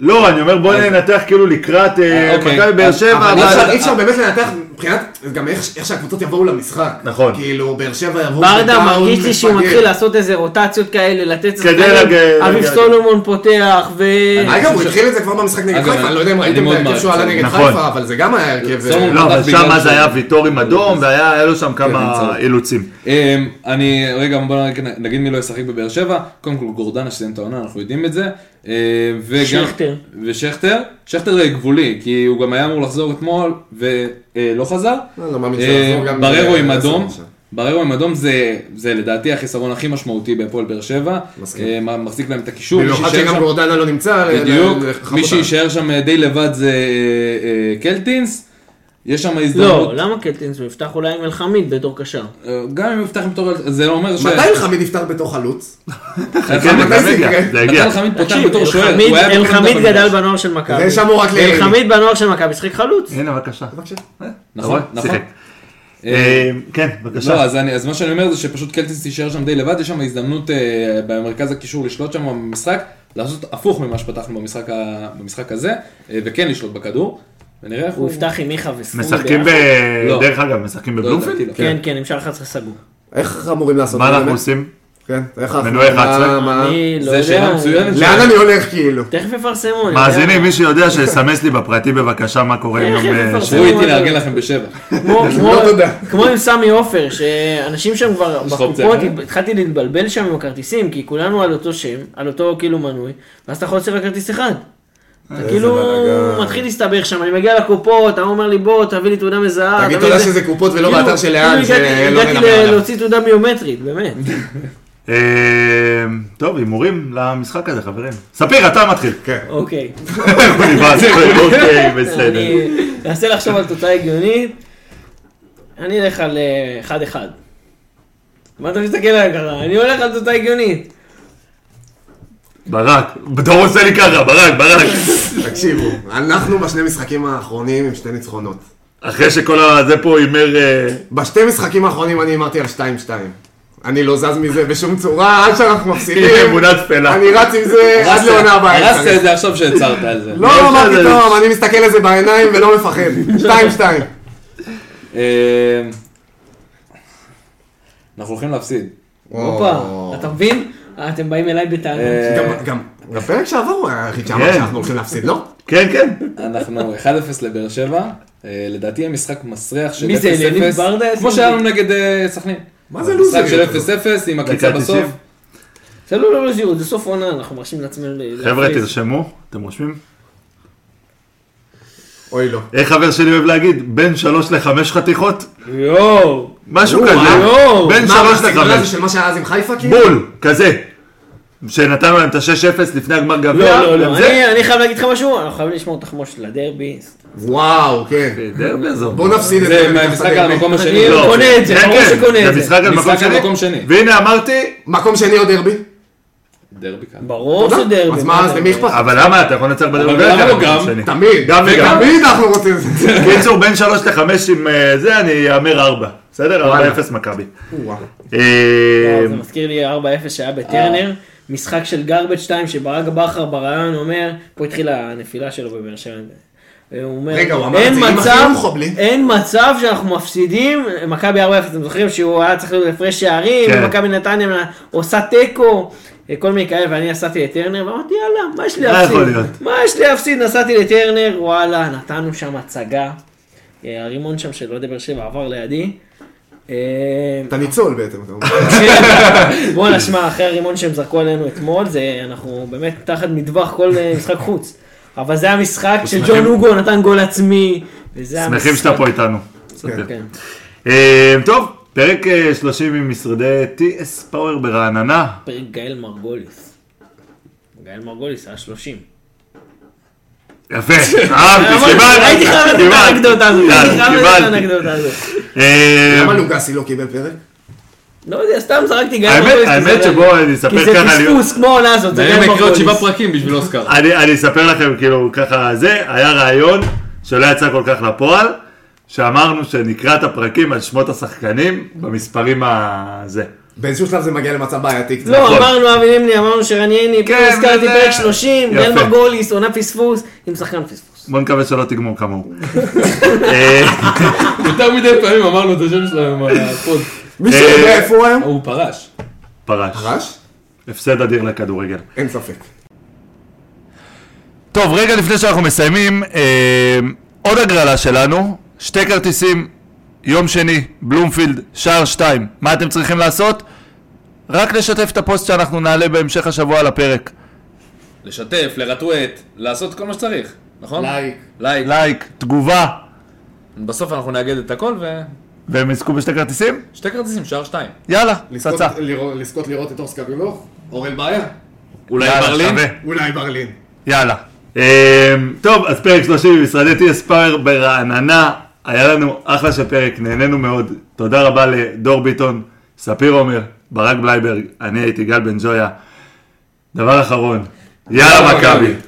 Speaker 1: לא, אני אומר, בואו ננתח כאילו לקראת אה,
Speaker 5: אה, אוקיי.
Speaker 1: מכבי באר
Speaker 5: אז-
Speaker 1: שבע,
Speaker 7: אבל
Speaker 5: אבל-
Speaker 7: אי אפשר-
Speaker 6: אה,
Speaker 1: אבל-
Speaker 7: אי אפשר באמת לנתח מבחינת, גם איך איך שהקבוצות יבואו למשחק.
Speaker 1: נכון.
Speaker 7: כאילו, באר שבע יבואו...
Speaker 6: ברדה
Speaker 7: בדאון,
Speaker 6: מרגיש לי שהוא
Speaker 7: מפגר.
Speaker 6: מתחיל לעשות איזה רוטציות כאלה, לתת
Speaker 1: לג-
Speaker 6: אביב
Speaker 1: לג-
Speaker 6: סולומון פותח, ו...
Speaker 7: אגב, הוא התחיל את זה כבר במשחק נגד
Speaker 5: אגב,
Speaker 7: חיפה,
Speaker 5: אני-
Speaker 7: אני לא יודע אם
Speaker 5: אני
Speaker 7: ראיתם את
Speaker 5: מאוד
Speaker 7: ההרכב
Speaker 5: מעריך
Speaker 7: שהוא עלה
Speaker 5: את זה.
Speaker 7: נגד
Speaker 1: נכון.
Speaker 7: חיפה, אבל זה גם היה הרכב...
Speaker 5: סולומון
Speaker 7: אה,
Speaker 1: לא, אבל
Speaker 5: בגלל
Speaker 1: שם אז
Speaker 5: שהוא-
Speaker 1: היה ויטור עם אדום, והיה היה לו שם כמה
Speaker 5: צהוב.
Speaker 1: אילוצים.
Speaker 5: אמ, אני, רגע, בוא רק נ- נגיד מי לא ישחק בבאר שבע, קודם כל גורדנה שסיים את העונה, אנחנו יודעים את זה. אמ, וגם-
Speaker 6: שכטר.
Speaker 5: ושכטר, שכטר אה, גבולי, כי הוא גם היה אמור לחזור אתמול ולא חזר.
Speaker 7: לא מאמין שהוא יחזור
Speaker 5: אה,
Speaker 7: גם
Speaker 5: בררו
Speaker 7: ב-
Speaker 5: עם
Speaker 7: ב-
Speaker 5: אדום.
Speaker 7: עכשיו.
Speaker 5: בררו עם אדום זה, זה לדעתי החיסרון הכי משמעותי בהפועל באר שבע.
Speaker 7: מסכים.
Speaker 5: אה, מה- מחזיק להם את הקישור. מי
Speaker 7: במיוחד
Speaker 5: שיישאר
Speaker 7: כאילו, שגם
Speaker 5: שם-
Speaker 7: גורדנה לא נמצא. ל-
Speaker 5: בדיוק,
Speaker 7: ל- לחכות
Speaker 5: מי
Speaker 7: אותה.
Speaker 5: שיישאר שם אה, די לבד זה אה, אה, קלטינס. יש שם הזדמנות.
Speaker 6: לא, למה קלטינס? הוא יפתח אולי עם אלחמיד בתור קשר.
Speaker 5: אה, גם אם הוא יפתח עם תור, זה לא אומר ש...
Speaker 7: מתי אלחמיד יפתח בתוך חלוץ?
Speaker 1: כן,
Speaker 5: חמיד-
Speaker 1: זה גם
Speaker 7: זה
Speaker 1: הגיע,
Speaker 7: יקרה?
Speaker 1: זה
Speaker 5: נתן
Speaker 1: הגיע.
Speaker 5: חמיד פותח
Speaker 6: תקשיב,
Speaker 5: בתור שוער,
Speaker 6: אלחמיד-
Speaker 5: הוא היה בתור
Speaker 6: אלחמיד
Speaker 5: מתחת
Speaker 6: גדל
Speaker 5: למגרש.
Speaker 6: בנוער של מכבי.
Speaker 7: זה שמור רק לאלי.
Speaker 6: אלחמיד בנוער של מכבי, שיחק חלוץ.
Speaker 1: הנה, בבקשה.
Speaker 7: אה, בבקשה.
Speaker 5: נכון,
Speaker 1: אתה רואה?
Speaker 5: נכון.
Speaker 1: שיחק.
Speaker 5: אה,
Speaker 1: אה, כן,
Speaker 5: לא,
Speaker 1: בבקשה.
Speaker 5: אז, אני, אז מה שאני אומר זה שפשוט קלטיס יישאר שם די לבד, יש שם הזדמנות אה, במרכז הקישור לשלוט שם במשחק, לעשות הפוך ממה שפתחנו במשחק, ה, במשחק הזה, אה, וכן לשלוט בכדור, ונראה איך
Speaker 6: הוא
Speaker 5: הוא...
Speaker 6: יפתח עם מיכה וספורי
Speaker 1: משחקים ב...
Speaker 6: ביחד.
Speaker 5: לא.
Speaker 1: דרך אגב, משחקים
Speaker 5: לדעתי
Speaker 1: בבלומפילד?
Speaker 5: לא.
Speaker 6: כן, כן, עם שער 11 סגור.
Speaker 7: איך אמורים לעשות
Speaker 1: מה
Speaker 7: את זה
Speaker 1: אנחנו
Speaker 7: באמת?
Speaker 1: עושים?
Speaker 7: כן, איך אנחנו-
Speaker 1: מנועי
Speaker 7: מה-
Speaker 1: 11?
Speaker 7: מה-
Speaker 6: אני לא
Speaker 5: זה שאלה
Speaker 6: יודע.
Speaker 5: מצוינת.
Speaker 7: לאן אני הולך כאילו?
Speaker 6: תכף יפרסמו.
Speaker 5: לא.
Speaker 6: אני
Speaker 1: מאזינים, מי שיודע שיסמס לי בפרטי בבקשה מה קורה עם
Speaker 6: איך
Speaker 1: יום...
Speaker 6: הם
Speaker 1: אה,
Speaker 6: מפרסמים?
Speaker 5: תשבו איתי נארגן לכם בשבע.
Speaker 6: כמו- כמו-
Speaker 7: לא תודה.
Speaker 6: כמו עם סמי עופר, שאנשים שם כבר
Speaker 5: יש לך אופציה
Speaker 6: בקופות,
Speaker 7: אה?
Speaker 5: אחרת?
Speaker 6: התחלתי להתבלבל שם עם הכרטיסים, כי כולנו על אותו שם, על אותו כאילו מנוי, ואז אתה יכול להוציא רק כרטיס אחד. אתה כאילו
Speaker 7: בלאגן.
Speaker 6: מתחיל להסתבך שם, אני מגיע לקופות, אתה אומר לי בוא, תביא לי תעודה מזהה.
Speaker 7: תגיד
Speaker 6: תביא
Speaker 7: תודה
Speaker 6: לי זה."
Speaker 7: שזה קופות ולא
Speaker 6: כאילו-
Speaker 7: באתר של
Speaker 6: כאילו
Speaker 7: לאן,
Speaker 6: הגעתי-
Speaker 7: שלא
Speaker 6: הגעתי
Speaker 7: נדבר
Speaker 6: ל-
Speaker 7: עליו.
Speaker 6: להוציא תעודה ביומטרית, באמת.
Speaker 1: אה, טוב, הימורים למשחק הזה, חברים. ספיר, אתה מתחיל.
Speaker 6: אוקיי.
Speaker 1: נבהל, אוקיי, בסדר.
Speaker 6: אני אנסה לחשוב על תוצאה הגיונית. אני אלך על אה, 1-1. מה אתה מסתכל עליי ככה? אני הולך על תוצאה הגיונית.
Speaker 1: ברק. דור עושה לי ככה, ברק, ברק.
Speaker 7: תקשיבו, אנחנו בשני משחקים האחרונים עם שתי ניצחונות.
Speaker 1: אחרי שכל הזה פה הימר... אה,
Speaker 7: בשתי משחקים האחרונים אני הימרתי על 2-2. אני לא זז מזה בשום צורה, עד שאנחנו
Speaker 1: הנה,
Speaker 7: מפסידים.
Speaker 1: אמונה טפלה.
Speaker 7: אני רץ עם זה עד
Speaker 5: הרסת-
Speaker 7: לעונה הבאה.
Speaker 5: הרסת את זה עכשיו שהצהרת על זה.
Speaker 7: לא, מה
Speaker 1: יש לזה-
Speaker 7: פתאום, אני מסתכל על זה בעיניים ולא מפחד. 2-2.
Speaker 5: אה, אנחנו הולכים להפסיד.
Speaker 6: הופה, אתה מבין? אה, אתם באים אליי בטענות.
Speaker 5: אה,
Speaker 7: גם- גם בפרק שעבר הוא היה היחיד שאמר
Speaker 1: כן.
Speaker 7: שאנחנו הולכים להפסיד, לא?
Speaker 1: כן, כן.
Speaker 5: אנחנו 1-0 לבאר שבע, אה, לדעתי יהיה משחק מסריח של 0-0,
Speaker 6: מי זה, אליניב ברדה?
Speaker 5: כמו שהיה לנו נגד אה, סכנין.
Speaker 7: מה זה לוזר?
Speaker 5: משחק של 0-0 עם הקליצה
Speaker 1: דקה
Speaker 5: בסוף.
Speaker 1: 90.
Speaker 6: זה לא לא לזירות, זה סוף עונה, אנחנו מרשים לעצמנו ל-
Speaker 1: חבר'ה,
Speaker 6: להפריז.
Speaker 1: תרשמו. אתם רושמים?
Speaker 7: אוי לא.
Speaker 1: איך אה, חבר שלי אוהב להגיד? בין שלוש לחמש חתיכות?
Speaker 6: יואו.
Speaker 1: משהו
Speaker 6: וואו,
Speaker 1: כזה.
Speaker 6: וואו.
Speaker 1: בין
Speaker 7: מה, מה, לא
Speaker 1: שלוש
Speaker 7: הסגנון הזה
Speaker 1: לחמש.
Speaker 7: של מה שהיה אז עם חיפה כאילו?
Speaker 1: בול, כזה. שנתנו להם את ה-6-0 לפני הגמר
Speaker 6: לא,
Speaker 1: גביע.
Speaker 6: לא,
Speaker 1: גם
Speaker 6: לא.
Speaker 1: זה-
Speaker 6: אני- אני חייב להגיד לך משהו, אנחנו חייבים לשמור את החמוש לדרבי.
Speaker 7: וואו, כן.
Speaker 1: דרבי עזוב.
Speaker 7: בוא נפסיד את
Speaker 5: זה
Speaker 7: זה. מתחת
Speaker 5: מהמשחק על
Speaker 7: לדרבי.
Speaker 5: המקום השני.
Speaker 6: אני
Speaker 1: לא.
Speaker 6: קונה את זה,
Speaker 1: כן,
Speaker 6: ברור
Speaker 1: כן,
Speaker 6: שקונה את זה.
Speaker 1: משחק על מקום
Speaker 5: משחק על
Speaker 1: שני.
Speaker 5: מקום שני.
Speaker 1: והנה אמרתי,
Speaker 7: מקום שני או דרבי?
Speaker 5: דרבי קל.
Speaker 6: ברור שדרבי.
Speaker 7: אז מה, אז למי אכפת?
Speaker 1: אבל למה אתה יכול לנצח בדרבי?
Speaker 5: אבל למה
Speaker 1: גם
Speaker 5: לא
Speaker 1: מקום
Speaker 5: גם?
Speaker 1: שני.
Speaker 7: תמיד.
Speaker 1: אה, גם וגם.
Speaker 7: תמיד אנחנו רוצים את זה.
Speaker 1: קיצור, בין שלוש לחמש עם אה, זה, אני אאמר ארבע. בסדר? ארבע אפס מכבי.
Speaker 7: וואו.
Speaker 1: אה,
Speaker 6: וואו, זה מזכיר לי 4-0 שהיה בטרנר, משחק של גרבג' 2 שברק בכר ברעיון אומר, פה התחילה הנפילה שלו בבאר שבע. הוא אומר,
Speaker 7: רגע, הוא אמר
Speaker 6: "אין
Speaker 7: את זה עם
Speaker 6: מצב-
Speaker 7: החיוך או בלי?"
Speaker 6: אין מצב שאנחנו מפסידים, מכבי 4-0, אתם זוכרים שהוא היה צריך להיות הפרש שערים,
Speaker 1: כן.
Speaker 6: ומכבי נתניה עושה תיקו, כל מיני כאלה, ואני נסעתי לטרנר, ואמרתי יאללה, מה יש לי
Speaker 1: מה לא יכול
Speaker 6: להפסיד?
Speaker 1: להיות?"
Speaker 6: מה יש לי להפסיד? נסעתי לטרנר, וואלה, נתנו שם הצגה. אה, הרימון שם של אוהדי באר שבע עבר לידי. אה,
Speaker 7: אתה ניצול בעצם, אתה אומר.
Speaker 6: בואנה, שמע, אחרי הרימון שהם זרקו עלינו אתמול, זה, אנחנו באמת תחת מטווח כל אה, משחק חוץ. אבל זה המשחק שג'ון הוגו נתן גול עצמי, וזה המשחק.
Speaker 1: שמחים שאתה פה איתנו. בסדר.
Speaker 6: כן.
Speaker 1: אה, טוב, פרק אה, 30 עם משרדי TS Power ברעננה.
Speaker 6: פרק גאל מרגוליס. גאל מרגוליס אה, היה 30.
Speaker 1: יפה, אהבתי, קיבלת.
Speaker 6: הייתי אה, חייב לתת את
Speaker 1: קיבלת.
Speaker 6: האנקדוטה הזאת.
Speaker 1: יאללה,
Speaker 6: הייתי חייב
Speaker 1: קיבלת.
Speaker 6: לתת את האנקדוטה הזאת.
Speaker 1: אה,
Speaker 7: למה לוגסי לא קיבל פרק?
Speaker 6: לא יודע, סתם זרקתי גאל
Speaker 1: האמת,
Speaker 6: מרגוליס. כי
Speaker 1: האמת
Speaker 6: זה-
Speaker 1: שבואו אני אספר
Speaker 6: כי זה
Speaker 1: ככה, אני-
Speaker 6: פספוס כמו העונה הזאת, זה
Speaker 5: נראה
Speaker 6: גאל
Speaker 5: לקרוא עוד
Speaker 6: מרגוליס.
Speaker 5: שבעה פרקים בשביל אוסקר.
Speaker 1: אני אני אספר לכם כאילו ככה זה, היה רעיון שלא יצא כל כך לפועל, שאמרנו שנקרא את הפרקים על שמות השחקנים במספרים הזה.
Speaker 7: באיזשהו שלב זה מגיע למצב בעייתי קצת.
Speaker 1: נכון.
Speaker 6: לא, אמרנו אבי נימני, אמרנו שרנייני,
Speaker 1: כן,
Speaker 6: פה הזכרתי
Speaker 1: וזה-
Speaker 6: פרק 30, גאל
Speaker 1: יפה.
Speaker 6: מרגוליס, עונה פספוס, עם שחקן פספוס.
Speaker 1: בוא נקווה שלא תגמור כמוהו. אה,
Speaker 5: יותר מדי פעמים אמרנו את השם שלהם על הפוד.
Speaker 7: מישהו
Speaker 1: אה.
Speaker 7: יודע איפה הוא היום?
Speaker 5: הוא פרש.
Speaker 1: פרש.
Speaker 7: רעש?
Speaker 1: הפסד אדיר לכדורגל.
Speaker 7: אין ספק.
Speaker 1: טוב, רגע לפני שאנחנו מסיימים, אה, עוד הגרלה שלנו, שתי כרטיסים, יום שני, בלומפילד, שער שתיים. מה אתם צריכים לעשות? רק לשתף את הפוסט שאנחנו נעלה בהמשך השבוע על הפרק.
Speaker 5: לשתף, לרטווט, לעשות כל מה שצריך, נכון?
Speaker 7: לייק.
Speaker 5: לייק.
Speaker 1: לייק, תגובה,
Speaker 5: בסוף אנחנו נאגד את הכל ושתי
Speaker 1: והם יזכו בשתי כרטיסים?
Speaker 5: כרטיסים, שער שתיים.
Speaker 1: יאללה,
Speaker 7: לזכות-
Speaker 1: פצצה.
Speaker 7: לראות- לזכות לראות את אורסקה גלוך? אורל בעיה?
Speaker 5: אולי
Speaker 1: יאללה,
Speaker 5: ברלין?
Speaker 1: שווה.
Speaker 7: אולי ברלין.
Speaker 1: יאללה. אמ, טוב, אז פרק 30 במשרדי טי.אס פאוור ברעננה. היה לנו אחלה של פרק, נהנינו מאוד. תודה רבה לדור ביטון, ספיר עומר, ברק בלייברג, אני הייתי גל בן ג'ויה. דבר אחרון, יאללה מכבי.